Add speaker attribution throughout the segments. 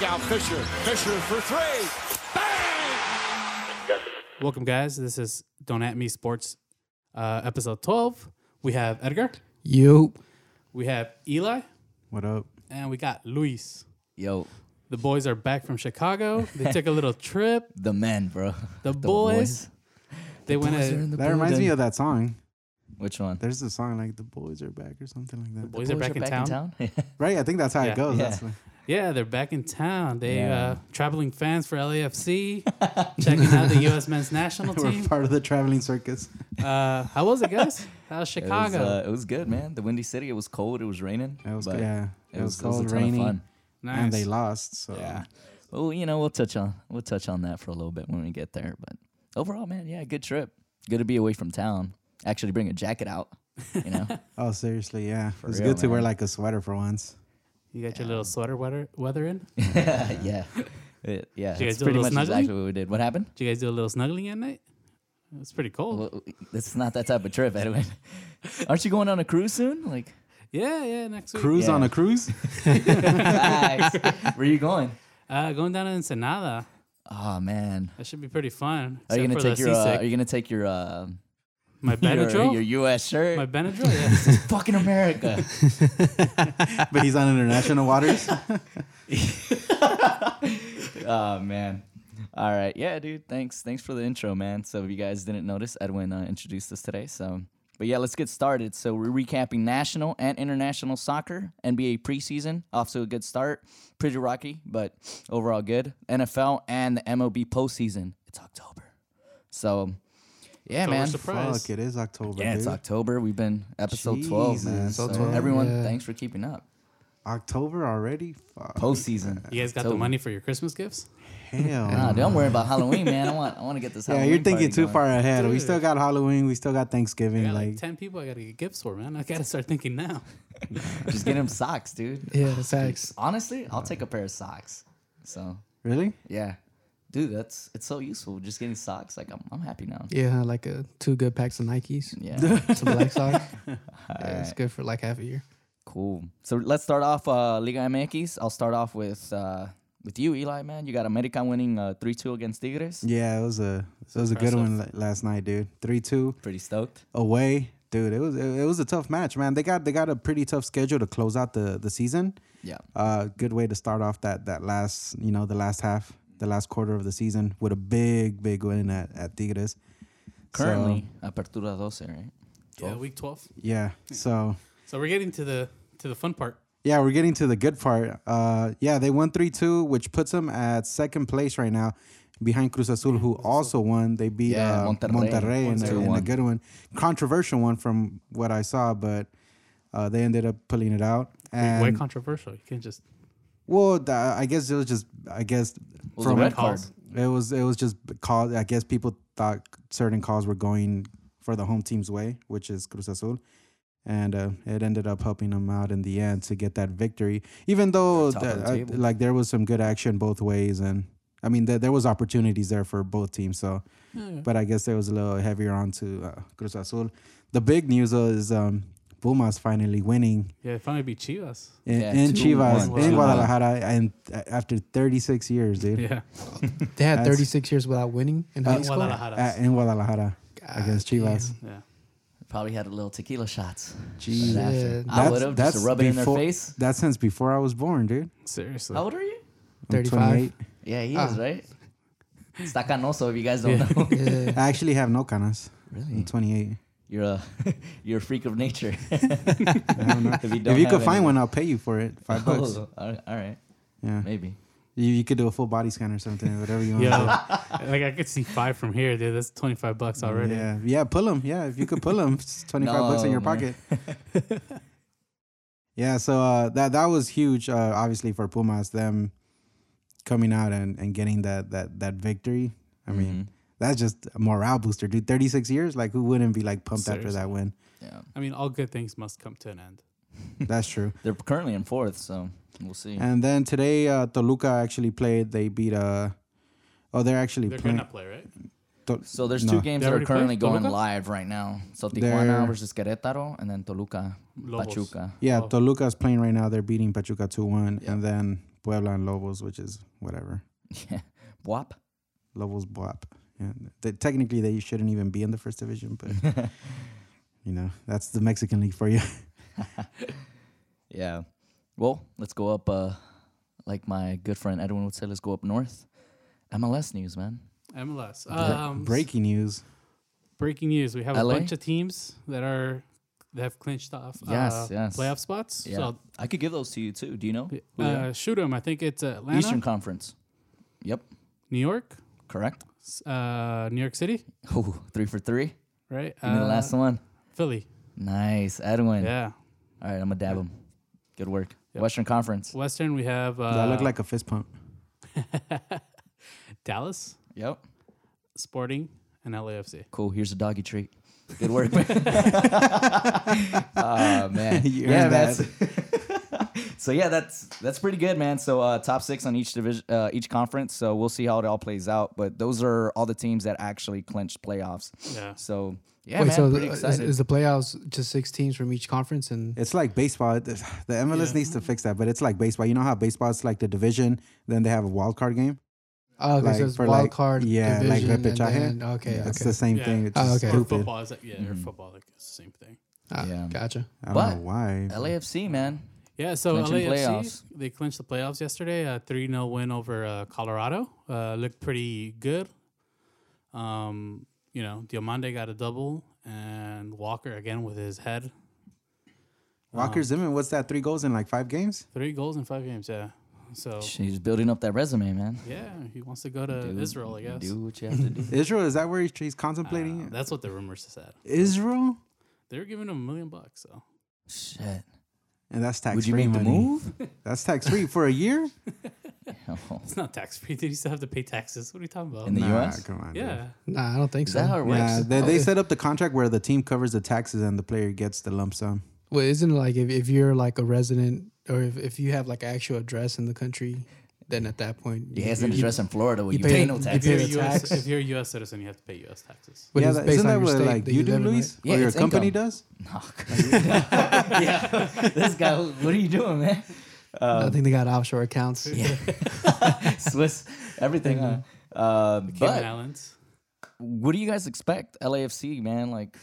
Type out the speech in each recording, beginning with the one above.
Speaker 1: Now Fisher. Fisher for three. Bang!
Speaker 2: Welcome, guys. This is Don't At Me Sports, uh, episode 12. We have Edgar,
Speaker 3: You.
Speaker 2: we have Eli,
Speaker 3: What up?
Speaker 2: and we got Luis.
Speaker 4: Yo,
Speaker 2: The boys are back from Chicago. They took a little trip.
Speaker 4: the men, bro.
Speaker 2: The, boys, they went
Speaker 4: boys are in the
Speaker 2: to
Speaker 3: That reminds me
Speaker 4: building.
Speaker 3: of that song.
Speaker 4: Which one?
Speaker 3: There's a song like "The Boys Are Back" or something like that.
Speaker 2: boys, are back, in, town.
Speaker 4: uh,
Speaker 3: Right? I think that's how
Speaker 2: Yeah.
Speaker 3: it goes.
Speaker 4: Yeah.
Speaker 3: That's
Speaker 2: Yeah, they're back in town. They uh,
Speaker 4: Yeah.
Speaker 2: traveling fans for LAFC, checking out the U.S. men's national
Speaker 3: we're
Speaker 2: team.
Speaker 3: part of the traveling circus.
Speaker 2: Uh, how was it, guys? How's
Speaker 4: It was,
Speaker 2: Chicago?
Speaker 4: uh, it was good, man. The Windy City. It was cold. It was raining.
Speaker 3: It was
Speaker 4: but
Speaker 3: yeah.
Speaker 4: it
Speaker 3: It, was,
Speaker 4: was a
Speaker 3: cold,
Speaker 4: ton of
Speaker 3: rainy,
Speaker 4: fun.
Speaker 2: nice.
Speaker 3: and they lost. So
Speaker 4: Yeah. Well, you know, we'll touch on we'll touch on that for a little bit when we get there. But overall, man, yeah, good trip. Good to be away from town. Actually, bring a jacket out. You know,
Speaker 3: oh seriously, yeah. It was
Speaker 4: real,
Speaker 3: good to wear
Speaker 4: man.
Speaker 3: like a sweater for once.
Speaker 2: you got your little sweater weather, weather in? Did
Speaker 4: yeah, It- yeah.
Speaker 2: Did you guys
Speaker 4: That's
Speaker 2: do a
Speaker 4: pretty
Speaker 2: little
Speaker 4: much
Speaker 2: snuggling?
Speaker 4: exactly what we did. What happened?
Speaker 2: you guys do a little snuggling at night? It's pretty cold.
Speaker 4: Well, it's not that type of trip, Edwin. Aren't you going on a cruise soon? Like,
Speaker 2: yeah, yeah, next week.
Speaker 3: Cruise on
Speaker 4: Yeah.
Speaker 3: a cruise.
Speaker 4: facts. where are you going?
Speaker 2: Uh, going down to Ensenada.
Speaker 4: Oh man,
Speaker 2: That should be pretty fun.
Speaker 4: Are you
Speaker 2: except
Speaker 4: gonna
Speaker 2: for the
Speaker 4: take your? Uh,
Speaker 2: seasick.
Speaker 4: are you gonna take your? Uh,
Speaker 2: my Benadryl?
Speaker 4: your, your U.S. shirt?
Speaker 2: my Benadryl, yeah.
Speaker 4: fucking America.
Speaker 3: but he's on international waters.
Speaker 4: oh man. All right, yeah, dude. Thanks, thanks for the intro, man. So if you guys didn't notice, Edwin uh, introduced us today. So, but yeah, let's get started. So we're recapping national and international soccer, NBA preseason, off to a good start. Pretty rocky, but overall good. NFL and the MOB postseason. It's October, so yeah,
Speaker 2: October
Speaker 4: man.
Speaker 2: surprise.
Speaker 3: Fuck! It is October.
Speaker 4: Yeah, it's
Speaker 3: dude.
Speaker 4: October. We've been episode twelve, man.
Speaker 3: Jesus,
Speaker 4: So
Speaker 3: Episode 12,
Speaker 4: everyone,
Speaker 3: yeah.
Speaker 4: thanks for keeping up.
Speaker 3: October already. Fuck.
Speaker 4: Postseason.
Speaker 2: You guys got the
Speaker 4: October.
Speaker 2: money for your Christmas gifts?
Speaker 3: Hell.
Speaker 4: Nah, dude, I'm worried about Halloween, man. I want, I want to get this.
Speaker 3: Yeah,
Speaker 4: Halloween
Speaker 3: you're thinking
Speaker 4: party
Speaker 3: too
Speaker 4: going.
Speaker 3: far ahead. We
Speaker 2: Dude.
Speaker 3: still got Halloween. We still got Thanksgiving.
Speaker 2: I got like,
Speaker 3: like
Speaker 2: 10 people I got to get gifts for, man. I got to start thinking now.
Speaker 4: Just get him socks, dude.
Speaker 5: Yeah,
Speaker 3: Oh,
Speaker 5: the sacks.
Speaker 4: Honestly, I'll take a pair of socks. So
Speaker 3: really?
Speaker 4: yeah, dude, that's it's so useful. Just getting socks, like I'm, I'm happy now.
Speaker 5: Yeah, like uh two good packs of Nikes,
Speaker 4: Yeah,
Speaker 5: some black socks. yeah, it's
Speaker 4: right.
Speaker 5: good for like half a year.
Speaker 4: cool. So let's start off uh, Liga MX. I'll start off with uh, with you, Eli, man. You got America winning uh, three two against Tigres.
Speaker 3: Yeah, it was a it was a good one la- last night, dude. Three two
Speaker 4: Pretty stoked.
Speaker 3: away, dude. It was it, it was a tough match, man. They got they got a pretty tough schedule to close out the the season.
Speaker 4: Yeah.
Speaker 3: Uh, good way to start off that that last you know the last half the last quarter of the season with a big big win at at Tigres. So,
Speaker 4: Currently, Apertura 12, right?
Speaker 2: Yeah, week 12.
Speaker 3: yeah. So
Speaker 2: So we're getting to the to the fun part.
Speaker 3: Yeah, we're getting to the good part. Uh, yeah, they won 3 2, which puts them at second place right now behind Cruz Azul, who also won. They beat
Speaker 4: Yeah,
Speaker 3: uh,
Speaker 4: Monterrey.
Speaker 3: Monterrey, in, a, in a
Speaker 4: 2-1.
Speaker 3: good one. Controversial one from what I saw, but uh, they ended up pulling it out.
Speaker 2: Way
Speaker 3: And,
Speaker 2: controversial. You can't just.
Speaker 3: well, th- I guess it was just, I guess,
Speaker 4: Was
Speaker 3: from
Speaker 4: a red card.
Speaker 2: calls.
Speaker 3: it was it was just called. I guess people thought certain calls were going for the home team's way, which is Cruz Azul, and uh, it ended up helping them out in the end to get that victory. Even though,
Speaker 4: Top of the
Speaker 3: the- uh,
Speaker 4: table.
Speaker 3: like there was some good action both ways, and I mean there there was opportunities there for both teams. So, but I guess there was a little heavier on to uh, Cruz Azul. The big news though is um, Pumas finally winning
Speaker 2: Yeah, it finally be Chivas.
Speaker 3: in,
Speaker 4: Yeah,
Speaker 3: in Chivas
Speaker 4: 2-1.
Speaker 2: 2-1.
Speaker 3: in Guadalajara, and uh, after 36 years, dude,
Speaker 2: Yeah.
Speaker 5: They had
Speaker 3: That's-
Speaker 5: 36 years without winning in high school.
Speaker 3: Uh,
Speaker 2: Guadalajara.
Speaker 3: in Guadalajara against
Speaker 5: God
Speaker 3: Chivas.
Speaker 2: Yeah.
Speaker 4: Probably had a little tequila shots.
Speaker 3: Jeez.
Speaker 4: Right after.
Speaker 5: Yeah.
Speaker 4: I would have just to rub it in their
Speaker 3: before-
Speaker 4: face.
Speaker 3: That's since before I was born, dude.
Speaker 2: Seriously.
Speaker 4: How old are you?
Speaker 3: I'm
Speaker 5: 35.
Speaker 3: 28.
Speaker 4: Yeah, he is,
Speaker 5: Ah.
Speaker 4: right? Está canoso, if you guys don't know.
Speaker 5: Yeah.
Speaker 3: I actually have no canas. I'm
Speaker 4: Really?
Speaker 3: 28.
Speaker 4: You're a you're a freak of nature.
Speaker 3: I don't know.
Speaker 4: If you
Speaker 3: if
Speaker 4: don't
Speaker 3: you could
Speaker 4: have
Speaker 3: find
Speaker 4: any-
Speaker 3: one, I'll pay you for it. Five bucks.
Speaker 4: Oh, all right- all right,
Speaker 3: Yeah.
Speaker 4: maybe.
Speaker 3: You, you could do a full body scan or something, whatever you want.
Speaker 2: Yo,
Speaker 3: Yeah.
Speaker 2: like I could see five from here, dude. That's 25 bucks already.
Speaker 3: Yeah. Yeah. Pull them. Yeah. If you could pull them, it's 25 bucks in
Speaker 4: No,
Speaker 3: your
Speaker 4: man.
Speaker 3: pocket. yeah. So uh, that that was huge, uh, obviously, for Pumas, them coming out and, and getting that, that, that victory. I mean,
Speaker 4: Mm-hmm.
Speaker 3: that's just a morale booster, dude. 36 years, like who wouldn't be like pumped after that win?
Speaker 4: Yeah,
Speaker 2: I mean, all good things must come to an end.
Speaker 3: That's true.
Speaker 4: they're currently in fourth, so we'll see.
Speaker 3: And then today, uh, Toluca actually played. They beat uh oh, they're actually
Speaker 2: They're
Speaker 3: playing.
Speaker 2: going to play, right?
Speaker 3: Tol-
Speaker 4: So there's
Speaker 3: no.
Speaker 4: two games
Speaker 2: They
Speaker 4: that are
Speaker 2: already played?
Speaker 4: currently going
Speaker 2: Toluca?
Speaker 4: live right now. So
Speaker 3: They're-
Speaker 4: Tijuana versus Querétaro, and then Toluca,
Speaker 2: Lobos.
Speaker 4: Pachuca.
Speaker 3: Yeah,
Speaker 2: Oh.
Speaker 3: Toluca's playing right now. They're beating Pachuca two one, and then Puebla and Lobos, which is whatever.
Speaker 4: Yeah. Wop.
Speaker 3: Lobos Boap. Yeah, they, technically they shouldn't even be in the first division, but you know that's the Mexican league for you.
Speaker 4: Yeah. Well, let's go up. Uh, like my good friend Edwin would say, let's go up north. MLS news, man.
Speaker 2: MLS.
Speaker 3: Bre-
Speaker 2: Um,
Speaker 3: Breaking news.
Speaker 2: Breaking news: We have
Speaker 4: LA?
Speaker 2: a bunch of teams that are that have clinched off
Speaker 4: Yes,
Speaker 2: uh,
Speaker 4: yes.
Speaker 2: playoff spots.
Speaker 4: Yeah.
Speaker 2: So
Speaker 4: I could give those to you too. Do you know? who they
Speaker 2: uh, shoot 'em. I think it's
Speaker 4: are?
Speaker 2: Atlanta,
Speaker 4: Eastern Conference. Yep.
Speaker 2: New York,
Speaker 4: Correct.
Speaker 2: s- uh, New York City,
Speaker 4: Oh, three for three.
Speaker 2: right?
Speaker 4: You know the last
Speaker 2: Uh,
Speaker 4: one.
Speaker 2: Philly.
Speaker 4: Nice, Edwin.
Speaker 2: Yeah.
Speaker 4: All right, I'm gonna dab him. Good work. Western Conference.
Speaker 2: Western. We have uh,
Speaker 3: That looked like a fist pump.
Speaker 2: Dallas,
Speaker 4: Yep.
Speaker 2: Sporting, and LAFC.
Speaker 4: Cool. Here's a doggy treat. Good work. oh man.
Speaker 3: You
Speaker 4: yeah,
Speaker 3: earned
Speaker 4: man.
Speaker 3: that.
Speaker 4: so yeah, that's that's pretty good, man. So uh, top six on each division, uh, each conference. So we'll see how it all plays out. But those are all the teams that actually clinched playoffs.
Speaker 2: Yeah.
Speaker 4: So yeah,
Speaker 5: Wait,
Speaker 4: man.
Speaker 5: so
Speaker 4: pretty
Speaker 5: the- is,
Speaker 4: excited.
Speaker 5: is the playoffs just six teams from each conference? And
Speaker 3: It's like baseball. It- The MLS
Speaker 2: Yeah.
Speaker 3: needs to fix that, but it's like baseball. You know how baseball is like the division, then they have a wild card game.
Speaker 5: oh, okay,
Speaker 3: like,
Speaker 5: so it's
Speaker 3: for,
Speaker 5: wild
Speaker 3: like-
Speaker 5: card,
Speaker 3: yeah, like
Speaker 5: division, and
Speaker 3: repechaje.
Speaker 5: then- okay,
Speaker 3: Yeah,
Speaker 5: okay,
Speaker 3: It's the same
Speaker 2: Yeah.
Speaker 3: thing. It's
Speaker 5: Oh,
Speaker 3: just
Speaker 5: okay.
Speaker 2: Or
Speaker 3: stupid.
Speaker 2: football is that? Yeah, or
Speaker 4: Mhm.
Speaker 2: football like it's the same thing.
Speaker 5: Ah,
Speaker 4: Yeah.
Speaker 5: gotcha.
Speaker 3: I don't
Speaker 4: But
Speaker 3: know why. but-
Speaker 4: LAFC, man.
Speaker 2: Yeah, so
Speaker 4: Clinching
Speaker 2: LAFC
Speaker 4: playoffs.
Speaker 2: they clinched the playoffs yesterday. A three 0 win over uh, Colorado uh, looked pretty good. Um, you know, Diamande got a double, and Walker again with his head. Um,
Speaker 3: Walker Zimmerman, what's that? Three goals in like five games?
Speaker 2: Three goals in five games. Yeah, so
Speaker 4: He's building up that resume, man.
Speaker 2: yeah, he wants to go to
Speaker 4: Do-
Speaker 2: Uh, Israel, I guess.
Speaker 4: Do what you have to do.
Speaker 3: Israel, is that where he's, he's
Speaker 2: Uh,
Speaker 3: contemplating? it?
Speaker 2: that's what the rumors said.
Speaker 3: Israel?
Speaker 2: They were giving him a million bucks. So
Speaker 4: Shit.
Speaker 3: And that's tax
Speaker 4: Would you
Speaker 3: free
Speaker 4: make
Speaker 3: money.
Speaker 4: the move?
Speaker 3: That's tax free for a year?
Speaker 4: Oh,
Speaker 2: it's not tax free. Did he still have to pay taxes? What are you talking about?
Speaker 4: In the
Speaker 3: nah,
Speaker 4: US?
Speaker 3: Come on. dude.
Speaker 2: yeah,
Speaker 5: Nah, I don't think
Speaker 4: Is
Speaker 5: so.
Speaker 4: that how it works?
Speaker 3: Yeah, they,
Speaker 4: Oh.
Speaker 3: they set up the contract where the team covers the taxes and the player gets the lump sum.
Speaker 5: Well, isn't it like if, if you're like a resident or if, if you have like actual address in the country, then at that point,
Speaker 4: He
Speaker 5: you-
Speaker 4: has an
Speaker 5: you-
Speaker 4: address in Florida where
Speaker 5: you
Speaker 4: you
Speaker 5: pay
Speaker 4: pay
Speaker 5: the-
Speaker 4: no
Speaker 5: you
Speaker 2: if
Speaker 5: Tax-
Speaker 2: you're,
Speaker 4: taxes.
Speaker 2: a
Speaker 5: the
Speaker 2: US,
Speaker 5: tax.
Speaker 2: if you're a U.S. citizen, you have to pay U.S. taxes.
Speaker 5: But
Speaker 3: yeah,
Speaker 5: it's
Speaker 3: that-
Speaker 5: based
Speaker 3: isn't
Speaker 5: on
Speaker 3: that
Speaker 5: your
Speaker 3: what
Speaker 5: state
Speaker 3: like
Speaker 5: that
Speaker 3: you do,
Speaker 5: live in, right?
Speaker 3: Luis?
Speaker 4: Yeah,
Speaker 3: or your
Speaker 4: it's
Speaker 3: company
Speaker 4: income.
Speaker 3: does?
Speaker 4: this guy, what are you doing, man?
Speaker 5: I think they got offshore accounts. Yeah.
Speaker 4: Swiss, everything. huh? Uh,
Speaker 2: Cayman
Speaker 4: but
Speaker 2: Islands.
Speaker 4: what do you guys expect LAFC, man? Like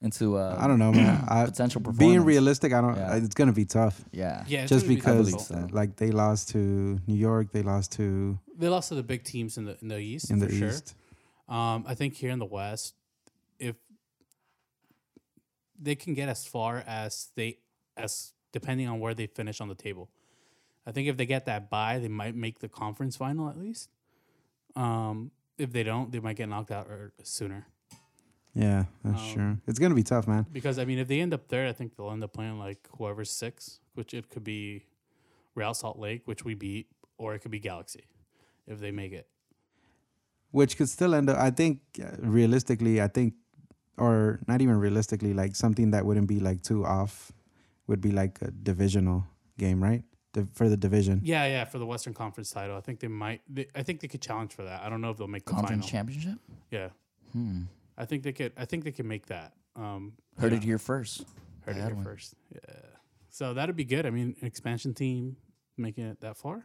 Speaker 4: into uh,
Speaker 3: I don't know, man. I,
Speaker 4: potential performance.
Speaker 3: being realistic, I don't.
Speaker 4: Yeah.
Speaker 3: It's gonna be tough.
Speaker 4: Yeah.
Speaker 2: Yeah, it's
Speaker 3: just
Speaker 2: gonna be
Speaker 3: because
Speaker 2: difficult.
Speaker 4: so.
Speaker 3: like they lost to New York, they lost to
Speaker 2: they lost to the big teams in the in the East
Speaker 3: in the
Speaker 2: for sure.
Speaker 3: East.
Speaker 2: Um, I think here in the West, if they can get as far as they as depending on where they finish on the table, I think if they get that bye, they might make the conference final at least. Um, if they don't, they might get knocked out or sooner.
Speaker 3: Yeah, that's
Speaker 2: Um,
Speaker 3: sure. It's gonna be tough, man.
Speaker 2: Because I mean, if they end up third, I think they'll end up playing like whoever's six, which it could be Real Salt Lake, which we beat, or it could be Galaxy, if they make it.
Speaker 3: Which could still end up. I think uh, realistically, I think, or not even realistically, like something that wouldn't be like too off would be like a divisional game, right? Div- for the division.
Speaker 2: Yeah, yeah, for the Western Conference title, I think they might. They, I think they could challenge for that. I don't know if they'll make the
Speaker 4: Conference
Speaker 2: final.
Speaker 4: championship.
Speaker 2: yeah,
Speaker 4: Hmm.
Speaker 2: I think they could. I think they could make that. Um,
Speaker 4: Heard
Speaker 2: yeah,
Speaker 4: it here first.
Speaker 2: Heard it
Speaker 4: Bad
Speaker 2: here
Speaker 4: one.
Speaker 2: first. Yeah. So that'd be good. I mean, an expansion team making it that far.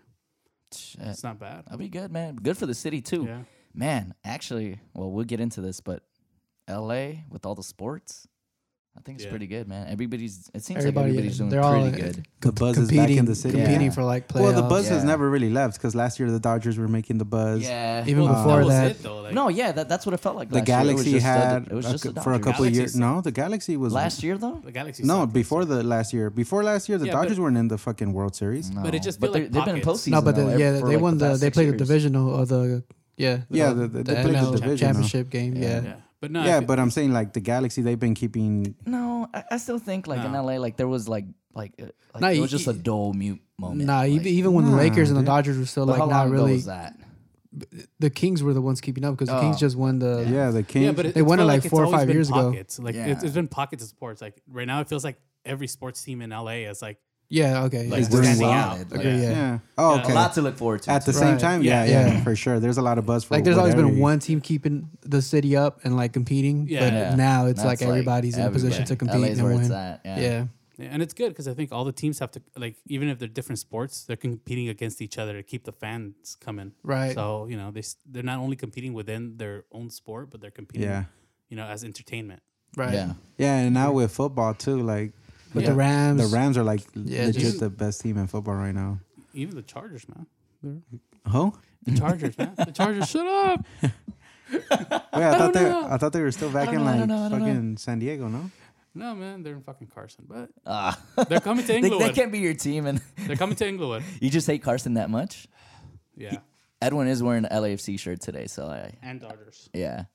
Speaker 4: Shit.
Speaker 2: It's not bad.
Speaker 4: That'll be good, man. Good for the city too.
Speaker 2: Yeah.
Speaker 4: Man, actually, well, we'll get into this, but LA with all the sports, I think it's
Speaker 2: Yeah.
Speaker 4: pretty good, man. Everybody's it seems
Speaker 5: Everybody-
Speaker 4: like everybody's doing
Speaker 5: they're all
Speaker 4: pretty
Speaker 5: in-
Speaker 4: good.
Speaker 3: The buzz is back
Speaker 5: competing,
Speaker 3: in the city.
Speaker 5: competing
Speaker 4: Yeah.
Speaker 5: for like playoffs.
Speaker 3: Well, the buzz has
Speaker 4: Yeah.
Speaker 3: never really left because last year the Dodgers were making the buzz.
Speaker 4: Yeah.
Speaker 5: Even
Speaker 2: Well,
Speaker 5: before
Speaker 2: was
Speaker 5: that,
Speaker 2: it, though, like-
Speaker 4: no, yeah, that, that's what it felt like.
Speaker 3: The
Speaker 4: last year. It was
Speaker 3: Galaxy
Speaker 4: just a-
Speaker 3: had
Speaker 4: it was
Speaker 3: a
Speaker 4: just
Speaker 3: cou-
Speaker 4: a
Speaker 3: for a
Speaker 4: Dodgers.
Speaker 3: couple of
Speaker 2: Galaxy
Speaker 3: years.
Speaker 2: sucked.
Speaker 3: No, the Galaxy was
Speaker 4: last year though.
Speaker 2: The Galaxy.
Speaker 3: No,
Speaker 2: sucked.
Speaker 3: before the last year. Before last year, the
Speaker 2: Yeah, but-
Speaker 3: Dodgers weren't in the fucking World
Speaker 4: Mm.
Speaker 3: Series.
Speaker 2: But it just
Speaker 4: but
Speaker 2: feel
Speaker 4: they-
Speaker 2: like
Speaker 4: they've been in
Speaker 2: pockets.
Speaker 4: postseason.
Speaker 5: no, but
Speaker 4: though,
Speaker 5: the,
Speaker 4: ev-
Speaker 5: yeah,
Speaker 4: for,
Speaker 5: they
Speaker 4: like,
Speaker 5: won
Speaker 4: the,
Speaker 5: the,
Speaker 4: past
Speaker 5: they
Speaker 4: six
Speaker 5: played the
Speaker 4: years.
Speaker 5: divisional or the yeah
Speaker 3: Yeah, the- the- they played the
Speaker 5: NL
Speaker 3: divisional.
Speaker 5: championship game. Yeah.
Speaker 2: Yeah, but no.
Speaker 3: yeah,
Speaker 2: if-
Speaker 3: but I'm saying like the Galaxy, they've been keeping.
Speaker 4: No, I, I still think like in
Speaker 2: No.
Speaker 4: LA, like there was like like, uh, like
Speaker 5: No,
Speaker 4: it
Speaker 5: you-
Speaker 4: was just a dull mute moment.
Speaker 5: Nah,
Speaker 4: like,
Speaker 5: even even when the
Speaker 3: Nah,
Speaker 5: Lakers and the
Speaker 3: dude.
Speaker 5: Dodgers were still
Speaker 4: but
Speaker 5: like
Speaker 4: how
Speaker 5: not
Speaker 4: long ago
Speaker 5: really,
Speaker 4: was that?
Speaker 5: the Kings were the ones keeping up because the Kings
Speaker 4: Oh.
Speaker 5: just won the
Speaker 3: Yeah, the Kings.
Speaker 2: yeah, but it,
Speaker 5: They
Speaker 2: it's
Speaker 5: won it,
Speaker 2: felt
Speaker 5: like,
Speaker 2: it's
Speaker 5: four or
Speaker 2: always
Speaker 5: five
Speaker 2: been
Speaker 5: years ago.
Speaker 2: pockets. Like
Speaker 4: Yeah.
Speaker 2: it, it's been pockets of sports. Like right now, it feels like every sports team in LA is like
Speaker 5: yeah okay
Speaker 2: like
Speaker 5: yeah.
Speaker 3: doing
Speaker 2: standing
Speaker 3: well.
Speaker 2: out.
Speaker 4: Solid,
Speaker 2: Yeah.
Speaker 4: like-
Speaker 5: Okay, yeah.
Speaker 3: yeah. Oh,
Speaker 2: Yeah.
Speaker 3: okay.
Speaker 4: A lot to look forward to.
Speaker 3: At the
Speaker 4: too.
Speaker 3: same
Speaker 5: Right.
Speaker 3: time, yeah,
Speaker 2: Yeah,
Speaker 3: yeah,
Speaker 5: yeah.
Speaker 3: for sure. There's a lot of buzz for
Speaker 5: like there's always been
Speaker 3: whatever.
Speaker 5: one team keeping the city up and like competing
Speaker 2: Yeah.
Speaker 5: but
Speaker 2: Yeah.
Speaker 5: now it's
Speaker 4: That's,
Speaker 5: like everybody's in a position to
Speaker 4: everybody.
Speaker 5: compete
Speaker 4: LA's
Speaker 5: and
Speaker 4: where
Speaker 5: win
Speaker 4: it's at. Yeah.
Speaker 5: yeah
Speaker 2: and it's good because I think all the teams have to like even if they're different sports, they're competing against each other to keep the fans coming.
Speaker 5: Right.
Speaker 2: So you know they s- they're not only competing within their own sport, but they're competing.
Speaker 3: Yeah.
Speaker 2: You know, as entertainment.
Speaker 5: Right.
Speaker 4: Yeah.
Speaker 3: Yeah, and now with football too, like
Speaker 5: With
Speaker 2: Yeah.
Speaker 5: the Rams.
Speaker 3: the Rams are like
Speaker 5: Yeah,
Speaker 3: legit
Speaker 5: just-
Speaker 3: the best team in football right now.
Speaker 2: Even the Chargers, man.
Speaker 3: Oh,
Speaker 2: The Chargers, man. The Chargers. Shut up.
Speaker 3: wait, I, thought
Speaker 2: don't
Speaker 3: they
Speaker 2: know.
Speaker 3: I thought they were still back
Speaker 4: don't
Speaker 3: in
Speaker 4: know, I
Speaker 3: like
Speaker 4: don't know, I don't know.
Speaker 3: fucking San Diego, no?
Speaker 2: No, man. They're in fucking Carson, but
Speaker 4: Ah.
Speaker 2: they're coming to
Speaker 4: They- that
Speaker 2: Inglewood.
Speaker 4: can't be your team, and
Speaker 2: they're coming to Inglewood.
Speaker 4: you just hate Carson that much.
Speaker 2: Yeah,
Speaker 4: Edwin is wearing an LAFC shirt today, so I
Speaker 2: and Dodgers.
Speaker 4: yeah,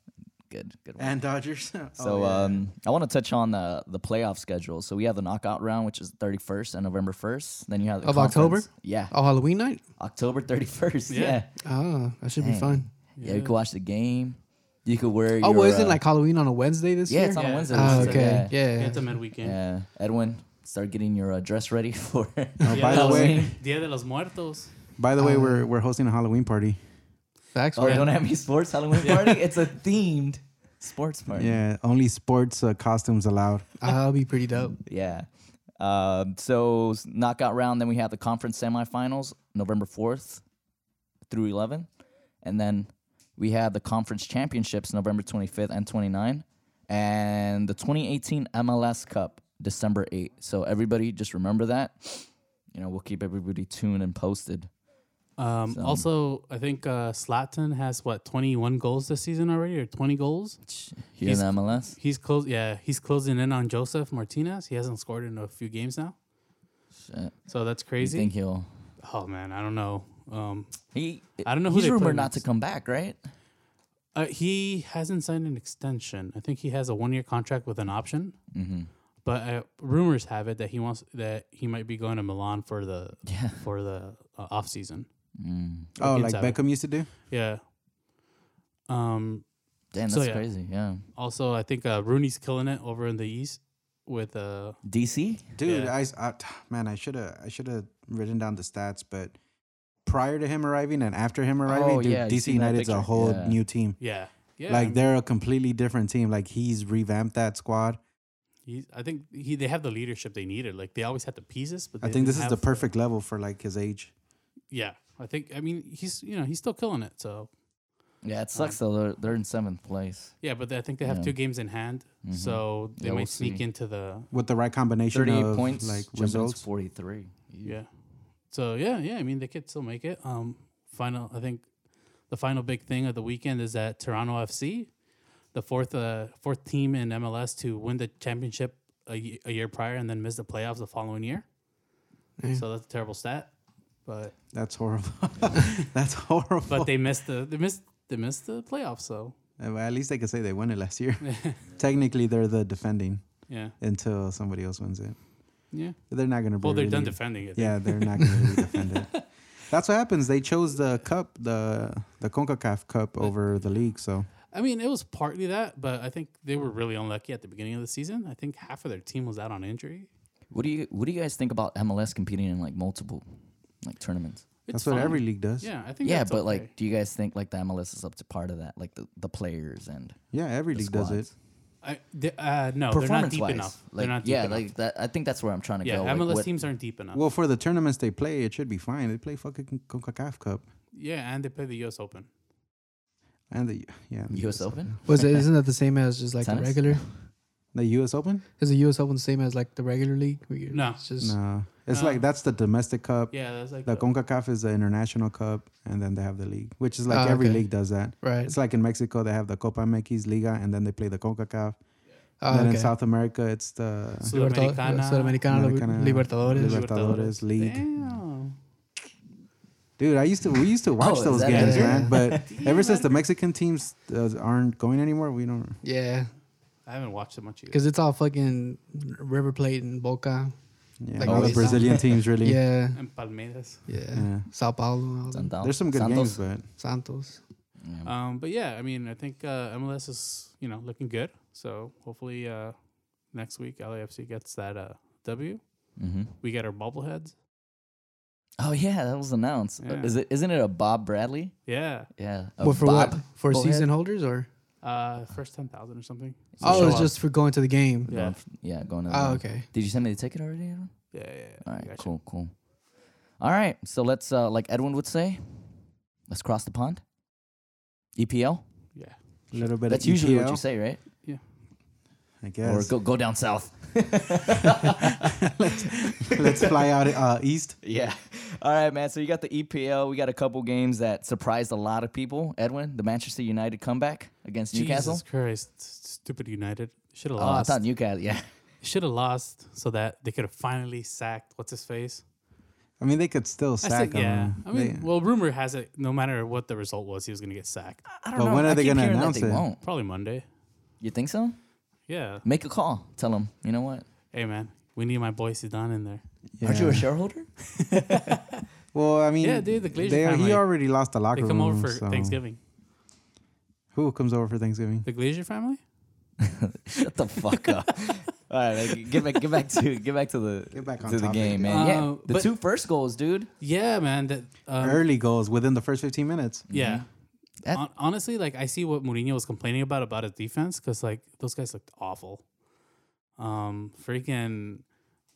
Speaker 4: good, good one.
Speaker 3: And Dodgers. Oh,
Speaker 4: So
Speaker 3: yeah.
Speaker 4: um, I want to touch on the the playoff schedule. So we have the knockout round, which is the 31st and November 1st. Then you have the
Speaker 5: Of October?
Speaker 4: conference- Yeah,
Speaker 5: Oh, Halloween night?
Speaker 4: October 31st. Yeah,
Speaker 2: Yeah.
Speaker 4: yeah.
Speaker 5: Ah, that should
Speaker 4: Dang.
Speaker 5: be fun.
Speaker 4: you could watch the game. You could wear.
Speaker 5: Oh,
Speaker 4: your,
Speaker 5: well, isn't
Speaker 4: uh,
Speaker 5: like Halloween on a Wednesday this
Speaker 4: yeah,
Speaker 5: year?
Speaker 4: it's on a
Speaker 2: Yeah.
Speaker 4: Wednesday.
Speaker 5: Ah,
Speaker 4: this year,
Speaker 5: okay.
Speaker 4: Yeah.
Speaker 5: Yeah.
Speaker 2: Get the midweek game.
Speaker 4: Yeah. Edwin, start getting your uh, dress ready for.
Speaker 3: Oh, by the
Speaker 4: Halloween.
Speaker 3: way,
Speaker 2: Dia de los Muertos.
Speaker 3: by the way,
Speaker 5: Uh,
Speaker 3: we're we're hosting a Halloween party.
Speaker 5: Facts,
Speaker 4: oh, you
Speaker 5: right?
Speaker 4: don't have any sports Halloween party? It's a themed sports party.
Speaker 3: Yeah, only sports uh, costumes allowed.
Speaker 5: I'll be pretty dope.
Speaker 4: Yeah. Um, so s- knockout round. Then we have the conference semifinals, November fourth through 11th, and then we have the conference championships, November 25th and 29, and the 2018 MLS Cup, December 8th. So everybody, just remember that. You know, we'll keep everybody tuned and posted.
Speaker 2: Um,
Speaker 4: So-
Speaker 2: Also, I think uh, Slatten has what 21 goals this season already, or 20 goals.
Speaker 4: Here
Speaker 2: He's-
Speaker 4: in the MLS,
Speaker 2: He's close. Yeah, he's closing in on Joseph Martinez. He hasn't scored in a few games now,
Speaker 4: Shit.
Speaker 2: so that's
Speaker 4: you
Speaker 2: crazy.
Speaker 4: think he'll?
Speaker 2: Oh man, I don't know. Um,
Speaker 4: He,
Speaker 2: I don't know who
Speaker 4: He's
Speaker 2: they put
Speaker 4: rumored
Speaker 2: in
Speaker 4: not to
Speaker 2: next.
Speaker 4: come back, right?
Speaker 2: uh, he hasn't signed an extension. I think he has a one-year contract with an option.
Speaker 4: Mm-hmm.
Speaker 2: But uh, rumors have it that he wants that he might be going to Milan for the
Speaker 4: Yeah.
Speaker 2: for the uh, off season.
Speaker 4: Mm.
Speaker 3: Oh, like
Speaker 2: Inside.
Speaker 3: Beckham used to do.
Speaker 2: Yeah. Um.
Speaker 4: Damn, that's
Speaker 2: So, yeah.
Speaker 4: crazy. Yeah.
Speaker 2: Also, I think uh, Rooney's killing it over in the East with uh
Speaker 4: DC.
Speaker 3: Dude,
Speaker 2: Yeah.
Speaker 3: I, s- I- t- man, I should have I should have written down the stats, but prior to him arriving and after him arriving,
Speaker 4: Oh,
Speaker 3: dude,
Speaker 4: yeah, you
Speaker 3: DC
Speaker 4: seen that
Speaker 3: United's a
Speaker 4: picture?
Speaker 3: whole
Speaker 4: Yeah.
Speaker 3: new team.
Speaker 2: yeah yeah
Speaker 3: like
Speaker 2: I, mean,
Speaker 3: they're a completely different team. Like he's revamped that squad.
Speaker 2: he- I think he they have the leadership they needed. Like they always had the pieces, but
Speaker 3: I
Speaker 2: they
Speaker 3: think this
Speaker 2: didn't
Speaker 3: is the
Speaker 2: have
Speaker 3: perfect level for like his age.
Speaker 2: yeah, I think I mean he's you know he's still killing it. So
Speaker 4: Yeah, it sucks though. They're, they're in seventh place. Mm-hmm.
Speaker 2: yeah, but I think they have
Speaker 4: Yeah.
Speaker 2: two games in hand,
Speaker 3: Mm-hmm.
Speaker 2: so they
Speaker 4: Yeah,
Speaker 2: might
Speaker 4: we'll
Speaker 2: sneak
Speaker 4: see.
Speaker 2: into the
Speaker 3: With the right combination
Speaker 4: 38
Speaker 3: of
Speaker 4: points,
Speaker 3: like
Speaker 4: Jumping into
Speaker 3: results.
Speaker 4: 43.
Speaker 2: Yeah. So yeah, yeah. I mean, they could still make it. Um, final. I think the final big thing of the weekend is that Toronto FC, the fourth uh, fourth team in MLS to win the championship a, ye- a year prior and then miss the playoffs the following year.
Speaker 5: Yeah.
Speaker 2: So that's a terrible stat, but
Speaker 3: That's horrible. That's horrible.
Speaker 2: but they missed the they missed they missed the playoffs. So
Speaker 3: Uh, well, At least they could say they won it last year. Technically, they're the defending
Speaker 2: yeah,
Speaker 3: until somebody else wins it.
Speaker 2: yeah.
Speaker 3: They're not going to.
Speaker 2: Well, they're done
Speaker 3: really,
Speaker 2: defending it.
Speaker 3: Yeah, they're not going to really defend it. That's what happens. They chose the cup, the the Concacaf Cup over the league. So
Speaker 2: I mean, it was partly that, but I think they were really unlucky at the beginning of the season. I think half of their team was out on injury.
Speaker 4: What do you What do you guys think about MLS competing in like multiple like tournaments?
Speaker 2: It's
Speaker 3: that's what
Speaker 2: fine.
Speaker 3: every league does. Yeah,
Speaker 2: Yeah, I think.
Speaker 4: yeah,
Speaker 2: that's
Speaker 4: but
Speaker 2: okay.
Speaker 4: like, do you guys think like the MLS is up to part of that? Like the, the players and
Speaker 3: every
Speaker 4: the
Speaker 3: league
Speaker 4: squads?
Speaker 3: does it.
Speaker 2: I, they, uh, no, they're not
Speaker 4: Performance
Speaker 2: deep
Speaker 4: wise,
Speaker 2: enough.
Speaker 4: like
Speaker 2: they're not deep
Speaker 4: yeah,
Speaker 2: enough.
Speaker 4: like that. I think that's where I'm trying to
Speaker 2: yeah,
Speaker 4: go. like,
Speaker 2: MLS
Speaker 4: what-
Speaker 2: teams aren't deep enough.
Speaker 3: Well, for the tournaments they play, it should be fine. They play fucking Concacaf Cup
Speaker 2: yeah, and they play the U.S. Open.
Speaker 3: and the yeah the
Speaker 4: U.S. Open.
Speaker 5: Was it, isn't that the same as just like
Speaker 4: Tennis?
Speaker 5: the regular?
Speaker 3: The U.S. Open?
Speaker 5: Is the US Open the same as like the regular league? where you're-
Speaker 2: No.
Speaker 5: It's uh, just,
Speaker 3: No, it's
Speaker 2: No.
Speaker 3: like that's the domestic cup.
Speaker 2: Yeah, that's like
Speaker 3: The
Speaker 2: the-
Speaker 3: Concacaf is the international cup, and then they have the league, which is like
Speaker 5: Ah,
Speaker 3: every
Speaker 5: okay.
Speaker 3: league does that.
Speaker 5: Right.
Speaker 3: It's like in Mexico they have the Copa MX Liga, and then they play the Concacaf.
Speaker 5: Oh,
Speaker 3: and then
Speaker 5: okay.
Speaker 3: in South America it's the
Speaker 5: Liberta-
Speaker 2: Sudamericana.
Speaker 5: Sudamericana,
Speaker 3: Americana-
Speaker 5: Libertadores.
Speaker 2: Liber-
Speaker 3: Libertadores League.
Speaker 2: Damn.
Speaker 3: Dude, I used to we used to watch
Speaker 4: Oh, is
Speaker 3: those
Speaker 4: that
Speaker 3: games,
Speaker 5: it?
Speaker 3: man. But ever since the Mexican teams uh, aren't going anymore, we don't.
Speaker 5: yeah.
Speaker 2: I haven't watched it much either.
Speaker 5: Because it's all fucking River Plate and Boca.
Speaker 3: Yeah,
Speaker 5: Like
Speaker 3: all the
Speaker 5: always.
Speaker 3: Brazilian teams really.
Speaker 5: Yeah.
Speaker 2: And Palmeiras.
Speaker 5: Yeah.
Speaker 3: Yeah.
Speaker 5: Sao Paulo. and all them.
Speaker 4: Santos-
Speaker 3: There's some good
Speaker 4: Santos.
Speaker 3: games,
Speaker 5: Santos.
Speaker 2: Um, but yeah, I mean, I think uh, MLS is you know looking good. So hopefully uh, next week LAFC gets that uh, W.
Speaker 4: Mhm.
Speaker 2: We get our bobbleheads.
Speaker 4: Oh yeah, that was announced. Uh,
Speaker 2: Yeah.
Speaker 4: Is it? Isn't it a Bob Bradley?
Speaker 2: Yeah,
Speaker 4: Yeah. a
Speaker 5: Well, for
Speaker 4: Bob?
Speaker 5: what? For
Speaker 4: Bullhead?
Speaker 5: season holders or?
Speaker 2: Uh, first ten thousand or something.
Speaker 5: Oh, it's
Speaker 2: Show up.
Speaker 5: just for going to the game.
Speaker 2: yeah,
Speaker 4: Yeah, going to the
Speaker 5: Oh,
Speaker 4: game.
Speaker 5: okay.
Speaker 4: Did you send me the ticket already, Edwin?
Speaker 2: yeah, yeah. yeah.
Speaker 4: All right,
Speaker 2: Gotcha.
Speaker 4: cool, cool. All right, so let's, uh, like Edwin would say, let's cross the pond. EPL.
Speaker 2: Yeah,
Speaker 3: A little bit.
Speaker 4: That's
Speaker 3: of E
Speaker 4: usually what
Speaker 3: EPL,
Speaker 4: you say, right?
Speaker 3: I
Speaker 4: Or
Speaker 3: guess.
Speaker 4: go go down south.
Speaker 3: Let's fly out uh, east.
Speaker 4: Yeah. All right, man. So you got the EPL. We got a couple games that surprised a lot of people. Edwin, the Manchester United comeback against Newcastle.
Speaker 2: Jesus Christ, stupid United should have
Speaker 4: Oh, I
Speaker 2: lost.
Speaker 4: thought Newcastle. Yeah.
Speaker 2: should have lost so that they could have finally sacked what's his face.
Speaker 3: I mean, they could still
Speaker 2: I
Speaker 3: sack
Speaker 2: said,
Speaker 3: him.
Speaker 2: yeah. I mean,
Speaker 3: They-
Speaker 2: well, rumor has it, no matter what the result was, he was gonna get sacked.
Speaker 4: I don't
Speaker 3: But
Speaker 4: know.
Speaker 3: when are
Speaker 4: I
Speaker 3: they
Speaker 4: keep
Speaker 3: gonna
Speaker 4: hearing that
Speaker 3: announce
Speaker 4: they
Speaker 3: it?
Speaker 4: Won't.
Speaker 2: Probably Monday.
Speaker 4: You think so?
Speaker 2: Yeah.
Speaker 4: Make a call. Tell them. You know what?
Speaker 2: Hey man, we need my boy Zidane in there.
Speaker 4: Aren't you a
Speaker 3: yeah.
Speaker 4: shareholder?
Speaker 3: Well, I mean,
Speaker 2: Yeah, dude, the Glazer
Speaker 3: they,
Speaker 2: family.
Speaker 3: he already lost the locker
Speaker 2: They come
Speaker 3: room.
Speaker 2: over for
Speaker 3: so-
Speaker 2: Thanksgiving.
Speaker 3: Who comes over for Thanksgiving?
Speaker 2: The Glazer family?
Speaker 4: Shut the fuck up. All right, like, get back, get back to, get back to the,
Speaker 3: Get back on
Speaker 4: to the
Speaker 3: topic.
Speaker 4: game, man.
Speaker 2: Uh,
Speaker 4: yeah, the
Speaker 2: but-
Speaker 4: two first goals, dude.
Speaker 2: Yeah, man. That um,
Speaker 3: Early goals within the first 15 minutes.
Speaker 2: yeah.
Speaker 4: That-
Speaker 2: Mm-hmm. Hon- honestly, like I see what Mourinho was complaining about about his defense because like those guys looked awful. Um, freaking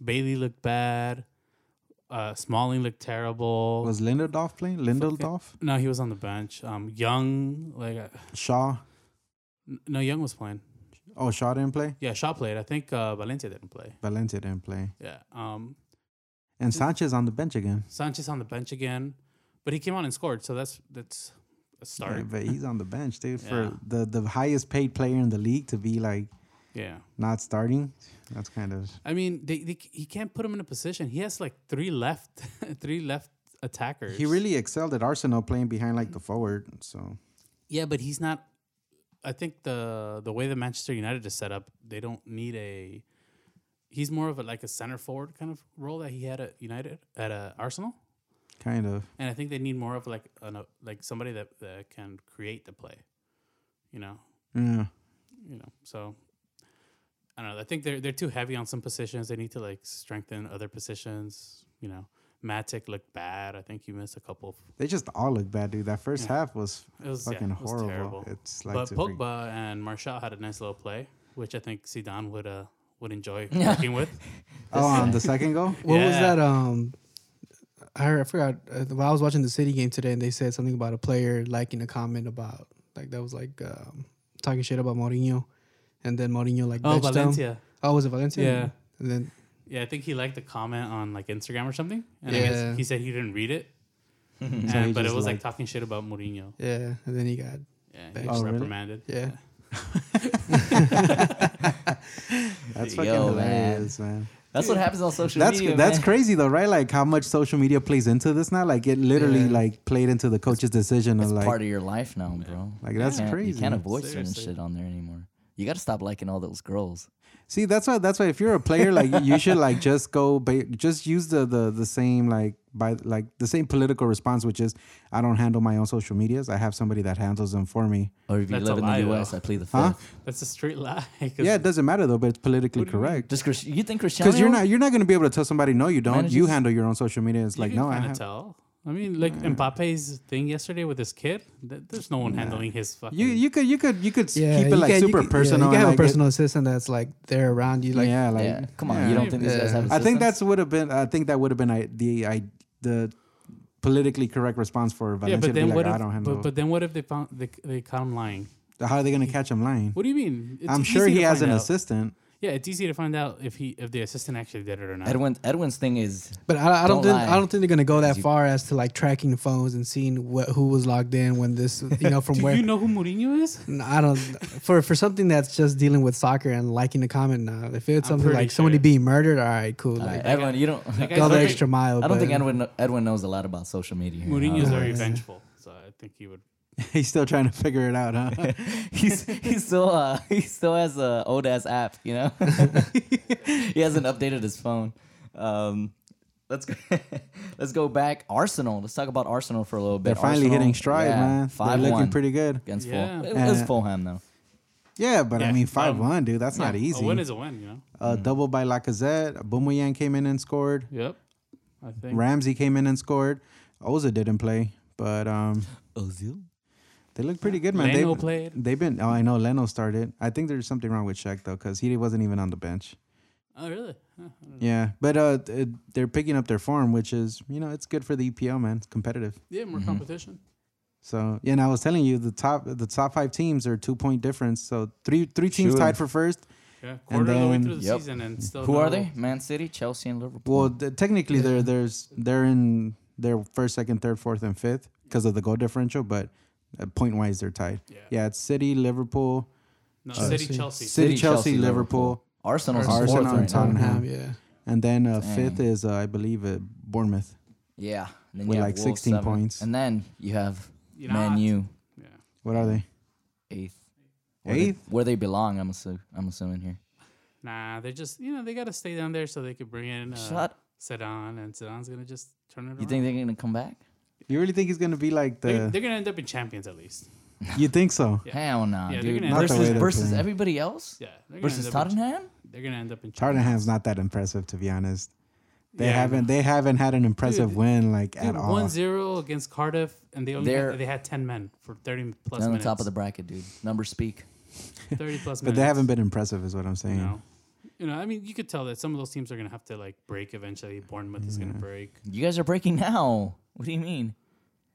Speaker 2: Bailey looked bad. Uh, Smalling looked terrible.
Speaker 3: Was Lindelof playing? Lindelof?
Speaker 2: no, he was on the bench. Um, Young, like uh,
Speaker 3: Shaw?
Speaker 2: n- no, Young was playing.
Speaker 3: Oh, Shaw didn't play?
Speaker 2: Yeah, Shaw played. I think uh, Valencia didn't play.
Speaker 3: Valencia didn't play.
Speaker 2: Yeah. Um,
Speaker 3: And Sanchez on the bench again.
Speaker 2: Sanchez on the bench again, but he came on and scored. So that's that's a start.
Speaker 3: Yeah, but he's on the bench, dude.
Speaker 2: Yeah.
Speaker 3: For the, the highest paid player in the league to be like
Speaker 2: yeah.
Speaker 3: not starting, that's kind of.
Speaker 2: I mean, they, they he can't put him in a position. He has like three left, three left attackers.
Speaker 3: He really excelled at Arsenal playing behind like
Speaker 2: Mm.
Speaker 3: the forward. So
Speaker 2: yeah, but he's not. I think the the way that Manchester United is set up, they don't need a. He's more of a like a center forward kind of role that he had at United at uh, Arsenal,
Speaker 3: kind of.
Speaker 2: and I think they need more of like an, uh, like somebody that, that can create the play, you know,
Speaker 3: Yeah.
Speaker 2: you know. So I don't know. I think they're they're too heavy on some positions. They need to like strengthen other positions. You know, Matic looked bad. I think he missed a couple.
Speaker 3: They just all look bad, dude. That first
Speaker 2: Yeah.
Speaker 3: half was
Speaker 2: Of, it was yeah,
Speaker 3: fucking
Speaker 2: it was
Speaker 3: horrible.
Speaker 2: terrible.
Speaker 3: It's like
Speaker 2: but
Speaker 3: to freak-
Speaker 2: Pogba and Marshall had a nice little play, which I think Zidane would uh would enjoy working with.
Speaker 3: Oh, on the second goal?
Speaker 5: What was
Speaker 2: Yeah.
Speaker 5: that? Um, I heard, I forgot. Uh, when I was watching the City game today, and they said something about a player liking a comment about like that was like um, talking shit about Mourinho, and then Mourinho like
Speaker 2: Oh,
Speaker 5: benched him.
Speaker 2: Valencia.
Speaker 5: Oh, was it Valencia?
Speaker 2: Yeah.
Speaker 5: And then
Speaker 2: Yeah, I think he liked the comment on like Instagram or something, and I guess
Speaker 5: Yeah.
Speaker 2: he said he didn't read it. and,
Speaker 3: So he
Speaker 2: but it
Speaker 3: just
Speaker 2: was like
Speaker 3: liked-
Speaker 2: talking shit about Mourinho.
Speaker 5: yeah, and then he got
Speaker 2: Yeah, he
Speaker 5: Thanks.
Speaker 2: was
Speaker 3: Oh, really?
Speaker 2: reprimanded.
Speaker 5: yeah.
Speaker 3: That's
Speaker 4: Yo,
Speaker 3: fucking
Speaker 4: man.
Speaker 3: hilarious, man.
Speaker 4: That's what happens on social
Speaker 3: That's
Speaker 4: media.
Speaker 3: that's
Speaker 4: man.
Speaker 3: crazy though, right? Like how much social media plays into this now. Like it literally
Speaker 5: Yeah.
Speaker 3: like played into the coach's decision
Speaker 4: It's
Speaker 3: of like
Speaker 4: part of your life now, bro.
Speaker 3: like that's
Speaker 4: You can't-
Speaker 3: crazy.
Speaker 4: You can't avoid certain
Speaker 2: Seriously.
Speaker 4: shit on there anymore. You got to stop liking all those girls.
Speaker 3: See, that's why that's why if you're a player, like you should like just go, ba- just use the the the same like by like the same political response, which is I don't handle my own social medias. I have somebody that handles them for me.
Speaker 4: Or if you
Speaker 2: That's a
Speaker 4: live in
Speaker 2: lie,
Speaker 4: the U.S.,
Speaker 2: though.
Speaker 4: I plead the fifth.
Speaker 3: Huh?
Speaker 2: That's a straight lie. 'cause
Speaker 3: Yeah, it doesn't matter though, but it's politically correct.
Speaker 4: Just Chris, you think Cristiano?
Speaker 3: Because you're not you're not gonna be able to tell somebody no, you don't. You
Speaker 4: Managers-
Speaker 3: handle your own social media. It's
Speaker 2: You
Speaker 3: like
Speaker 2: can
Speaker 3: no, I
Speaker 2: kinda
Speaker 3: have.
Speaker 2: tell. I mean, like Mbappe's thing yesterday with his kid. th- There's no one handling his fucking.
Speaker 3: You you could you could you could
Speaker 5: Yeah,
Speaker 3: keep it
Speaker 5: you
Speaker 3: like
Speaker 5: can- you
Speaker 3: super
Speaker 5: can- yeah,
Speaker 3: personal.
Speaker 5: you can
Speaker 3: and,
Speaker 5: have
Speaker 3: like,
Speaker 5: a
Speaker 3: it-
Speaker 5: personal assistant that's like they're around you, like
Speaker 3: yeah, like
Speaker 4: Yeah, come on,
Speaker 3: yeah.
Speaker 4: you don't think these guys have?
Speaker 3: I
Speaker 4: assistants?
Speaker 3: think that's would have been. I think that would have been I, the I, the politically correct response for
Speaker 2: yeah,
Speaker 3: Valencia.
Speaker 2: but
Speaker 3: to be
Speaker 2: then
Speaker 3: like,
Speaker 2: what?
Speaker 3: I
Speaker 2: if,
Speaker 3: don't handle.
Speaker 2: but, but then what if they found they, they caught him lying?
Speaker 3: How are they gonna catch him lying?
Speaker 2: What do you mean? It's
Speaker 3: I'm sure
Speaker 2: easy
Speaker 3: he
Speaker 2: to
Speaker 3: has an
Speaker 2: find out.
Speaker 3: assistant.
Speaker 2: Yeah, it's easy to find out if he if the assistant actually did it or not.
Speaker 4: Edwin. Edwin's thing is
Speaker 5: But I, I don't,
Speaker 4: Don't
Speaker 5: think
Speaker 4: lie.
Speaker 5: I don't think they're gonna go that
Speaker 4: You-
Speaker 5: far as to like tracking the phones and seeing what who was logged in when this you know from
Speaker 2: do
Speaker 5: where.
Speaker 2: you know who Mourinho is?
Speaker 5: N- I don't for for something that's just dealing with soccer and liking to comment now. If it's
Speaker 2: I'm
Speaker 5: something
Speaker 2: pretty
Speaker 5: like somebody
Speaker 2: sure.
Speaker 5: being murdered, all right, cool.
Speaker 4: all right,
Speaker 5: Like,
Speaker 4: Edwin. You don't.
Speaker 2: That guy's
Speaker 5: go the
Speaker 2: very-
Speaker 5: extra mile.
Speaker 4: I don't think
Speaker 5: but-
Speaker 4: Edwin. kn- Edwin knows a lot about social media. here.
Speaker 2: Mourinho's
Speaker 4: Uh,
Speaker 2: very vengeful, so I think he would.
Speaker 3: He's still trying to figure it out, huh?
Speaker 4: he's he's still uh, he still has a old ass app, you know. he hasn't updated his phone. Um, let's go, let's go back. Arsenal. Let's talk about Arsenal for a little bit.
Speaker 3: They're finally
Speaker 4: Arsenal,
Speaker 3: hitting stride,
Speaker 4: yeah,
Speaker 3: man. They're
Speaker 4: Five
Speaker 3: looking
Speaker 4: one
Speaker 3: pretty good.
Speaker 4: against
Speaker 2: Yeah.
Speaker 4: Fulham. It was
Speaker 3: Uh,
Speaker 4: Fulham though.
Speaker 3: Yeah, but
Speaker 2: Yeah,
Speaker 3: I mean,
Speaker 2: um,
Speaker 3: five one, dude. That's not
Speaker 2: A
Speaker 3: easy.
Speaker 2: win is a win, you know.
Speaker 3: uh, Double by Lacazette. Bumoyan came in and scored.
Speaker 2: Yep, I think.
Speaker 3: Ramsey came in and scored. Oza didn't play, but um,
Speaker 4: Ozil.
Speaker 3: They look pretty good, man.
Speaker 2: Leno
Speaker 3: they,
Speaker 2: played.
Speaker 3: They've been. Oh, I know Leno started. I think there's something wrong with Shaq though, because he wasn't even on the bench.
Speaker 2: Oh really? Huh.
Speaker 3: Yeah, but uh, th- they're picking up their form, which is you know it's good for the EPL, man. It's competitive.
Speaker 2: Yeah, more competition.
Speaker 3: So yeah, and I was telling you the top the top five teams are two point difference. So three three teams
Speaker 4: Sure.
Speaker 3: tied for first.
Speaker 2: Yeah, quarter of the way
Speaker 3: then-
Speaker 2: through the
Speaker 4: Yep.
Speaker 2: season and still.
Speaker 4: Who are
Speaker 2: no-
Speaker 4: they? Man City, Chelsea, and Liverpool.
Speaker 3: Well, th- technically they're there's they're in their first, second, third, fourth, and fifth because of the goal differential, but uh, point wise they're tied.
Speaker 2: Yeah.
Speaker 3: yeah, it's City, Liverpool,
Speaker 2: No, City,
Speaker 5: Chelsea.
Speaker 2: Chelsea.
Speaker 3: City, Chelsea, Liverpool.
Speaker 4: Arsenal's in
Speaker 3: Arsenal
Speaker 4: fourth
Speaker 3: and
Speaker 4: right now.
Speaker 3: Tottenham.
Speaker 5: Tottenham, yeah.
Speaker 3: and then uh,
Speaker 4: Dang.
Speaker 3: fifth is uh, I believe uh, Bournemouth.
Speaker 4: Yeah, and then
Speaker 3: With
Speaker 4: you have
Speaker 3: like
Speaker 4: Wolves
Speaker 3: 16
Speaker 4: seventh.
Speaker 3: points.
Speaker 4: and then you have
Speaker 2: You're
Speaker 4: Man
Speaker 2: not.
Speaker 4: U
Speaker 2: Yeah.
Speaker 3: What are they?
Speaker 4: eighth. Where they-
Speaker 3: Eighth?
Speaker 4: where they belong, I'm assuming. I'm assuming here.
Speaker 2: Nah, they're just you know they gotta stay down there so they could bring in uh,
Speaker 4: Shut.
Speaker 2: Sedan and Sedan's gonna just turn it around.
Speaker 4: You think they're gonna come back?
Speaker 3: You really think he's gonna be like
Speaker 2: they're,
Speaker 3: the?
Speaker 2: they're gonna end up in champions at least?
Speaker 3: You think so?
Speaker 2: Yeah.
Speaker 4: Hell no,
Speaker 2: Yeah, they're
Speaker 4: dude.
Speaker 2: gonna Not the
Speaker 3: way
Speaker 4: Versus
Speaker 3: they're
Speaker 4: versus
Speaker 3: playing.
Speaker 4: everybody else.
Speaker 2: Yeah. They're gonna
Speaker 4: Versus
Speaker 2: end up in-
Speaker 4: Tottenham.
Speaker 2: they're gonna end up in. champions.
Speaker 3: Tottenham's not that impressive, to be honest. They
Speaker 2: Yeah, I
Speaker 3: haven't they haven't had an impressive
Speaker 2: Dude,
Speaker 3: win like at all.
Speaker 2: One zero against Cardiff, and they only
Speaker 4: They're-
Speaker 2: had, they had ten men for thirty plus
Speaker 4: They're on the
Speaker 2: minutes.
Speaker 4: top of the bracket, dude. Numbers speak.
Speaker 2: thirty plus
Speaker 3: but
Speaker 2: minutes.
Speaker 3: they haven't been impressive, is what I'm
Speaker 2: You
Speaker 3: saying.
Speaker 2: know, you know, I mean, you could tell that some of those teams are gonna have to like break eventually. Bournemouth is gonna break.
Speaker 4: You guys are breaking now. What do you mean?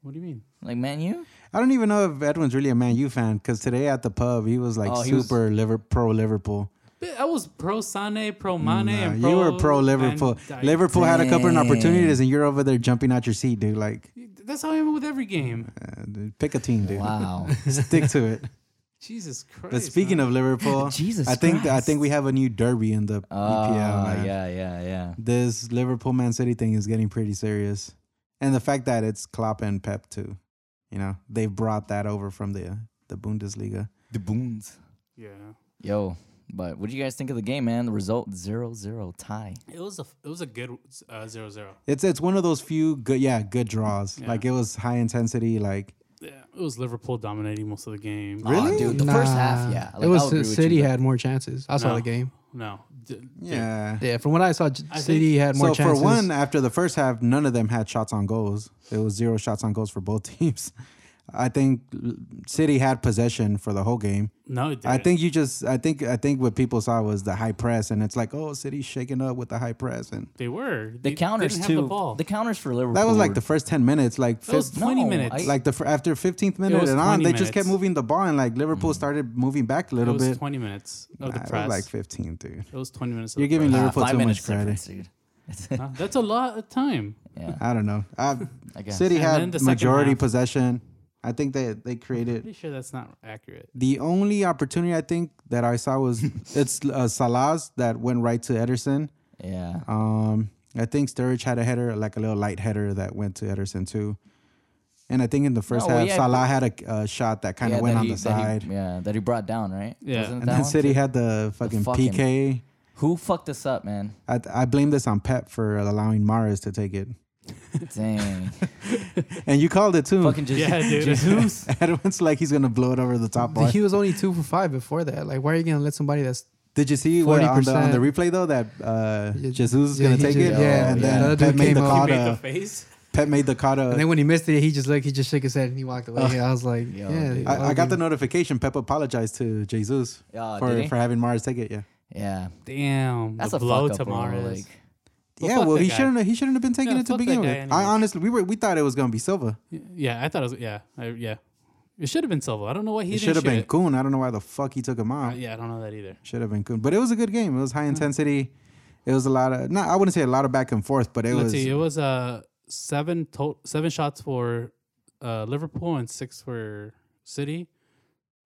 Speaker 2: What do you mean?
Speaker 4: Like Man U?
Speaker 3: I don't even know if Edwin's really a Man U fan because today at the pub he was like
Speaker 4: Oh, he was-
Speaker 3: super liver, pro Liverpool.
Speaker 2: But I was pro Sane, pro Mane,
Speaker 3: Nah,
Speaker 2: and pro
Speaker 3: you were pro
Speaker 2: Van
Speaker 3: Liverpool.
Speaker 2: Dijk.
Speaker 3: Liverpool had a couple of
Speaker 4: Dang.
Speaker 3: opportunities and you're over there jumping out your seat, dude. Like,
Speaker 2: That's how I am with every game.
Speaker 3: uh, dude, pick a team, dude.
Speaker 4: Wow.
Speaker 3: Stick to it.
Speaker 2: Jesus Christ.
Speaker 3: But speaking of Liverpool,
Speaker 4: Jesus
Speaker 3: I think I
Speaker 4: Christ.
Speaker 3: think we have a new derby in the EPL.
Speaker 4: Ah,
Speaker 3: man.
Speaker 4: yeah, yeah, yeah.
Speaker 3: This Liverpool Man City thing is getting pretty serious, and the fact that it's Klopp and Pep too, you know, they brought that over from the the Bundesliga.
Speaker 4: The boons.
Speaker 2: of yeah.
Speaker 4: Yo, but what do you guys think of the game, man? The result 0-0 tie.
Speaker 2: It was a it was a good uh, zero zero.
Speaker 3: It's it's one of those few good yeah good draws. Like it was high intensity. Like
Speaker 2: Yeah, it was Liverpool dominating most of the game.
Speaker 4: Aw, dude, the
Speaker 5: Nah,
Speaker 4: first half, yeah. Like, I
Speaker 5: it was
Speaker 4: agree with you,
Speaker 5: City
Speaker 4: but-
Speaker 5: had more chances. I saw
Speaker 2: No.
Speaker 5: the game.
Speaker 2: Oh, No, D- d-
Speaker 3: yeah.
Speaker 5: Yeah, from what I saw, J-
Speaker 2: I
Speaker 5: City
Speaker 2: think-
Speaker 5: had more
Speaker 3: So for
Speaker 5: chances.
Speaker 3: one, after the first half, none of them had shots on goals. It was zero shots on goals for both teams. I think City had possession for the whole game.
Speaker 2: no. It
Speaker 3: I
Speaker 2: didn't.
Speaker 3: think you just I think I think what people saw was the high press and it's like oh City's shaking up with the high press and
Speaker 2: they were
Speaker 4: The
Speaker 2: they
Speaker 4: counters
Speaker 2: didn't
Speaker 4: too.
Speaker 2: Have the ball.
Speaker 4: counters for Liverpool.
Speaker 3: that was like
Speaker 4: were-
Speaker 3: the first 10 minutes like
Speaker 2: That was
Speaker 3: fif-
Speaker 2: twenty
Speaker 4: No,
Speaker 2: minutes.
Speaker 4: I-
Speaker 3: like the fir- after 15th minute
Speaker 2: was
Speaker 3: and on
Speaker 2: 20
Speaker 3: they just kept
Speaker 2: minutes. Mm.
Speaker 3: moving the ball and like Liverpool started moving back a
Speaker 2: it
Speaker 3: little
Speaker 2: was
Speaker 3: bit
Speaker 2: twenty minutes of
Speaker 3: Nah,
Speaker 2: the
Speaker 3: it was
Speaker 2: press.
Speaker 3: like 15 dude
Speaker 2: it was twenty minutes. Of
Speaker 3: You're
Speaker 2: the
Speaker 3: giving
Speaker 2: press.
Speaker 4: Ah,
Speaker 3: Liverpool
Speaker 4: five
Speaker 3: too
Speaker 4: minutes
Speaker 3: much credit.
Speaker 4: difference, dude.
Speaker 2: Huh? That's a lot of time.
Speaker 4: Yeah,
Speaker 3: I don't know I,
Speaker 4: I guess.
Speaker 3: City
Speaker 2: And then
Speaker 3: had
Speaker 2: the second
Speaker 3: majority
Speaker 2: half.
Speaker 3: possession I think they they created
Speaker 2: Pretty sure that's not accurate.
Speaker 3: The only opportunity I think that I saw was it's uh, Salah's that went right to Ederson.
Speaker 4: Yeah.
Speaker 3: Um, I think Sturridge had a header, like a little light header that went to Ederson too. And I think in the first
Speaker 4: No, well,
Speaker 3: half,
Speaker 4: yeah,
Speaker 3: Salah had a uh, shot that kind
Speaker 4: yeah,
Speaker 3: of went
Speaker 4: that
Speaker 3: on
Speaker 4: he-
Speaker 3: the
Speaker 4: that he-
Speaker 3: side.
Speaker 4: yeah, that he brought down, right?
Speaker 2: Yeah.
Speaker 4: Wasn't it
Speaker 3: and
Speaker 4: that
Speaker 3: then
Speaker 4: one?
Speaker 3: City had the fucking,
Speaker 4: fucking-
Speaker 3: PK.
Speaker 4: Who fucked us up, man?
Speaker 3: I, I blame this on Pep for allowing Mares to take it.
Speaker 4: Dang.
Speaker 3: And you called it too.
Speaker 4: fucking just,
Speaker 2: Yeah, dude.
Speaker 4: Jesus.
Speaker 3: Edwin's like he's gonna blow it over the top bar.
Speaker 5: he was only two for five before that. Like, why are you gonna let somebody that's
Speaker 3: Did you see what on the, on the
Speaker 5: 40%.
Speaker 3: replay though that uh,
Speaker 5: Yeah,
Speaker 3: Jesus is
Speaker 5: yeah,
Speaker 3: gonna
Speaker 5: he
Speaker 3: take
Speaker 5: just-
Speaker 3: it?
Speaker 5: yeah,
Speaker 3: and
Speaker 4: yeah.
Speaker 3: then
Speaker 5: Another
Speaker 3: Pep
Speaker 5: dude
Speaker 3: made the
Speaker 5: came
Speaker 3: call
Speaker 5: up.
Speaker 2: Made the
Speaker 3: to
Speaker 2: face.
Speaker 3: Pep made the call to
Speaker 5: And then when he missed it, he just looked, he just shook his head and he walked away. I was like,
Speaker 4: Yo,
Speaker 5: yeah.
Speaker 4: dude.
Speaker 3: I, I got the notification. Pep apologized to Jesus
Speaker 4: Oh,
Speaker 3: for,
Speaker 4: did he?
Speaker 3: for having Mars take it. Yeah,
Speaker 4: yeah.
Speaker 2: Damn,
Speaker 4: That's
Speaker 2: the
Speaker 4: a
Speaker 2: blow
Speaker 4: blow fuck up, bro.
Speaker 2: tomorrow.
Speaker 4: Like,
Speaker 2: Well,
Speaker 3: yeah.
Speaker 2: fuck
Speaker 3: Well,
Speaker 2: that
Speaker 3: he
Speaker 2: guy.
Speaker 3: shouldn't. have- He shouldn't have been taking
Speaker 2: No,
Speaker 3: it to
Speaker 2: fuck that
Speaker 3: begin with.
Speaker 2: guy
Speaker 3: I
Speaker 2: anyways.
Speaker 3: honestly, we were we thought it was gonna be Silva.
Speaker 2: yeah, I thought it was. Yeah, I, yeah, it should have been Silva. I don't know why he
Speaker 3: It
Speaker 2: should have
Speaker 3: been Kuhn. I don't know why the fuck he took him out.
Speaker 2: Uh, Yeah, I don't know that either.
Speaker 3: Should have been Kuhn. But it was a good game. It was high intensity. It was a lot of not. I wouldn't say a lot of back and forth, but it
Speaker 2: Let's
Speaker 3: was.
Speaker 2: see. It was uh seven to- seven shots for uh Liverpool and six for City.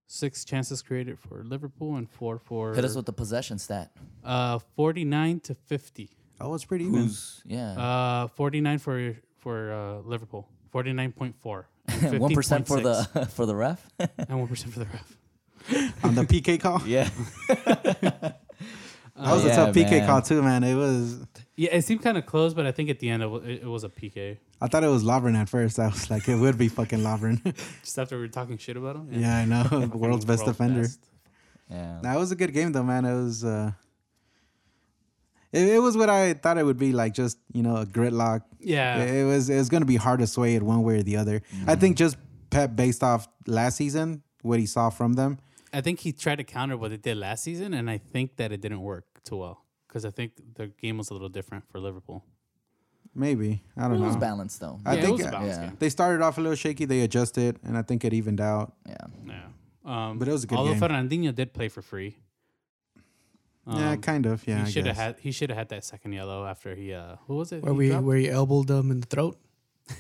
Speaker 2: Six chances created for Liverpool and four for
Speaker 4: hit us with the possession stat.
Speaker 2: uh 49 to 50.
Speaker 3: Oh, it's pretty even.
Speaker 4: Who's yeah?
Speaker 2: Uh 49 for for uh Liverpool. 49.4.
Speaker 3: uh,
Speaker 2: and
Speaker 4: One percent for the
Speaker 2: 50.6,
Speaker 4: for the ref.
Speaker 2: and 1% for the ref.
Speaker 3: on the PK call.
Speaker 4: yeah.
Speaker 3: That was
Speaker 4: Yeah,
Speaker 3: a tough PK
Speaker 4: man.
Speaker 3: call too, man. It was.
Speaker 2: Yeah, it seemed kind of close, but I think at the end it, wa- it, it was a PK.
Speaker 3: I thought it was Lovren at first. I was like, it would be fucking Lovren.
Speaker 2: Just after we were talking shit about him.
Speaker 3: yeah, I know. World's best
Speaker 2: World's
Speaker 3: defender.
Speaker 2: best.
Speaker 4: Yeah.
Speaker 3: That was a good game though, man. It was uh it, it was what I thought it would be like just, you know, a gridlock.
Speaker 2: Yeah. Mm.
Speaker 3: It was it was gonna be hard to sway it one way or the other. I think just Pep based off last season, what he saw from them.
Speaker 2: I think he tried to counter what they did last season, and I think that it didn't work too well because I think the game was a little different for Liverpool.
Speaker 3: Maybe I don't
Speaker 4: It
Speaker 3: know.
Speaker 4: was balanced though.
Speaker 3: I
Speaker 2: yeah,
Speaker 3: think
Speaker 2: it was a balanced
Speaker 4: yeah.
Speaker 2: game.
Speaker 3: they started off a little shaky. They adjusted, and I think it evened out.
Speaker 4: Yeah.
Speaker 2: Yeah. Um,
Speaker 3: But it was a good
Speaker 2: although
Speaker 3: game.
Speaker 2: Fernandinho did play for free.
Speaker 3: yeah,
Speaker 2: Um,
Speaker 3: kind of. Yeah, I
Speaker 2: he should have
Speaker 3: guess.
Speaker 2: had he should have had that second yellow after he uh who was it?
Speaker 5: Where
Speaker 2: he
Speaker 5: we
Speaker 2: dropped?
Speaker 5: where you elbowed them in the throat.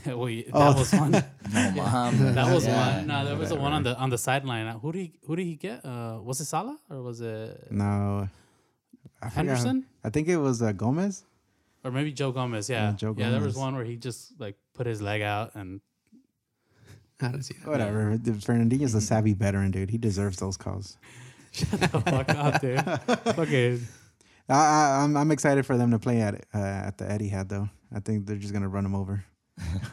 Speaker 2: Well, yeah, that
Speaker 3: Oh.
Speaker 2: was one. That
Speaker 4: No, Muhammad.
Speaker 2: was
Speaker 4: Yeah.
Speaker 2: one. No, that was the one on the on the sideline. Uh, Who did he, who did he get? Uh, was it Salah or was it
Speaker 3: No, I forgot.
Speaker 2: Henderson
Speaker 3: I think it was uh, Gomez.
Speaker 2: or maybe Joe Gomez? Yeah,
Speaker 3: Yeah, Joe
Speaker 2: yeah. There was
Speaker 3: Gomez.
Speaker 2: one where he just like put his leg out and
Speaker 5: I don't see that.
Speaker 3: Whatever. The- Fernandinho's a savvy veteran, dude. He deserves those calls.
Speaker 2: shut the fuck up, dude. Okay,
Speaker 3: I, I, I'm I'm excited for them to play at uh, at the Etihad though. I think they're just gonna run them over.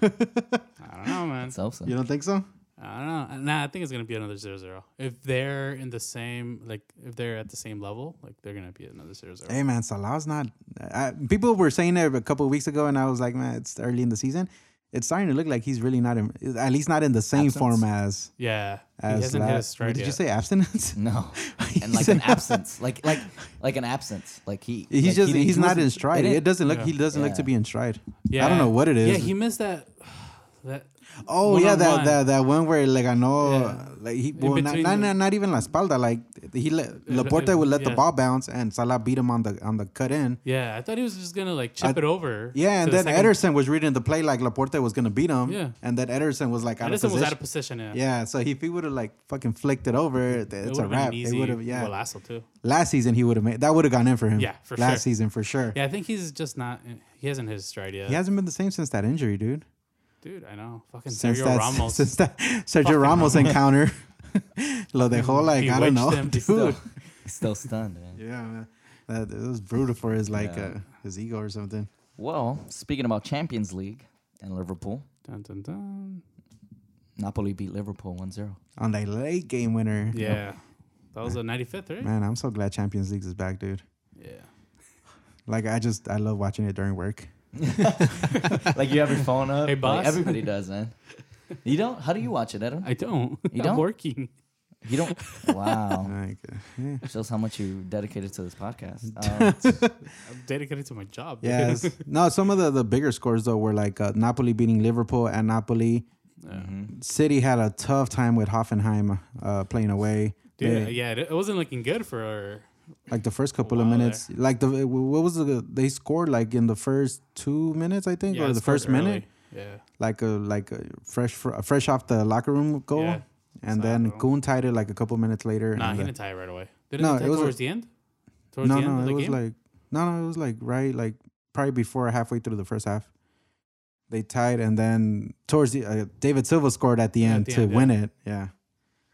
Speaker 2: I don't know, man.
Speaker 4: Let's hope so.
Speaker 3: You don't think so?
Speaker 2: I don't know. Nah, I think it's gonna be another zero zero. If they're in the same like if they're at the same level, like they're gonna be another zero zero.
Speaker 3: Hey man, Salah's not. I, people were saying it a couple of weeks ago, and I was like, man, it's early in the season. It's starting to look like he's really not in, at least not in the same
Speaker 4: Absence?
Speaker 3: form as
Speaker 2: Yeah,
Speaker 3: as
Speaker 2: he hasn't
Speaker 3: la-
Speaker 2: hit his stride
Speaker 3: What did
Speaker 2: yet.
Speaker 3: you say abstinence?
Speaker 4: No. And
Speaker 3: He
Speaker 4: like
Speaker 3: said-
Speaker 4: an absence. Like like like an absence. Like he
Speaker 3: He's
Speaker 4: like,
Speaker 3: just
Speaker 4: he didn't-
Speaker 3: he's
Speaker 4: he
Speaker 3: not
Speaker 4: wasn't-
Speaker 3: in
Speaker 4: they
Speaker 3: stride.
Speaker 4: didn't-
Speaker 3: It doesn't look
Speaker 2: Yeah.
Speaker 3: he doesn't look to
Speaker 4: Yeah.
Speaker 3: be in stride.
Speaker 2: Yeah,
Speaker 3: I don't know what it is.
Speaker 2: Yeah, he missed that. That
Speaker 3: Oh yeah, that,
Speaker 2: one-on-one.
Speaker 3: that that one where like I know,
Speaker 2: Yeah.
Speaker 3: like he well,
Speaker 2: between
Speaker 3: not, not,
Speaker 2: the-
Speaker 3: not not even La Espalda, like he let Laporta would let the
Speaker 2: yeah.
Speaker 3: ball bounce and Salah beat him on the on the cut in.
Speaker 2: Yeah, I thought he was just gonna like chip
Speaker 3: I-
Speaker 2: it over.
Speaker 3: Yeah, and
Speaker 2: to the
Speaker 3: then
Speaker 2: second-
Speaker 3: Ederson was reading the play like Laporta was gonna beat him.
Speaker 2: Yeah.
Speaker 3: and then Ederson was like out of
Speaker 2: Ederson
Speaker 3: position.
Speaker 2: was out of position. Yeah,
Speaker 3: yeah, so if he would have like fucking flicked it over,
Speaker 2: It
Speaker 3: th- it's a
Speaker 2: would've been
Speaker 3: wrap.
Speaker 2: an
Speaker 3: It
Speaker 2: easy
Speaker 3: would have yeah.
Speaker 2: Golazo too.
Speaker 3: Last season he would have made that would have gone in for him.
Speaker 2: Yeah, for
Speaker 3: last
Speaker 2: sure.
Speaker 3: season for sure.
Speaker 2: Yeah, I think he's just not. He hasn't hit his stride yet.
Speaker 3: He hasn't been the same since that injury, dude.
Speaker 2: dude, I know. Fucking
Speaker 3: Since
Speaker 2: Sergio
Speaker 3: that
Speaker 2: Ramos.
Speaker 3: since that Sergio
Speaker 2: Fucking
Speaker 3: Ramos encounter. Lo dejó like I
Speaker 2: Bewitched
Speaker 3: don't know,
Speaker 2: them.
Speaker 3: dude.
Speaker 4: Still, he's still stunned, man.
Speaker 3: Yeah, man. That, it was brutal for his like
Speaker 4: Yeah.
Speaker 3: uh, his ego or something.
Speaker 4: Well, speaking about Champions League and Liverpool,
Speaker 2: Dun, dun, dun.
Speaker 4: Napoli beat Liverpool 1-0.
Speaker 3: On that late game winner.
Speaker 2: Yeah, that was the 95th, right?
Speaker 3: Man, I'm so glad Champions League is back, dude.
Speaker 2: Yeah.
Speaker 3: Like I just I love watching it during work.
Speaker 4: like you have your phone up.
Speaker 2: Hey,
Speaker 4: Like,
Speaker 2: boss.
Speaker 4: everybody does, man. You don't? How do you watch it? I don't.
Speaker 2: I don't.
Speaker 4: You
Speaker 2: I'm
Speaker 4: don't?
Speaker 2: working.
Speaker 4: You don't.
Speaker 2: Oh.
Speaker 4: Wow.
Speaker 3: Like uh, yeah.
Speaker 4: Shows how much you dedicated to this podcast. Um,
Speaker 2: I'm dedicated to my job. dude.
Speaker 3: Yes. no, some of the, the bigger scores though were like uh, Napoli beating Liverpool and Napoli.
Speaker 4: Mm-hmm.
Speaker 3: City had a tough time with Hoffenheim uh, playing away.
Speaker 2: Dude,
Speaker 3: They-
Speaker 2: yeah, it, it wasn't looking good for. Our,
Speaker 3: like the first couple
Speaker 2: Wow,
Speaker 3: of minutes, like the what was the they scored like in the first two minutes, I think,
Speaker 2: yeah,
Speaker 3: or
Speaker 2: it
Speaker 3: the
Speaker 2: scored
Speaker 3: first minute.
Speaker 2: early. Yeah.
Speaker 3: like a like a fresh fr- fresh off the locker room goal,
Speaker 2: Yeah.
Speaker 3: and
Speaker 2: It's
Speaker 3: then
Speaker 2: not a goal.
Speaker 3: Kuhn tied it like a couple minutes later.
Speaker 2: Nah,
Speaker 3: and
Speaker 2: he
Speaker 3: the-
Speaker 2: didn't tie it right away. Didn't
Speaker 3: No,
Speaker 2: he tie
Speaker 3: it was a-
Speaker 2: towards the end? Towards
Speaker 3: no,
Speaker 2: the end
Speaker 3: no,
Speaker 2: of
Speaker 3: it
Speaker 2: the
Speaker 3: was
Speaker 2: game?
Speaker 3: like no, no, it was like right like probably before halfway through the first half. They tied, and then towards the uh, David Silva scored at the
Speaker 2: Yeah, at
Speaker 3: end
Speaker 2: the
Speaker 3: to
Speaker 2: end,
Speaker 3: win it. Yeah,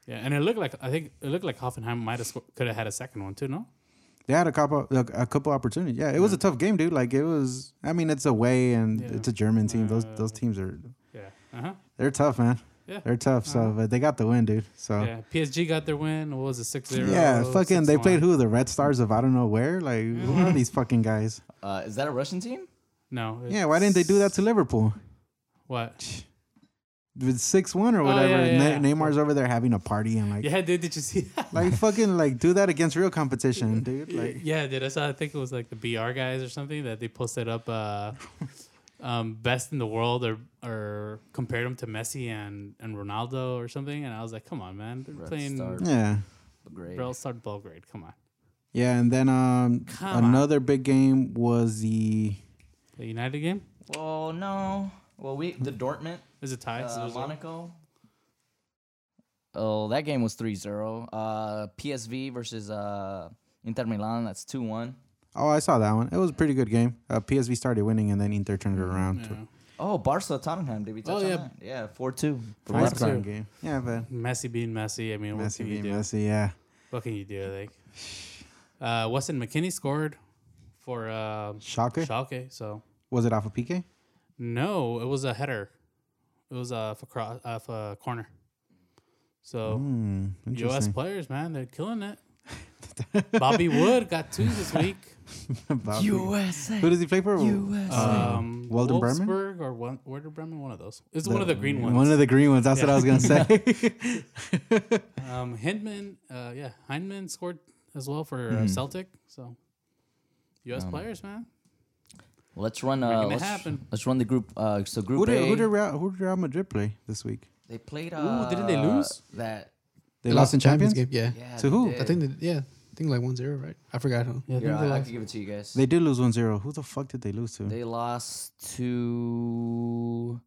Speaker 2: Yeah, and it looked like I think it looked like Hoffenheim might have sco- could have had a second one too. No,
Speaker 3: they had a couple like, a couple opportunities. Yeah, it was a tough game, dude. Like it was. I mean, it's away and
Speaker 2: Yeah.
Speaker 3: it's a German team. Those those
Speaker 2: Uh,
Speaker 3: teams are
Speaker 2: yeah, uh huh,
Speaker 3: they're tough, man.
Speaker 2: Yeah. Uh-huh.
Speaker 3: They're tough. So, but they got the win, dude. So.
Speaker 2: yeah. PSG got their win. What was it, six zero?
Speaker 3: Oh. Yeah, fucking. They played who? The Red Stars of I don't know where. Like, who are these fucking guys?
Speaker 4: uh, is that a Russian team?
Speaker 2: No.
Speaker 3: Yeah, why didn't they do that to Liverpool?
Speaker 2: What?
Speaker 3: With six one or
Speaker 2: Oh,
Speaker 3: whatever.
Speaker 2: yeah, yeah,
Speaker 3: Ne-
Speaker 2: yeah.
Speaker 3: Neymar's over there having a party and like,
Speaker 2: Yeah, dude. Did you see? That?
Speaker 3: like fucking like do that against real competition, dude. Like,
Speaker 2: yeah, dude. I saw. I think it was like the BR guys or something that they posted up. Uh, um, best in the world, or or compared them to Messi and and Ronaldo or something. And I was like, come on, man. They're
Speaker 4: Red
Speaker 2: playing
Speaker 4: Star.
Speaker 3: yeah,
Speaker 4: Great.
Speaker 2: Real Star Belgrade. Come on.
Speaker 3: yeah. And then um,
Speaker 2: Come on.
Speaker 3: another big game was the
Speaker 2: The United game
Speaker 4: Well, no. Well, we the Dortmund,
Speaker 2: is it tied?
Speaker 4: uh,
Speaker 2: there's a-
Speaker 4: Monaco. Oh, that game was 3-0. Uh, PSV versus uh, Inter Milan. That's two one.
Speaker 3: oh, I saw that one. It was a pretty good game. Uh, PSV started winning and then Inter turned it around. to
Speaker 2: Mm-hmm. Yeah.
Speaker 4: Oh, Barca Tottenham. Did we touch
Speaker 2: Oh,
Speaker 4: on
Speaker 2: yeah.
Speaker 4: that? Yeah, four two.
Speaker 3: Nice
Speaker 2: Barca.
Speaker 3: crime game. Yeah, but
Speaker 2: Messi being Messi. I mean, what
Speaker 3: Messi
Speaker 2: can you
Speaker 3: being
Speaker 2: do?
Speaker 3: Messi. Yeah,
Speaker 2: What can you do? Like, uh, Weston McKinney scored for uh,
Speaker 3: shocker.
Speaker 2: Schalke. So
Speaker 3: was it off of PK?
Speaker 2: no, it was a header. It was uh, for cross, uh, for corner. So
Speaker 3: Hmm,
Speaker 2: U.S.
Speaker 3: interesting.
Speaker 2: players, man, they're killing it. Bobby Wood got two this week.
Speaker 3: Bobby.
Speaker 4: USA.
Speaker 3: Who does he play for? Uh,
Speaker 4: USA.
Speaker 2: Um,
Speaker 3: Walden Bremen?
Speaker 2: Wolfsburg or Wel- Werder Bremen, one of those. It's one of the green ones.
Speaker 3: One of the green ones. That's what I was gonna say.
Speaker 2: Um, Hindman, uh, yeah, Hindman scored as well for
Speaker 3: Hmm.
Speaker 2: uh, Celtic. So, U.S. players, man.
Speaker 4: Let's run. Uh,
Speaker 2: Making it
Speaker 4: let's,
Speaker 2: happen.
Speaker 4: let's run the group. Uh, so group
Speaker 3: who did
Speaker 4: A.
Speaker 3: who did, Real, who did Real Madrid play this week?
Speaker 4: they played. Uh,
Speaker 2: Ooh, didn't they lose?
Speaker 4: That.
Speaker 3: They lost in Champions.
Speaker 5: game. Yeah.
Speaker 4: Yeah.
Speaker 3: To
Speaker 4: they
Speaker 3: who? I
Speaker 4: did.
Speaker 5: I think that, yeah, I think like 1-0, right? I forgot who.
Speaker 2: Yeah, I
Speaker 4: Here,
Speaker 2: think they
Speaker 4: I, I
Speaker 2: lost.
Speaker 4: can give it to you guys.
Speaker 3: They did lose 1-0. Who the fuck did they lose to?
Speaker 4: They lost to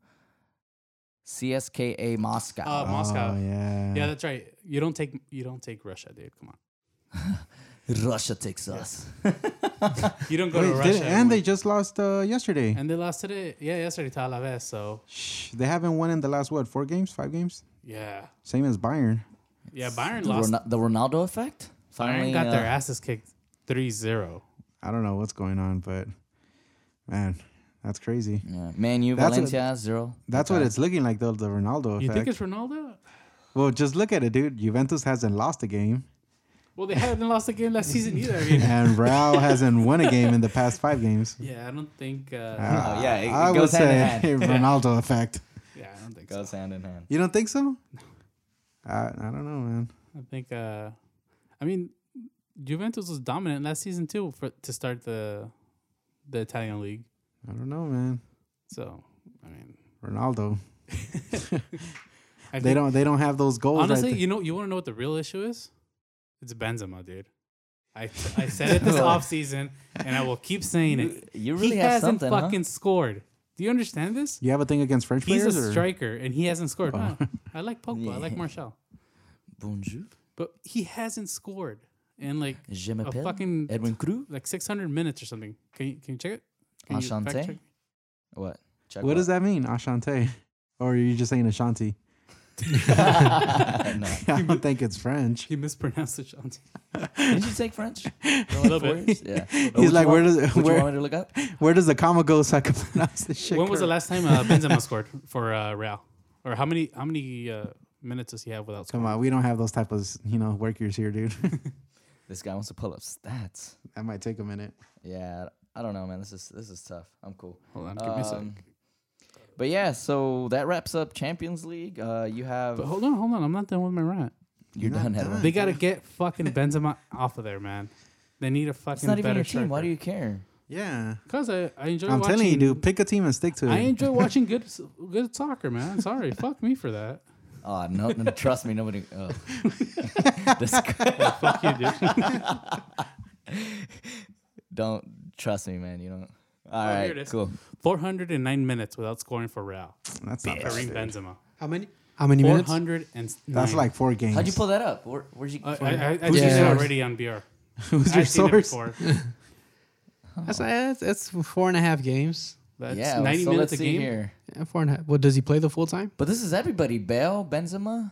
Speaker 4: CSKA Moscow.
Speaker 2: Uh, Moscow.
Speaker 3: Oh,
Speaker 2: yeah.
Speaker 3: yeah.
Speaker 2: that's right. You don't take you don't take Russia, dude. Come on.
Speaker 4: Russia takes us.
Speaker 2: You don't go
Speaker 3: Wait,
Speaker 2: to
Speaker 3: did-
Speaker 2: Russia.
Speaker 3: and they
Speaker 2: win.
Speaker 3: just lost uh, yesterday.
Speaker 2: and they lost today. Yeah, yesterday to Alaves. So
Speaker 3: Shh, they haven't won in the last what four games, five games.
Speaker 2: yeah,
Speaker 3: Same as Bayern.
Speaker 2: yeah. Byron
Speaker 4: The,
Speaker 2: lost.
Speaker 4: Rona- the Ronaldo effect.
Speaker 2: Byron
Speaker 4: Finally,
Speaker 2: got
Speaker 4: uh,
Speaker 2: their asses kicked 3-0.
Speaker 3: I don't know what's going on, but man, that's crazy.
Speaker 4: Yeah. Man U,
Speaker 3: That's a-
Speaker 4: Valencia zero.
Speaker 3: That's what it's looking like though, the Ronaldo
Speaker 2: You think
Speaker 3: effect.
Speaker 2: it's Ronaldo?
Speaker 3: Well, just look at it, dude. Juventus hasn't lost a game,
Speaker 2: Well, they haven't lost a game last season either. I mean,
Speaker 3: and Real hasn't won a game in the past five games.
Speaker 2: yeah, I don't think. Uh,
Speaker 4: Oh, yeah, it, it
Speaker 3: I would
Speaker 4: goes hand
Speaker 3: say
Speaker 4: in hand.
Speaker 3: Ronaldo effect.
Speaker 2: yeah, I don't think so.
Speaker 4: goes hand in hand.
Speaker 3: You don't think so? I, I don't know, man.
Speaker 2: I think. Uh, I mean, Juventus was dominant last season too for to start the the Italian league.
Speaker 3: I don't know, man.
Speaker 2: So I mean,
Speaker 3: Ronaldo.
Speaker 2: I
Speaker 3: They
Speaker 2: think-
Speaker 3: don't. They don't have those goals. right
Speaker 2: Honestly,
Speaker 3: there.
Speaker 2: you know, you want to know what the real issue is? It's Benzema, dude. I I said it this off season, and I will keep saying it.
Speaker 4: You really
Speaker 2: he
Speaker 4: have
Speaker 2: hasn't
Speaker 4: something, huh?
Speaker 2: fucking scored. Do you understand this?
Speaker 3: You have a thing against French
Speaker 2: He's
Speaker 3: players?
Speaker 2: a
Speaker 3: or- Oh.
Speaker 2: striker, and he hasn't scored. No, I like Pogba. I
Speaker 4: Oh.
Speaker 2: like
Speaker 4: Yeah.
Speaker 2: Marshall,
Speaker 4: Bonjour.
Speaker 2: but he hasn't scored. And like
Speaker 4: Je
Speaker 2: a
Speaker 4: m'appelle
Speaker 2: fucking
Speaker 4: Edwin Cruz.
Speaker 2: like 600 minutes or something. Can you can you check it? Can you fact
Speaker 4: Enchanté?
Speaker 2: check?
Speaker 4: What? Check
Speaker 3: What does that mean, Ashante? Or are you just saying Ashanti?
Speaker 4: no.
Speaker 3: I don't think it's French.
Speaker 2: He mispronounced it. Shanti.
Speaker 4: Did you take French? a
Speaker 2: little bit.
Speaker 4: Yeah.
Speaker 3: He's like, where does
Speaker 4: Would you want
Speaker 3: where,
Speaker 4: me to look up?
Speaker 3: where does the comma go so I can pronounce this shit?
Speaker 2: When was the
Speaker 3: correct?
Speaker 2: last time uh, Benzema scored for uh, Real? Or how many how many uh, minutes does he have without scoring?
Speaker 3: Come on, we don't have those type of you know workers here, dude.
Speaker 4: This guy wants to pull up stats.
Speaker 3: that might take a minute.
Speaker 4: Yeah, I don't know, man. This is this is tough. I'm cool.
Speaker 2: Hold on, give me a sec.
Speaker 4: Um, But yeah, so that wraps up Champions League. Uh, you have
Speaker 2: But hold on, hold on. I'm not done with my rant.
Speaker 4: you're done, Edwin.
Speaker 2: They got to get fucking Benzema off of there, man. They need a fucking
Speaker 4: It's not even
Speaker 2: better
Speaker 4: your team. Why do you care?
Speaker 3: Yeah,
Speaker 2: Because I, I enjoy
Speaker 3: I'm
Speaker 2: watching.
Speaker 3: telling you, dude. Pick a team and stick to it.
Speaker 2: I enjoy watching good s- good soccer, man. Sorry, fuck me for that.
Speaker 4: Oh no, no trust me, nobody. Oh. This guy-
Speaker 2: Fuck you, dude.
Speaker 4: don't trust me, man. You don't. All right,
Speaker 2: here it is.
Speaker 4: cool.
Speaker 2: 409 minutes without scoring for Real.
Speaker 3: That's not bad,
Speaker 2: Karim
Speaker 3: dude.
Speaker 2: Benzema.
Speaker 5: How many? How many minutes?
Speaker 2: 409.
Speaker 3: That's like four games.
Speaker 4: How'd you pull that up? Where, where'd you?
Speaker 2: I,
Speaker 4: from-
Speaker 2: I, I, I
Speaker 5: Who's
Speaker 2: seen
Speaker 5: your
Speaker 2: it
Speaker 5: source?
Speaker 2: already on BR.
Speaker 3: Who's your
Speaker 2: I've seen it
Speaker 3: source?
Speaker 2: before.
Speaker 5: That's, that's that's four and a half games.
Speaker 2: That's
Speaker 4: yeah,
Speaker 2: 90
Speaker 4: so
Speaker 2: minutes
Speaker 4: let's
Speaker 2: a
Speaker 4: see
Speaker 2: game.
Speaker 4: here.
Speaker 5: Yeah, four and a half. Well, does he play the full time?
Speaker 4: But this is everybody: Bale, Benzema,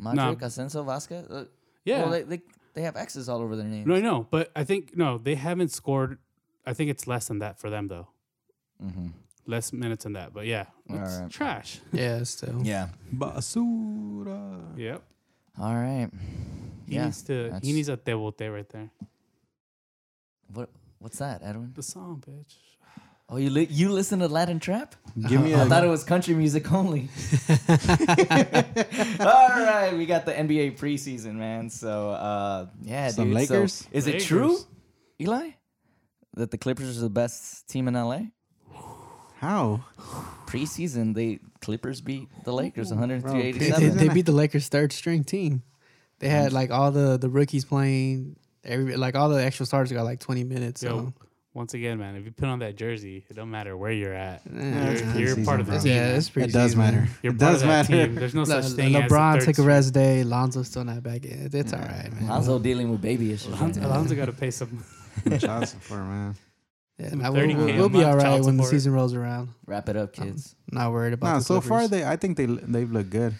Speaker 4: Modric, Asensio, Vasquez. Uh,
Speaker 2: Yeah.
Speaker 4: Well, they, they they have X's all over their names.
Speaker 2: No, I know, but I think no, they haven't scored. I think it's less than that for them though.
Speaker 4: Mm-hmm.
Speaker 2: Less minutes than that, but yeah, it's
Speaker 4: Alright.
Speaker 2: trash.
Speaker 5: Yeah, still.
Speaker 4: Yeah.
Speaker 3: Basura.
Speaker 2: Yep.
Speaker 4: All right.
Speaker 2: He
Speaker 4: yeah.
Speaker 2: needs to. He
Speaker 4: that's-
Speaker 2: needs a devote right there.
Speaker 4: What What's that, Edwin?
Speaker 2: The song, bitch.
Speaker 4: Oh, you li- you listen to Latin trap?
Speaker 3: Give me
Speaker 4: I thought
Speaker 3: a.
Speaker 4: it was country music only. All right, we got the NBA preseason, man. So uh, yeah,
Speaker 3: Some
Speaker 4: dude. So
Speaker 3: Lakers?
Speaker 4: is it true,
Speaker 2: Lakers.
Speaker 4: Eli, that the Clippers are the best team in LA?
Speaker 3: How?
Speaker 4: Preseason, they Clippers beat the Lakers
Speaker 5: They, they-
Speaker 4: 103-87.
Speaker 5: they beat the Lakers' third string team. They had like all the the rookies playing. Every like all the actual stars got like twenty minutes.
Speaker 2: Yo,
Speaker 5: So
Speaker 2: once again, man, if you put on that jersey, it don't matter where you're at.
Speaker 5: Yeah,
Speaker 2: you're
Speaker 3: it's
Speaker 2: you're
Speaker 3: preseason,
Speaker 2: part of the
Speaker 3: bro.
Speaker 2: team.
Speaker 5: yeah, it's pretty.
Speaker 3: It does matter.
Speaker 2: You're
Speaker 3: it
Speaker 2: part
Speaker 3: does
Speaker 2: of that
Speaker 3: matter.
Speaker 2: team. There's no
Speaker 5: Le-
Speaker 2: such
Speaker 5: Le-
Speaker 2: thing as
Speaker 5: LeBron
Speaker 2: third
Speaker 5: took a
Speaker 2: string.
Speaker 5: rest day. Lonzo's still not back. It, it's all right, man.
Speaker 4: Lonzo dealing with baby issues. right
Speaker 2: Alonzo,
Speaker 4: now.
Speaker 2: Alonzo got to pay some.
Speaker 3: Child support, man.
Speaker 5: Yeah, nah, we'll,
Speaker 2: 30K
Speaker 5: we'll,
Speaker 2: a
Speaker 5: we'll be
Speaker 2: month
Speaker 5: all right
Speaker 2: child
Speaker 5: when the
Speaker 2: support.
Speaker 5: season rolls around.
Speaker 4: Wrap it up, kids.
Speaker 5: Not worried about.
Speaker 3: Nah,
Speaker 5: the
Speaker 3: so far
Speaker 5: Clippers.
Speaker 3: they. I think they they've looked good.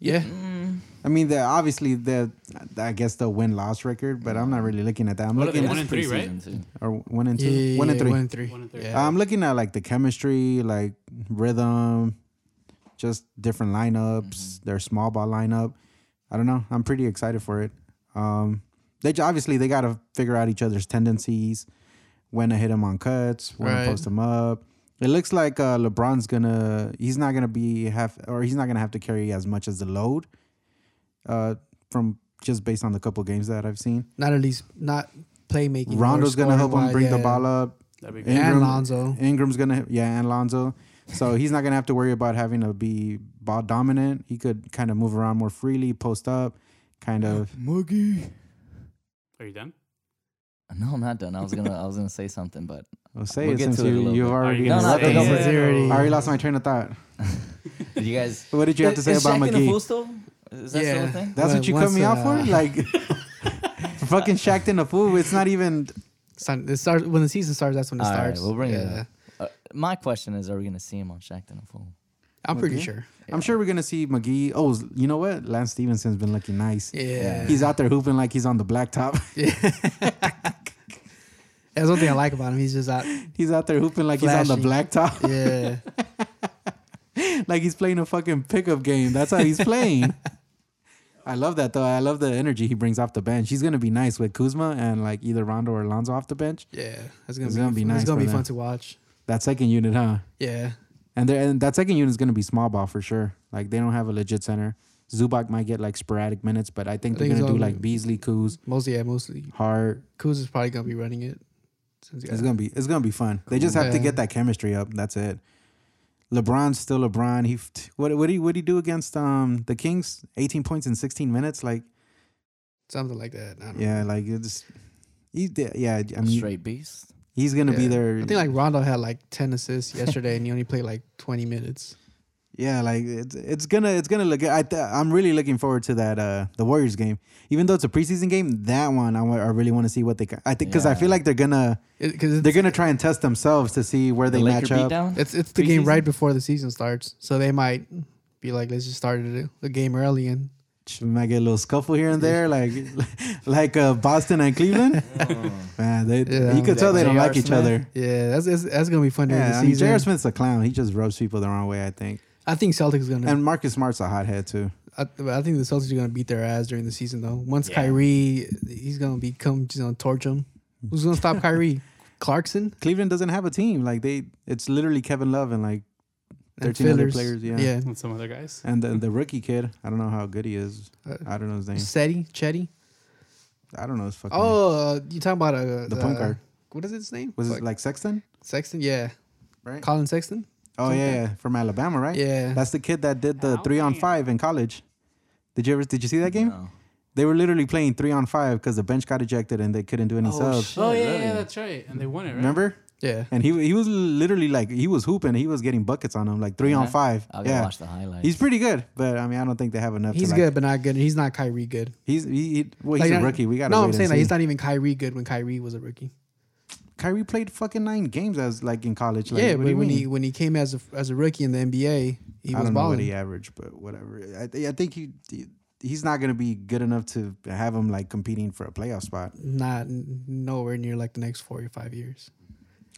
Speaker 5: yeah.
Speaker 4: Mm.
Speaker 3: I mean, they're obviously the I guess the win loss record, but I'm not really looking at that. I'm
Speaker 2: What are
Speaker 3: looking
Speaker 2: they, one
Speaker 3: at
Speaker 2: and three, right?
Speaker 4: Preseason, too.
Speaker 3: or one and two,
Speaker 5: Yeah, yeah,
Speaker 3: one and
Speaker 5: yeah,
Speaker 3: three.
Speaker 5: One and three.
Speaker 2: One and three. Ah,
Speaker 5: Yeah.
Speaker 3: I'm looking at like the chemistry, like rhythm,
Speaker 5: Mm-hmm.
Speaker 3: just different lineups. Their small ball lineup. I don't know. I'm pretty excited for it. Um, they j- obviously they got to figure out each other's tendencies, when to hit him on cuts, when
Speaker 5: Right.
Speaker 3: to post him up. It looks like uh, LeBron's gonna he's not gonna be half or he's not gonna have to carry as much as the load, uh, from just based on the couple games that I've seen.
Speaker 5: Not at least not playmaking. or
Speaker 3: Rondo's gonna help him
Speaker 5: scoring-wise,
Speaker 3: bring the
Speaker 5: yeah.
Speaker 3: ball up.
Speaker 2: That'd be
Speaker 5: And
Speaker 2: good.
Speaker 5: Lonzo.
Speaker 3: Mm-hmm. Ingram's gonna yeah, and Lonzo. So he's not gonna have to worry about having to be ball dominant. He could kind of move around more freely, post up, kind of.
Speaker 4: Moogie.
Speaker 2: Are you done?
Speaker 4: Uh, No, I'm not done. I was gonna I was gonna say something, but
Speaker 3: Well, say
Speaker 4: We'll
Speaker 3: it
Speaker 4: get
Speaker 3: since
Speaker 4: to it a
Speaker 3: you,
Speaker 4: little
Speaker 3: you've
Speaker 4: bit.
Speaker 2: Are you
Speaker 3: already
Speaker 4: No,
Speaker 2: gonna
Speaker 4: no,
Speaker 2: say
Speaker 4: no,
Speaker 2: it
Speaker 4: but-
Speaker 2: or-
Speaker 3: I already lost my train of thought.
Speaker 4: did you guys
Speaker 3: What did you have to say
Speaker 4: Is
Speaker 3: about
Speaker 4: Shaq in a
Speaker 3: McGee?
Speaker 4: fool still? Is that still a
Speaker 5: Yeah.
Speaker 4: thing?
Speaker 3: That's
Speaker 5: Well,
Speaker 3: what you
Speaker 5: once,
Speaker 3: cut me off
Speaker 5: uh,
Speaker 3: for? Like fucking Shaq in a fool. It's not even
Speaker 5: It's not- It starts when the season starts. That's when it
Speaker 4: All right,
Speaker 5: starts.
Speaker 4: we'll bring it
Speaker 5: Yeah.
Speaker 4: up. Uh, my question is, are we gonna see him on Shaq in a fool?
Speaker 5: I'm pretty
Speaker 3: Okay.
Speaker 5: sure.
Speaker 3: I'm sure we're gonna see McGee. Oh, you know what? Lance Stevenson's been looking nice.
Speaker 5: Yeah.
Speaker 3: He's out there hooping like he's on the blacktop.
Speaker 5: That's one thing I like about him. He's just out.
Speaker 3: he's out there hooping like he's on the
Speaker 5: Flashy.
Speaker 3: blacktop.
Speaker 5: Yeah.
Speaker 3: like he's playing a fucking pickup game. That's how he's playing. I love that though. I love the energy he brings off the bench. He's gonna be nice with Kuzma and like either Rondo or Alonzo off the bench.
Speaker 5: Yeah. That's gonna
Speaker 3: It's
Speaker 5: be.
Speaker 3: gonna be
Speaker 5: fun.
Speaker 3: nice
Speaker 5: It's gonna
Speaker 3: for
Speaker 5: be
Speaker 3: them.
Speaker 5: fun to watch.
Speaker 3: That second unit, huh?
Speaker 5: Yeah.
Speaker 3: And there and that second unit is gonna be small ball for sure. Like they don't have a legit center. Zubac might get like sporadic minutes, but I think they're
Speaker 5: I think it's
Speaker 3: gonna do
Speaker 5: all-
Speaker 3: like Beasley, Kuz,
Speaker 5: Mostly. Yeah. Mostly.
Speaker 3: Hart.
Speaker 5: Kuz is probably gonna be running it. Since
Speaker 3: It's gonna be it's gonna be fun. They just have to
Speaker 5: Yeah.
Speaker 3: get that chemistry up. That's it. LeBron's still LeBron. He f- what what he what he do against um the Kings? Eighteen points in sixteen minutes. Like
Speaker 5: something like that. I don't know.
Speaker 3: Yeah, like it's he, did- yeah. I mean,
Speaker 4: Straight beast.
Speaker 3: he's gonna be
Speaker 5: Yeah.
Speaker 3: there.
Speaker 5: I think like Rondo had like ten assists yesterday, and he only played like twenty minutes.
Speaker 3: yeah, like it's it's gonna it's gonna look. I th- I'm really looking forward to that uh the Warriors game. Even though it's a preseason game, that one I wa- I really want to see what they. ca- I think because I
Speaker 4: Yeah.
Speaker 3: feel like they're gonna
Speaker 5: Because
Speaker 3: they're gonna try and test themselves to see where
Speaker 4: The
Speaker 3: they
Speaker 4: Laker
Speaker 3: match up.
Speaker 4: beatdown.
Speaker 5: It's it's the game
Speaker 4: Preseason?
Speaker 5: right before the season starts, so they might be like, let's just start it a game early and
Speaker 3: Should might get a little scuffle here and there, like like uh, Boston and Cleveland. Man, they
Speaker 5: Oh. Yeah,
Speaker 3: you could tell they don't
Speaker 4: J.R.
Speaker 3: like each
Speaker 4: Smith.
Speaker 3: other.
Speaker 5: yeah, that's that's, that's gonna be fun during
Speaker 3: Yeah,
Speaker 5: the
Speaker 3: I mean,
Speaker 5: season.
Speaker 3: J.R. Smith's a clown. He just rubs people the wrong way, I think.
Speaker 5: I think Celtics gonna.
Speaker 3: And Marcus Smart's a hothead too.
Speaker 5: I, I think the Celtics are gonna beat their ass during the season though. Once Kyrie, he's gonna become just gonna torch him. Who's gonna stop Kyrie? Clarkson
Speaker 3: Cleveland doesn't have a team. Like they, it's literally Kevin Love and like
Speaker 5: and
Speaker 3: 13 other
Speaker 5: Fillers.
Speaker 3: players, yeah.
Speaker 5: yeah.
Speaker 2: And some other guys.
Speaker 3: and the, the rookie kid. I don't know how good he is.
Speaker 5: Uh,
Speaker 3: I don't know his name.
Speaker 5: Seti, Chetty.
Speaker 3: I don't know his fucking. name.
Speaker 5: Oh, uh, you talking about uh,
Speaker 3: The point
Speaker 5: uh,
Speaker 3: guard.
Speaker 5: What is his name?
Speaker 3: was
Speaker 5: Fuck.
Speaker 3: it like Sexton?
Speaker 5: Sexton? Yeah,
Speaker 3: Right.
Speaker 5: Colin Sexton.
Speaker 3: Oh
Speaker 5: something.
Speaker 3: yeah, yeah, from Alabama, right?
Speaker 5: Yeah,
Speaker 3: That's the kid that did the three on five in college. Did you ever? Did you see that game?
Speaker 4: No.
Speaker 3: They were literally playing three on five because the bench got ejected and they couldn't do any subs.
Speaker 2: Oh yeah,
Speaker 4: really?
Speaker 2: yeah, that's right. And they won it, right?
Speaker 3: Remember?
Speaker 5: yeah.
Speaker 3: And he he was literally like he was hooping. He was getting buckets on him like three on
Speaker 4: Yeah.
Speaker 3: 5
Speaker 4: Uh-huh. I'll
Speaker 3: yeah.
Speaker 4: go watch the highlights.
Speaker 3: He's pretty good, but I mean, I don't think they have enough.
Speaker 5: He's
Speaker 3: to, like,
Speaker 5: good, but not good. He's not Kyrie good.
Speaker 3: He's he, he well, he's
Speaker 5: Like,
Speaker 3: a
Speaker 5: not-
Speaker 3: rookie. We got
Speaker 5: No, I'm saying like he's not even Kyrie good when Kyrie was a rookie.
Speaker 3: Kyrie played fucking nine games as like in college. Like,
Speaker 5: yeah,
Speaker 3: what
Speaker 5: but
Speaker 3: do you
Speaker 5: when
Speaker 3: mean?
Speaker 5: he when he came as a as a rookie in the NBA, he
Speaker 3: I
Speaker 5: was
Speaker 3: don't know what
Speaker 5: balling.
Speaker 3: he averaged, but whatever. I, th- I think he, he- he's not gonna be good enough to have him like competing for a playoff spot.
Speaker 5: Not n- nowhere near like the next four or five years.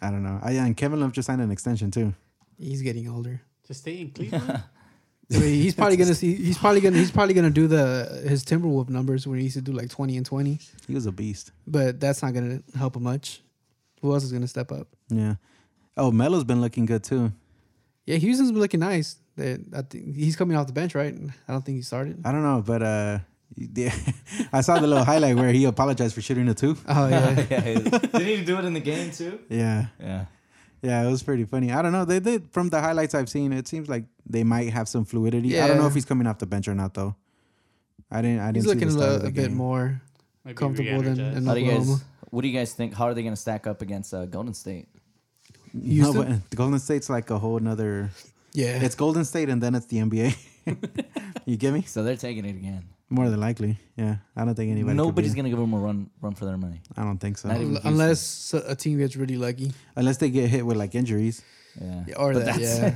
Speaker 3: I don't know. I, and Kevin Love just signed an extension too.
Speaker 5: He's getting older.
Speaker 2: Just stay in Cleveland.
Speaker 5: I mean, he's probably gonna see. He's probably gonna. He's probably gonna do the his Timberwolf numbers when he used to do like twenty and twenty.
Speaker 3: He was a beast.
Speaker 5: But that's not gonna help him much. Who else is gonna step up?
Speaker 3: Yeah. Oh, Melo's been looking good too.
Speaker 5: Yeah, Houston's been looking nice. They- I think he's coming off the bench, right? I don't think he started.
Speaker 3: I don't know, but uh, yeah. I saw the little highlight where he apologized for shooting a two.
Speaker 5: Oh yeah,
Speaker 4: yeah, did he do it in the game too?
Speaker 3: Yeah.
Speaker 4: Yeah.
Speaker 3: Yeah, it was pretty funny. I don't know. They did from the highlights I've seen. It seems like they might have some fluidity. I don't know
Speaker 5: Yeah.
Speaker 3: if he's coming off the bench or not though. I didn't. I didn't.
Speaker 5: he's
Speaker 3: see
Speaker 5: looking
Speaker 3: the
Speaker 5: a,
Speaker 3: start
Speaker 5: little,
Speaker 3: of the
Speaker 5: a bit
Speaker 3: game.
Speaker 5: more
Speaker 2: Might be
Speaker 5: comfortable than,
Speaker 2: re-energized.
Speaker 5: than
Speaker 4: How do you
Speaker 5: Oklahoma.
Speaker 4: guys? What do you guys think? How are they gonna stack up against uh, Golden State?
Speaker 3: No,
Speaker 5: Houston?
Speaker 3: but Golden State's like a whole nother.
Speaker 5: Yeah,
Speaker 3: It's Golden State and then it's the NBA. you get me?
Speaker 4: So they're taking it again.
Speaker 3: More than likely. Yeah, I don't think anybody. could
Speaker 4: Nobody's
Speaker 3: be-
Speaker 4: gonna give them a run run for their money.
Speaker 3: I don't think so.
Speaker 4: Not even-
Speaker 5: Unle- unless a team gets really lucky,
Speaker 3: Unless they get hit with like injuries,
Speaker 4: Yeah.
Speaker 5: Yeah, or
Speaker 4: But
Speaker 5: that,
Speaker 4: that's-
Speaker 5: yeah.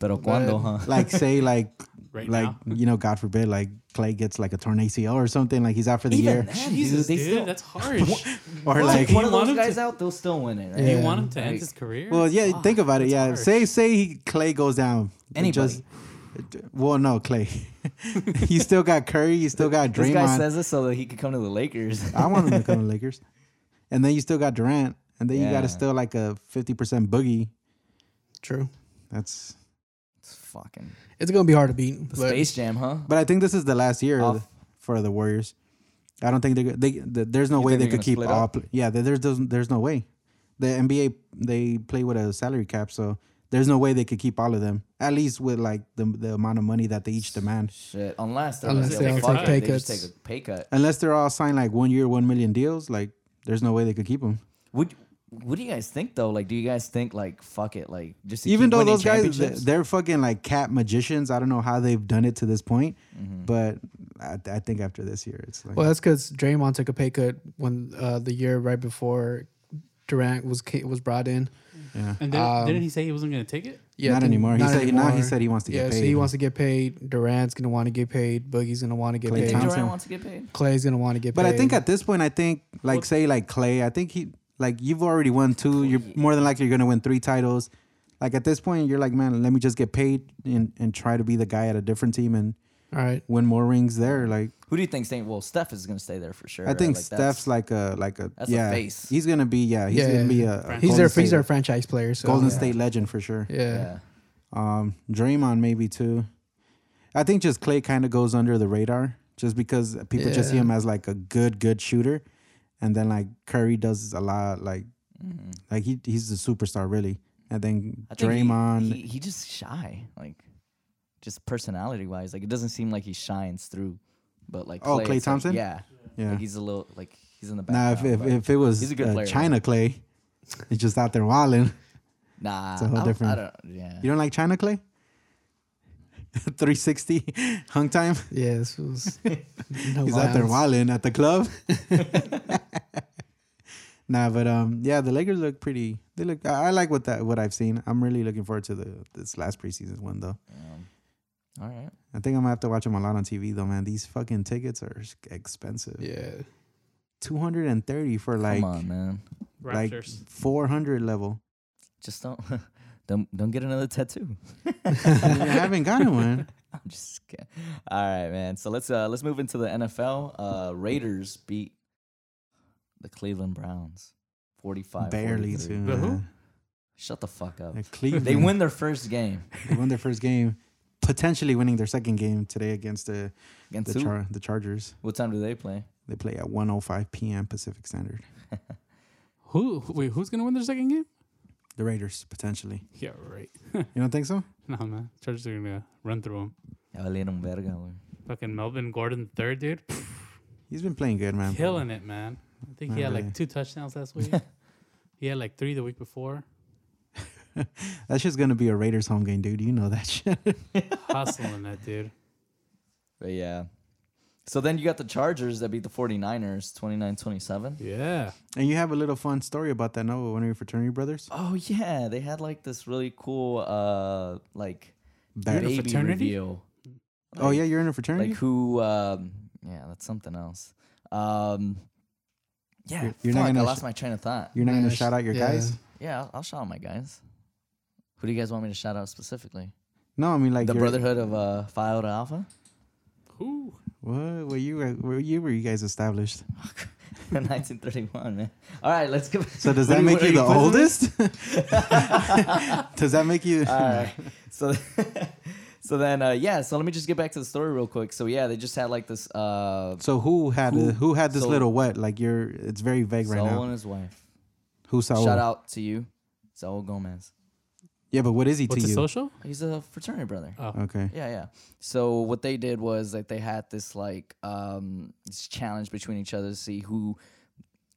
Speaker 4: Pero cuando, huh?
Speaker 3: like say like
Speaker 2: right
Speaker 3: like
Speaker 2: now.
Speaker 3: you know God forbid like Clay gets like a torn ACL or something like he's out for the
Speaker 4: Even
Speaker 3: year
Speaker 4: that, dude,
Speaker 2: Jesus,
Speaker 4: they
Speaker 2: dude,
Speaker 4: still-
Speaker 2: that's harsh.
Speaker 3: or
Speaker 4: Well,
Speaker 3: like
Speaker 4: if one of
Speaker 2: You want
Speaker 4: those
Speaker 2: him
Speaker 4: guys out, they'll still win it, right?
Speaker 2: You
Speaker 5: Yeah.
Speaker 2: want him to end
Speaker 4: Like-
Speaker 2: his career?
Speaker 3: Well, yeah,
Speaker 2: Fuck,
Speaker 3: think about it.
Speaker 2: that's
Speaker 3: Yeah,
Speaker 2: harsh.
Speaker 3: say say he, Clay goes down. It
Speaker 4: Oh, Anybody.
Speaker 3: just- Well, no, Clay. you still got Curry. You still got
Speaker 4: This guy
Speaker 3: Draymond.
Speaker 4: says this so that he could come to the Lakers.
Speaker 3: I want him to come to Lakers. And then you still got Durant. And then you got
Speaker 4: Yeah.
Speaker 3: to still like a fifty percent boogie.
Speaker 5: True.
Speaker 3: That's.
Speaker 4: It's fucking
Speaker 5: It's gonna be hard to beat.
Speaker 4: The
Speaker 5: But
Speaker 4: Space Jam, huh?
Speaker 3: But I think this is the last year
Speaker 4: Off.
Speaker 3: th- for the Warriors. I don't think they. They. th- there's no
Speaker 4: You
Speaker 3: way
Speaker 4: think
Speaker 3: they
Speaker 4: they're gonna
Speaker 3: could keep
Speaker 4: split
Speaker 3: all.
Speaker 4: up?
Speaker 3: pl- yeah. there- There's doesn't. There's no way. The NBA they play with a salary cap, so there's no way they could keep all of them. At least with like the the amount of money that they each demand.
Speaker 4: Shit, unless they're
Speaker 5: Unless
Speaker 4: like,
Speaker 5: they
Speaker 4: "Oh,
Speaker 5: all
Speaker 4: fuck
Speaker 5: take
Speaker 4: it,"
Speaker 5: pay
Speaker 4: they just
Speaker 5: cuts.
Speaker 4: take a pay cut.
Speaker 3: Unless they're all signed like one year, one million deals. Like there's no way they could keep them.
Speaker 4: Would what do you guys think though? Like, do you guys think like fuck it? Like, just to
Speaker 3: even
Speaker 4: keep
Speaker 3: though
Speaker 4: winning
Speaker 3: those guys th-
Speaker 4: championships?
Speaker 3: they're fucking like cap magicians i don't know how they've done it to this point
Speaker 4: Mm-hmm.
Speaker 3: but I, I think after this year it's like
Speaker 5: well, that's because Draymond took a pay cut when uh, the year right before Durant was ca- was brought in.
Speaker 2: And didn't, didn't he say he wasn't gonna take it?
Speaker 5: Yeah,
Speaker 3: Not
Speaker 5: I think-
Speaker 3: anymore. He said- now he said he wants to get
Speaker 5: yeah, so
Speaker 3: paid.
Speaker 5: he wants to get paid. Durant's gonna want to get paid. Boogie's gonna want to get
Speaker 3: Klay
Speaker 5: paid.
Speaker 4: think
Speaker 3: Thompson.
Speaker 4: Durant wants to get paid?
Speaker 5: Clay's gonna want to get
Speaker 3: but
Speaker 5: paid.
Speaker 3: i think at this point i think like say like clay i think he like you've already won two you're more than likely you're gonna win three titles like at this point you're like man let me just get paid and and try to be the guy at a different team and
Speaker 5: all right.
Speaker 3: win more rings there like
Speaker 4: Who do you think staying? Well, Steph is gonna stay there for sure.
Speaker 3: i
Speaker 4: right?
Speaker 3: think
Speaker 4: Like, that's-
Speaker 3: steph's like a like a
Speaker 4: that's a
Speaker 3: yeah
Speaker 4: face.
Speaker 3: he's gonna be yeah he's
Speaker 5: Yeah,
Speaker 3: gonna
Speaker 5: yeah.
Speaker 3: be a, a
Speaker 5: He's their
Speaker 3: Golden
Speaker 5: he's their
Speaker 3: State,
Speaker 5: franchise player. So
Speaker 3: golden state legend for sure
Speaker 4: yeah.
Speaker 5: Yeah.
Speaker 3: Um, Draymond maybe too. I think just Clay kind of goes under the radar just because people just see
Speaker 5: Yeah.
Speaker 3: him as like a good good shooter, and then like Curry does a lot like like he he's a superstar really, and then
Speaker 4: Mm-hmm. I think he-
Speaker 3: Draymond.
Speaker 4: he, he just shy, like just personality wise. Like it doesn't seem like he shines through. But like,
Speaker 3: Oh, Klay
Speaker 4: it's like,
Speaker 3: Thompson?
Speaker 4: yeah,
Speaker 3: Yeah.
Speaker 4: Like, he's a little like he's in the
Speaker 3: now
Speaker 4: background.
Speaker 3: if if,
Speaker 4: but-
Speaker 3: if it was
Speaker 4: he's a good
Speaker 3: uh,
Speaker 4: player, though.
Speaker 3: China Clay, he's just out there wilding.
Speaker 4: nah,
Speaker 3: a whole
Speaker 4: I, don't- I
Speaker 3: different-
Speaker 4: don't. Yeah,
Speaker 3: You don't like China Clay? 360 hung time.
Speaker 5: Yeah, this was. no
Speaker 3: He's out there
Speaker 5: violence.
Speaker 3: wilding at the club. nah, but um, yeah, the Lakers look pretty. They look. I, I like what that what I've seen. I'm really looking forward to the this last preseason one though.
Speaker 4: all right.
Speaker 3: I think I'm gonna have to watch them a lot on TV though, man. These fucking tickets are s- expensive.
Speaker 5: Yeah.
Speaker 3: Two hundred and thirty for like
Speaker 4: Come on, man.
Speaker 3: like
Speaker 2: Raptors.
Speaker 3: four hundred level.
Speaker 4: Just don't, don't, don't get another tattoo.
Speaker 3: I haven't gotten one.
Speaker 4: I'm just kidding. All right, man. So let's uh let's move into the NFL. Uh Raiders beat the Cleveland Browns. 45
Speaker 3: Barely
Speaker 4: 43.
Speaker 3: too.
Speaker 2: The who?
Speaker 3: man.
Speaker 4: Shut the fuck up.
Speaker 3: The Cleveland.
Speaker 4: They win their first game
Speaker 3: They won their first game, potentially winning their second game today against the
Speaker 4: against
Speaker 3: the,
Speaker 4: who?
Speaker 3: char- the Chargers.
Speaker 4: What time do they play?
Speaker 3: They play at 1:05 p.m. Pacific Standard.
Speaker 2: Who? who- Wait, who's gonna win their second game?
Speaker 3: The Raiders potentially.
Speaker 2: Yeah, right.
Speaker 3: You don't think so?
Speaker 2: No man, Chargers are gonna run through him.
Speaker 4: Ya valieron verga, güey.
Speaker 2: Fucking Melvin Gordon third, dude,
Speaker 3: He's been playing good, man.
Speaker 2: killing it, man. I think he
Speaker 3: Not
Speaker 2: had
Speaker 3: really.
Speaker 2: like two touchdowns last week. he had like three the week before.
Speaker 3: That's just gonna be a Raiders home game, dude. You know that shit.
Speaker 2: Hustling that dude.
Speaker 4: But yeah. So then you got the Chargers that beat the 49ers 29-27.
Speaker 2: Yeah.
Speaker 3: And you have a little fun story about that, no? One of your fraternity brothers,
Speaker 4: Oh yeah, they had like this really cool uh like
Speaker 3: That-
Speaker 2: You're in a
Speaker 4: baby
Speaker 2: fraternity?
Speaker 4: reveal.
Speaker 3: oh yeah, you're in a
Speaker 4: like
Speaker 3: fraternity.
Speaker 4: who um yeah that's something else um yeah
Speaker 3: You're- you're not
Speaker 4: fuck,
Speaker 3: gonna
Speaker 4: i
Speaker 3: sh-
Speaker 4: lost my train of thought
Speaker 3: you're not gonna
Speaker 5: Yeah,
Speaker 3: shout out your
Speaker 5: yeah.
Speaker 3: guys?
Speaker 4: yeah I'll, I'll shout out my guys who do you guys want me to shout out specifically
Speaker 3: No, I mean like
Speaker 4: the
Speaker 3: your-
Speaker 4: brotherhood of uh phi Iota alpha
Speaker 2: Who?
Speaker 3: What were you? Where you were you guys established?
Speaker 4: 1931 man all right let's go
Speaker 3: So does that make you the oldest? does that make you?
Speaker 4: all right so so then uh yeah so let me just get back to the story real quick so yeah they just had like this uh
Speaker 3: So who had
Speaker 4: Who-
Speaker 3: who, who had this
Speaker 4: so-
Speaker 3: little what? Like you're, it's very vague right
Speaker 4: Saul
Speaker 3: now.
Speaker 4: and his wife
Speaker 3: Who saw?
Speaker 4: shout out to you Saul Gomez
Speaker 3: Yeah, but what is he
Speaker 2: What's
Speaker 3: to
Speaker 2: his
Speaker 3: you?
Speaker 2: social?
Speaker 4: he's a fraternity brother
Speaker 3: Okay.
Speaker 4: Yeah, yeah. So what they did was like they had this like um this challenge between each other to see who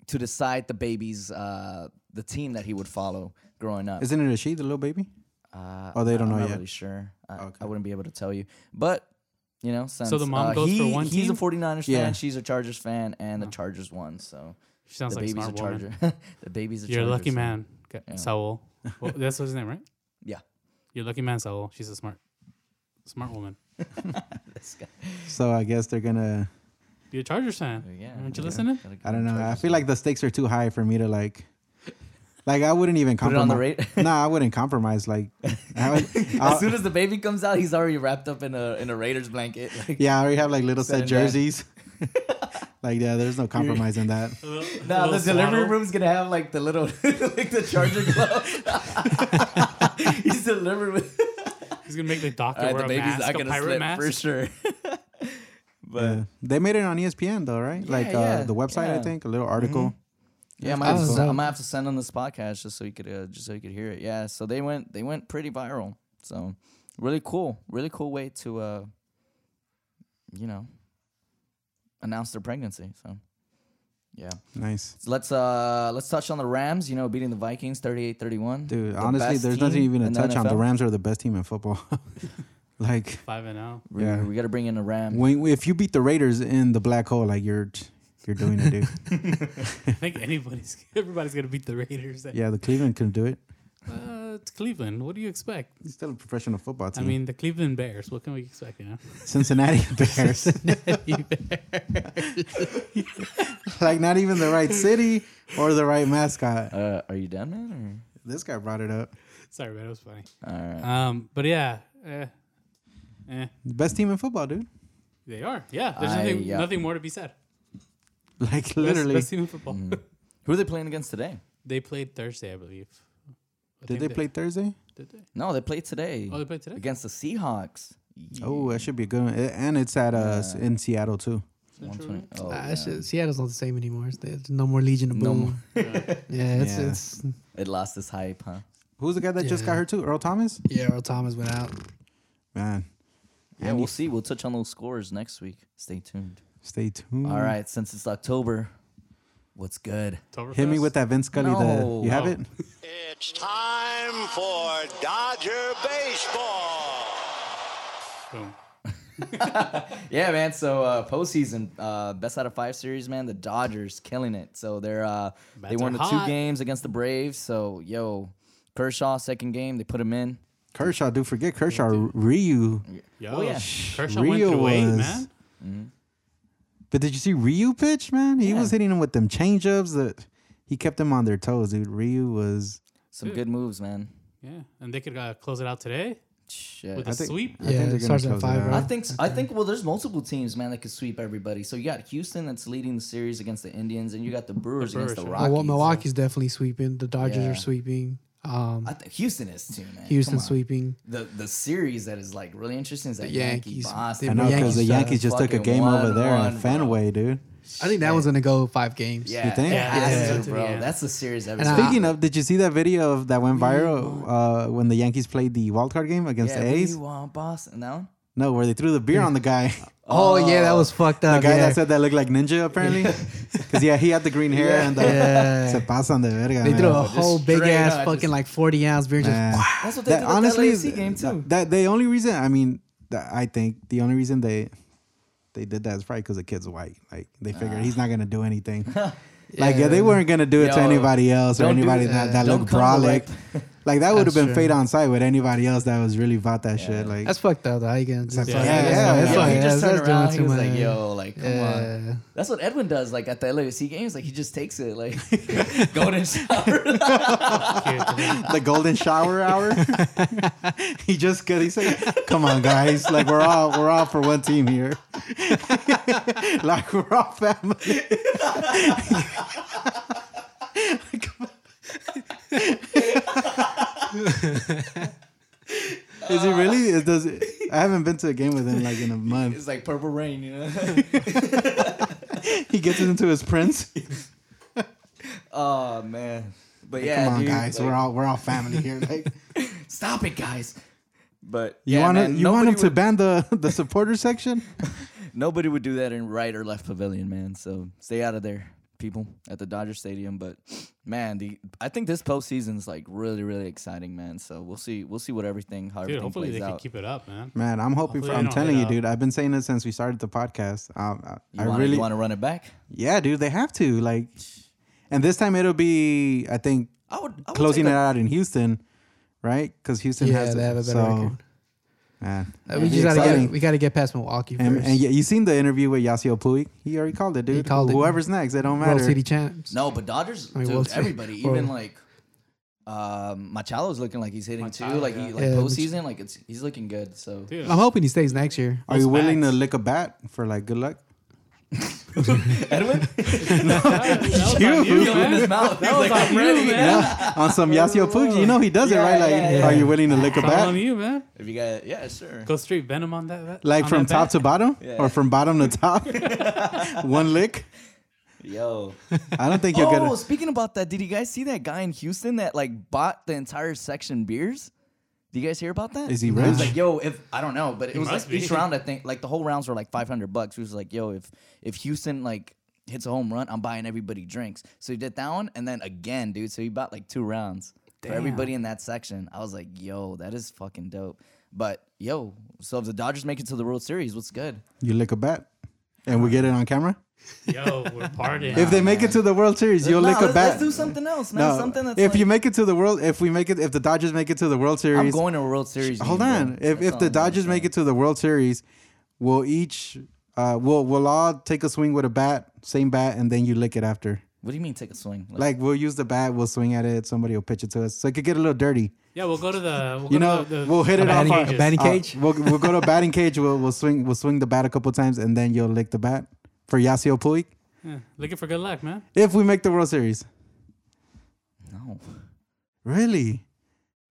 Speaker 4: to decide the baby's uh the team that he would follow growing up.
Speaker 3: Isn't it a she, the little baby?
Speaker 4: uh,
Speaker 3: oh, they
Speaker 4: I-
Speaker 3: don't
Speaker 4: I'm
Speaker 3: know
Speaker 4: not
Speaker 3: yet.
Speaker 4: Really sure. I,
Speaker 3: Okay.
Speaker 4: I wouldn't be able to tell you, but. You know, since,
Speaker 2: the mom
Speaker 4: uh,
Speaker 2: goes for
Speaker 4: he-
Speaker 2: one
Speaker 4: He's a
Speaker 2: team?
Speaker 4: 49ers
Speaker 3: Yeah.
Speaker 4: fan, she's a Chargers fan, and the Chargers won. So
Speaker 2: She sounds
Speaker 4: the
Speaker 2: like a
Speaker 4: baby's a
Speaker 2: smart woman.
Speaker 4: Charger. the baby's a
Speaker 2: You're a
Speaker 4: Chargers
Speaker 2: lucky
Speaker 4: fan.
Speaker 2: man, Ga- Saul. Well, that's his name, right?
Speaker 4: Yeah.
Speaker 2: You're lucky man, Saul. She's a smart, smart woman.
Speaker 4: This guy.
Speaker 3: So I guess they're gonna.
Speaker 2: You're a Chargers fan.
Speaker 4: But yeah.
Speaker 2: Aren't you
Speaker 4: gotta-
Speaker 2: listening?
Speaker 4: gotta give
Speaker 3: I don't
Speaker 4: him
Speaker 3: know. I
Speaker 4: Chargers
Speaker 3: feel
Speaker 4: fan.
Speaker 3: like the stakes are too high for me to like Like I wouldn't even
Speaker 4: it on
Speaker 3: compromise.
Speaker 4: the ra-
Speaker 3: nah, I wouldn't compromise. Like, I would,
Speaker 4: As
Speaker 3: I'll-
Speaker 4: soon as the baby comes out, he's already wrapped up in a in a Raiders blanket. Like,
Speaker 3: yeah, I already have like little
Speaker 4: Send
Speaker 3: set
Speaker 4: that.
Speaker 3: jerseys. like, yeah, there's no compromise in that.
Speaker 4: Now the delivery
Speaker 2: room.
Speaker 4: room's gonna have like the little like the charger glove. he's delivered with.
Speaker 2: He's gonna make the doctor
Speaker 4: All right,
Speaker 2: wear
Speaker 4: the
Speaker 2: a
Speaker 4: baby's
Speaker 2: mask,
Speaker 4: not
Speaker 2: a
Speaker 4: gonna
Speaker 2: pirate
Speaker 4: slip
Speaker 2: mask.
Speaker 4: for sure. but
Speaker 3: Yeah. They made it on E ESPN though, right? like
Speaker 4: Yeah,
Speaker 3: uh,
Speaker 4: yeah,
Speaker 3: the website,
Speaker 4: yeah.
Speaker 3: I think, a little article.
Speaker 4: Yeah, I
Speaker 3: That's
Speaker 4: might, have
Speaker 3: pretty
Speaker 4: to,
Speaker 3: cool.
Speaker 4: I might have to send on this podcast just so you could uh, just so you could hear it. Yeah, so they went they went pretty viral. So really cool, really cool way to uh, you know announce their pregnancy. So yeah,
Speaker 3: Nice,
Speaker 4: So let's uh let's touch on the Rams. You know, beating the Vikings 38-31.
Speaker 3: dude.
Speaker 4: The
Speaker 3: honestly,
Speaker 4: best
Speaker 3: there's
Speaker 4: team
Speaker 3: nothing even to
Speaker 4: in
Speaker 3: touch on. The
Speaker 4: NFL.
Speaker 3: Rams are the best team in football. like,
Speaker 2: Five and oh. out.
Speaker 4: We,
Speaker 3: Yeah.
Speaker 4: we got to bring in the Rams.
Speaker 3: when if you beat the Raiders in the black hole, like you're you're doing it, dude.
Speaker 2: I think anybody's everybody's gonna beat the Raiders.
Speaker 3: yeah, the Cleveland can do it.
Speaker 2: Uh, it's Cleveland. What do you expect?
Speaker 3: It's still a professional football
Speaker 2: I
Speaker 3: team.
Speaker 2: mean, the Cleveland Bears. What can we expect? You know,
Speaker 3: Cincinnati Bears. like not even the right city or the right mascot.
Speaker 4: Uh, are you done, man?
Speaker 3: This guy brought it up.
Speaker 2: sorry, man, it was funny.
Speaker 4: Or? All right.
Speaker 2: Um, but yeah, eh, eh,
Speaker 3: Best team in football, dude.
Speaker 2: they are. Yeah, there's
Speaker 4: I-
Speaker 2: nothing,
Speaker 4: yeah.
Speaker 2: nothing more to be said.
Speaker 3: Like
Speaker 2: Best-
Speaker 3: literally.
Speaker 2: best team in
Speaker 3: Oh.
Speaker 2: football.
Speaker 4: Mm. Who are they playing against today?
Speaker 2: They played Thursday, I believe. I
Speaker 3: Did
Speaker 2: think
Speaker 3: they play Thursday?
Speaker 2: Did they?
Speaker 4: No, they played today
Speaker 2: Oh, they played today.
Speaker 4: against the Seahawks.
Speaker 3: Oh, that should be a good one. Eh, And it's at uh s- in Seattle too.
Speaker 2: Central
Speaker 4: 120 Oh,
Speaker 5: Ah,
Speaker 4: yeah.
Speaker 5: it's just- Seattle's not the same anymore. It's, there's no more Legion of
Speaker 4: No
Speaker 5: Boom.
Speaker 4: more.
Speaker 5: yeah, it's,
Speaker 3: Yeah.
Speaker 5: it's
Speaker 4: It lost its hype, huh?
Speaker 3: Who's the guy that just got
Speaker 5: Yeah.
Speaker 3: hurt too? Earl Thomas?
Speaker 5: yeah. Earl Thomas went out.
Speaker 3: Man,
Speaker 4: Yeah, we'll see. We'll touch on those scores next week. Stay tuned.
Speaker 3: stay tuned.
Speaker 4: All right, since it's October, what's good?
Speaker 2: Oktoberfest?
Speaker 3: Hit me with that Vince Scully.
Speaker 4: No.
Speaker 3: The, you have
Speaker 2: Oh.
Speaker 3: it?
Speaker 1: It's time for Dodger baseball.
Speaker 2: Boom.
Speaker 4: Yeah, man. So uh, postseason, uh, best out of five series, man. The Dodgers killing it. So they're uh, they
Speaker 2: Bats
Speaker 4: won
Speaker 2: are
Speaker 4: the two
Speaker 2: hot.
Speaker 4: games against the Braves. So yo, Kershaw second game, they put him in.
Speaker 3: Kershaw, dude. Forget Kershaw. Ryu.
Speaker 2: Yo,
Speaker 4: Oh, yeah.
Speaker 2: Kershaw went
Speaker 3: Rio
Speaker 2: through eight,
Speaker 3: was- Mm-hmm.
Speaker 2: man.
Speaker 3: But did you see Ryu pitch, man? He
Speaker 4: Yeah.
Speaker 3: was hitting them with them changeups that he kept them on their toes, dude. Ryu was
Speaker 2: Hmm.
Speaker 4: Some good moves, man.
Speaker 2: Yeah, and they could uh, close it out today
Speaker 4: Shit.
Speaker 2: with a
Speaker 3: think-
Speaker 2: sweep.
Speaker 3: think
Speaker 5: yeah,
Speaker 3: they're
Speaker 5: it
Speaker 3: gonna
Speaker 5: starts at
Speaker 3: close it
Speaker 5: five.
Speaker 3: out.
Speaker 5: Right?
Speaker 4: I think I think well, there's multiple teams, man, that could sweep everybody. So you got Houston that's leading the series against the Indians, and you got the Brewers, against the
Speaker 2: Brewers,
Speaker 4: Rockies.
Speaker 5: Well, Milwaukee's definitely sweeping. The Dodgers
Speaker 4: Yeah.
Speaker 5: are sweeping. Um,
Speaker 4: I think Houston is too, man. Come
Speaker 5: Houston
Speaker 4: on.
Speaker 5: sweeping.
Speaker 4: the the series that is like really interesting is that Yankee
Speaker 5: Yankees.
Speaker 4: Boston.
Speaker 5: They-
Speaker 3: I know because
Speaker 5: Yankees
Speaker 3: the
Speaker 5: just
Speaker 3: Yankees just took a
Speaker 4: fucking
Speaker 3: game
Speaker 4: won,
Speaker 3: over there
Speaker 4: won,
Speaker 3: in
Speaker 4: bro.
Speaker 3: Fenway, dude.
Speaker 5: I think that one's gonna go five games.
Speaker 4: Yeah,
Speaker 3: You think?
Speaker 4: it
Speaker 3: Yeah,
Speaker 4: has
Speaker 5: yeah.
Speaker 4: to,
Speaker 5: Yeah.
Speaker 4: bro.
Speaker 2: Yeah.
Speaker 4: That's the series every
Speaker 5: And I-
Speaker 4: time.
Speaker 3: Speaking of, did you see that video of that went viral uh, when the Yankees played the wild card game against
Speaker 4: yeah,
Speaker 3: the
Speaker 4: we
Speaker 3: A's?
Speaker 4: want Boston. That one?
Speaker 3: No, where they threw the beer on the guy,
Speaker 5: Oh, yeah, that was fucked
Speaker 3: the
Speaker 5: up.
Speaker 3: guy
Speaker 5: yeah.
Speaker 3: that said that looked like ninja apparently, because yeah, he had the green hair and the
Speaker 5: Yeah.
Speaker 3: se pasan de verga.
Speaker 5: they
Speaker 3: man.
Speaker 5: threw a
Speaker 4: just
Speaker 5: whole big
Speaker 4: straight
Speaker 5: ass
Speaker 4: up,
Speaker 5: fucking
Speaker 4: just-
Speaker 5: like forty ounce beer. Just
Speaker 3: Man.
Speaker 4: That's what they
Speaker 3: That
Speaker 4: did
Speaker 3: honestly,
Speaker 4: with that LAFC game too.
Speaker 3: that, that the only reason I mean, that I think the only reason they they did that is probably because the kid's white. Like they figured he's not gonna do anything. Like yeah, they weren't gonna do it to
Speaker 4: Yo,
Speaker 3: anybody else or
Speaker 4: don't do
Speaker 3: anybody
Speaker 4: that.
Speaker 3: that, that
Speaker 4: Don't
Speaker 3: looked
Speaker 4: come
Speaker 3: brolic.
Speaker 4: correct.
Speaker 3: Like that would have
Speaker 5: That's
Speaker 3: been
Speaker 5: true.
Speaker 3: fate on sight with anybody else that was really about that shit. Like
Speaker 5: that's fucked up. Though. How you gonna? Just,
Speaker 3: Yeah,
Speaker 5: like,
Speaker 3: yeah,
Speaker 5: that's-
Speaker 3: yeah.
Speaker 5: that's
Speaker 4: Yo,
Speaker 5: like-
Speaker 4: he just
Speaker 5: that's-
Speaker 4: turned
Speaker 5: that's doing
Speaker 4: around. He
Speaker 5: too
Speaker 4: was like,
Speaker 5: much.
Speaker 4: "Yo, like, come on."
Speaker 5: Yeah.
Speaker 4: That's what Edwin does. Like at the LAFC games, like he just takes it, like golden shower.
Speaker 3: the golden shower hour. he just could. He said, "Come on, guys! Like we're all we're all for one team here. like we're all family." Is he really? Is, does I haven't been to a game with him like in a month.
Speaker 4: it's like purple rain, you know.
Speaker 3: He gets into his prints.
Speaker 4: oh man, but yeah,
Speaker 3: Come on,
Speaker 4: dude,
Speaker 3: guys,
Speaker 4: like,
Speaker 3: we're all we're all family here. Like
Speaker 4: stop it, guys. But
Speaker 3: you
Speaker 4: yeah,
Speaker 3: want
Speaker 4: man,
Speaker 3: you want
Speaker 4: nobody
Speaker 3: him to
Speaker 4: would-
Speaker 3: ban the the supporter section?
Speaker 4: Nobody would do that in right or left pavilion, man. So stay out of there, people, at the Dodger Stadium. But man, the I think this postseason's like really, really exciting, man. So we'll see, we'll see what everything, how
Speaker 2: Dude,
Speaker 4: everything
Speaker 2: hopefully
Speaker 4: plays
Speaker 2: they can
Speaker 4: out.
Speaker 2: keep it up, man.
Speaker 3: Man, I'm hoping for.
Speaker 2: Hopefully they
Speaker 3: I'm
Speaker 2: don't
Speaker 3: telling
Speaker 2: hit
Speaker 3: you,
Speaker 2: up.
Speaker 3: dude. I've been saying it since we started the podcast. Um, I,
Speaker 4: you
Speaker 3: I
Speaker 4: wanna,
Speaker 3: really,
Speaker 4: you want to run it back?
Speaker 3: yeah, dude. They have to like, and this time it'll be, I think,
Speaker 4: I would I would
Speaker 3: closing it
Speaker 4: take a-
Speaker 3: out in Houston, right? Because Houston
Speaker 5: Yeah,
Speaker 3: has
Speaker 5: they have a better
Speaker 3: so,
Speaker 5: record.
Speaker 3: Man,
Speaker 5: Uh, We
Speaker 3: it'd be
Speaker 5: just gotta
Speaker 3: exciting.
Speaker 5: get we gotta get past Milwaukee first.
Speaker 3: And, and yeah, you seen the interview with Yasiel Puig? He already called it, dude.
Speaker 5: called it.
Speaker 3: Whoever's next, it don't matter.
Speaker 5: World City champs.
Speaker 4: No, but Dodgers,
Speaker 5: mean,
Speaker 4: dude,
Speaker 5: we'll see.
Speaker 4: everybody,
Speaker 5: Well-
Speaker 4: even like Um, Machado's looking like he's hitting too.
Speaker 2: Machado,
Speaker 4: Like he
Speaker 2: yeah.
Speaker 4: like
Speaker 5: Yeah, Mach-
Speaker 4: postseason, like it's he's looking good. So
Speaker 2: Dude,
Speaker 5: I'm hoping he stays next year.
Speaker 3: Are you
Speaker 2: Those
Speaker 3: willing to
Speaker 2: bats.
Speaker 3: lick a bat for like good luck?
Speaker 4: Edwin,
Speaker 2: that, that was on you,
Speaker 4: you in his
Speaker 2: man.
Speaker 4: mouth. He's
Speaker 2: That was
Speaker 4: like,
Speaker 2: on
Speaker 4: I'm
Speaker 2: you,
Speaker 4: ready.
Speaker 2: man.
Speaker 3: On some Yasiel Puig, you know he does it,
Speaker 4: Yeah,
Speaker 3: right? Like,
Speaker 4: yeah, yeah.
Speaker 3: are you willing to lick a
Speaker 2: That's all
Speaker 3: bat?
Speaker 2: on you, man.
Speaker 4: If you got, yeah, sure.
Speaker 2: Go straight venom on that. that
Speaker 3: Like
Speaker 2: on
Speaker 3: from
Speaker 2: that
Speaker 3: top
Speaker 2: bat.
Speaker 3: to bottom,
Speaker 4: Yeah.
Speaker 3: or from bottom to top? One lick.
Speaker 4: Yo.
Speaker 3: I don't think you'll
Speaker 4: Oh,
Speaker 3: get
Speaker 4: speaking about that, did you guys see that guy in Houston that like bought the entire section beers? Do you guys hear about that?
Speaker 3: it. Is he
Speaker 4: It was
Speaker 3: rich?
Speaker 4: like, yo, if I don't know, but it was
Speaker 2: must
Speaker 4: like each
Speaker 2: be.
Speaker 4: round. I think like the whole rounds were like five hundred bucks. He was like, yo, if if Houston like hits a home run, I'm buying everybody drinks. So he did that one and then again, dude. So he bought like two rounds for everybody in that section. I was like, yo, that is fucking dope. But yo, so if the Dodgers make it to the World Series, what's good?
Speaker 3: you lick a bat, and we get it on camera.
Speaker 2: Yo, we're partying.
Speaker 3: If they make it to the World Series, you'll
Speaker 4: Nah,
Speaker 3: lick a
Speaker 4: let's,
Speaker 3: bat.
Speaker 4: let's do something else, man.
Speaker 3: No,
Speaker 4: something that's
Speaker 3: if
Speaker 4: like,
Speaker 3: you make it to the world, if we make it, if the Dodgers make it to the World Series,
Speaker 4: I'm going to a World Series.
Speaker 3: hold
Speaker 4: game, bro.
Speaker 3: on. If
Speaker 4: That's
Speaker 3: if
Speaker 4: all
Speaker 3: the
Speaker 4: I'm
Speaker 3: Dodgers make
Speaker 4: saying.
Speaker 3: it to the World Series, we'll each, uh, we'll we'll all take a swing with a bat, same bat, and then you lick it after.
Speaker 4: what do you mean take a swing?
Speaker 3: Like we'll use the bat, we'll swing at it, somebody will pitch it to us, so it could get a little dirty.
Speaker 2: yeah, we'll go to the. We'll go
Speaker 3: You know,
Speaker 2: to the, the,
Speaker 3: we'll hit
Speaker 2: the
Speaker 3: it off
Speaker 5: batting
Speaker 3: our
Speaker 5: cage.
Speaker 2: cages.
Speaker 5: Batting
Speaker 3: uh,
Speaker 5: cage?
Speaker 4: Oh,
Speaker 3: we'll we'll go to batting cage. We'll we'll swing we'll swing the bat a couple times, and then you'll lick the bat for Yasiel Puig
Speaker 2: Yeah, looking for good luck, man.
Speaker 3: if we make the World Series.
Speaker 4: no.
Speaker 3: Really?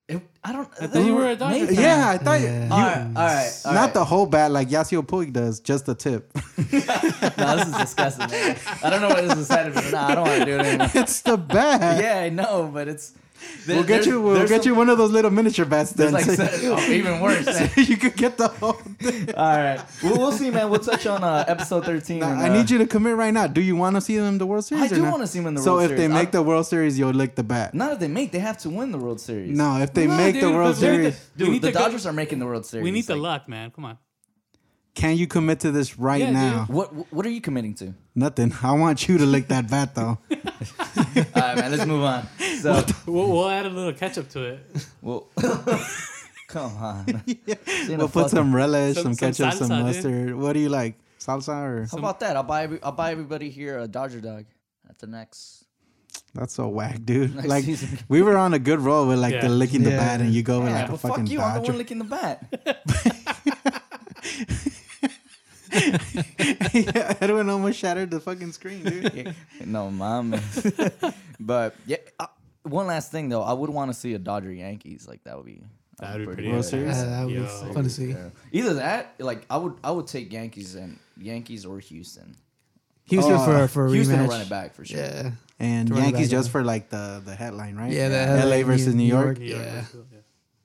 Speaker 4: It, I don't. I
Speaker 2: thought you were a Dodger fan.
Speaker 3: Uh, Yeah, I thought.
Speaker 5: Yeah.
Speaker 4: all right, all right, all
Speaker 3: Not
Speaker 4: right.
Speaker 3: the whole bat like Yasiel Puig does, just the tip.
Speaker 4: No, this is disgusting. man. I don't know what this is said, but nah, I don't want to do it anymore.
Speaker 3: it's the bat.
Speaker 4: Yeah, I know, but it's. there-
Speaker 3: we'll get
Speaker 4: there's-
Speaker 3: you. We'll
Speaker 4: there's
Speaker 3: get
Speaker 4: some-
Speaker 3: you one of those little miniature bats then.
Speaker 4: there's Like,
Speaker 3: so-
Speaker 4: se- oh, even worse. man.
Speaker 3: you could get the whole thing.
Speaker 4: All right, we'll, we'll see, man. We'll touch on uh, episode thirteen.
Speaker 3: Nah,
Speaker 4: and,
Speaker 3: I
Speaker 4: uh,
Speaker 3: need you to commit right now. Do you want to see them in the World Series?
Speaker 4: I
Speaker 3: or
Speaker 4: do
Speaker 3: not?
Speaker 4: want to see them in the
Speaker 3: So
Speaker 4: World
Speaker 3: if they
Speaker 4: Series.
Speaker 3: make
Speaker 4: I'm-
Speaker 3: the World Series, you'll lick the bat.
Speaker 4: Not if they make, they have to win the World Series.
Speaker 3: No, if they
Speaker 2: No,
Speaker 3: make the
Speaker 2: dude,
Speaker 3: World
Speaker 2: but we need
Speaker 3: Series,
Speaker 2: to- we
Speaker 4: dude,
Speaker 2: need
Speaker 4: the
Speaker 2: to go-
Speaker 4: Dodgers are making the World Series.
Speaker 2: We need the
Speaker 4: Like,
Speaker 2: luck, man. Come on.
Speaker 3: can you commit to this right
Speaker 2: Yeah,
Speaker 3: now?
Speaker 2: dude.
Speaker 4: What What are you committing to?
Speaker 3: Nothing. I want you to lick that bat though.
Speaker 4: All right, man. Let's move on. So,
Speaker 2: We'll, we'll add a little ketchup to it.
Speaker 4: well, come on.
Speaker 3: we'll put some relish, some,
Speaker 2: Some- some
Speaker 3: ketchup, some,
Speaker 2: salsa, dude.
Speaker 3: mustard. What do you like? Salsa or
Speaker 4: How about that? I'll buy every, I'll buy everybody here a Dodger dog at the next.
Speaker 3: That's so whack, dude.
Speaker 4: Next
Speaker 3: like
Speaker 4: season.
Speaker 3: we were on a good roll with like
Speaker 2: Yeah.
Speaker 3: the licking the
Speaker 5: Yeah.
Speaker 3: bat, and you go with
Speaker 4: Yeah,
Speaker 3: like a
Speaker 4: but
Speaker 3: fucking
Speaker 4: fuck you! I'm the
Speaker 3: Dodger.
Speaker 4: one licking the bat.
Speaker 3: yeah, Edwin almost shattered the fucking screen, dude.
Speaker 4: no, mom. but yeah, uh, one last thing though, I would want to see a Dodger Yankees. Like that would be
Speaker 2: That would be pretty
Speaker 4: good.
Speaker 2: World
Speaker 5: Yeah,
Speaker 3: Series?
Speaker 5: Uh, that would be
Speaker 2: Yo.
Speaker 5: fun to see.
Speaker 4: Yeah. Either that, like I would, I would take Yankees and Yankees or Houston.
Speaker 5: Houston
Speaker 3: Oh,
Speaker 5: for for a
Speaker 4: Houston will
Speaker 5: rematch.
Speaker 4: run it back for sure.
Speaker 5: Yeah,
Speaker 3: And
Speaker 5: To run it
Speaker 3: Yankees
Speaker 5: back,
Speaker 3: just
Speaker 5: yeah.
Speaker 3: for like the the headline, right?
Speaker 5: yeah.
Speaker 3: LA,
Speaker 5: That
Speaker 3: versus New York.
Speaker 2: New York,
Speaker 5: Yeah,
Speaker 2: Brazil, yeah.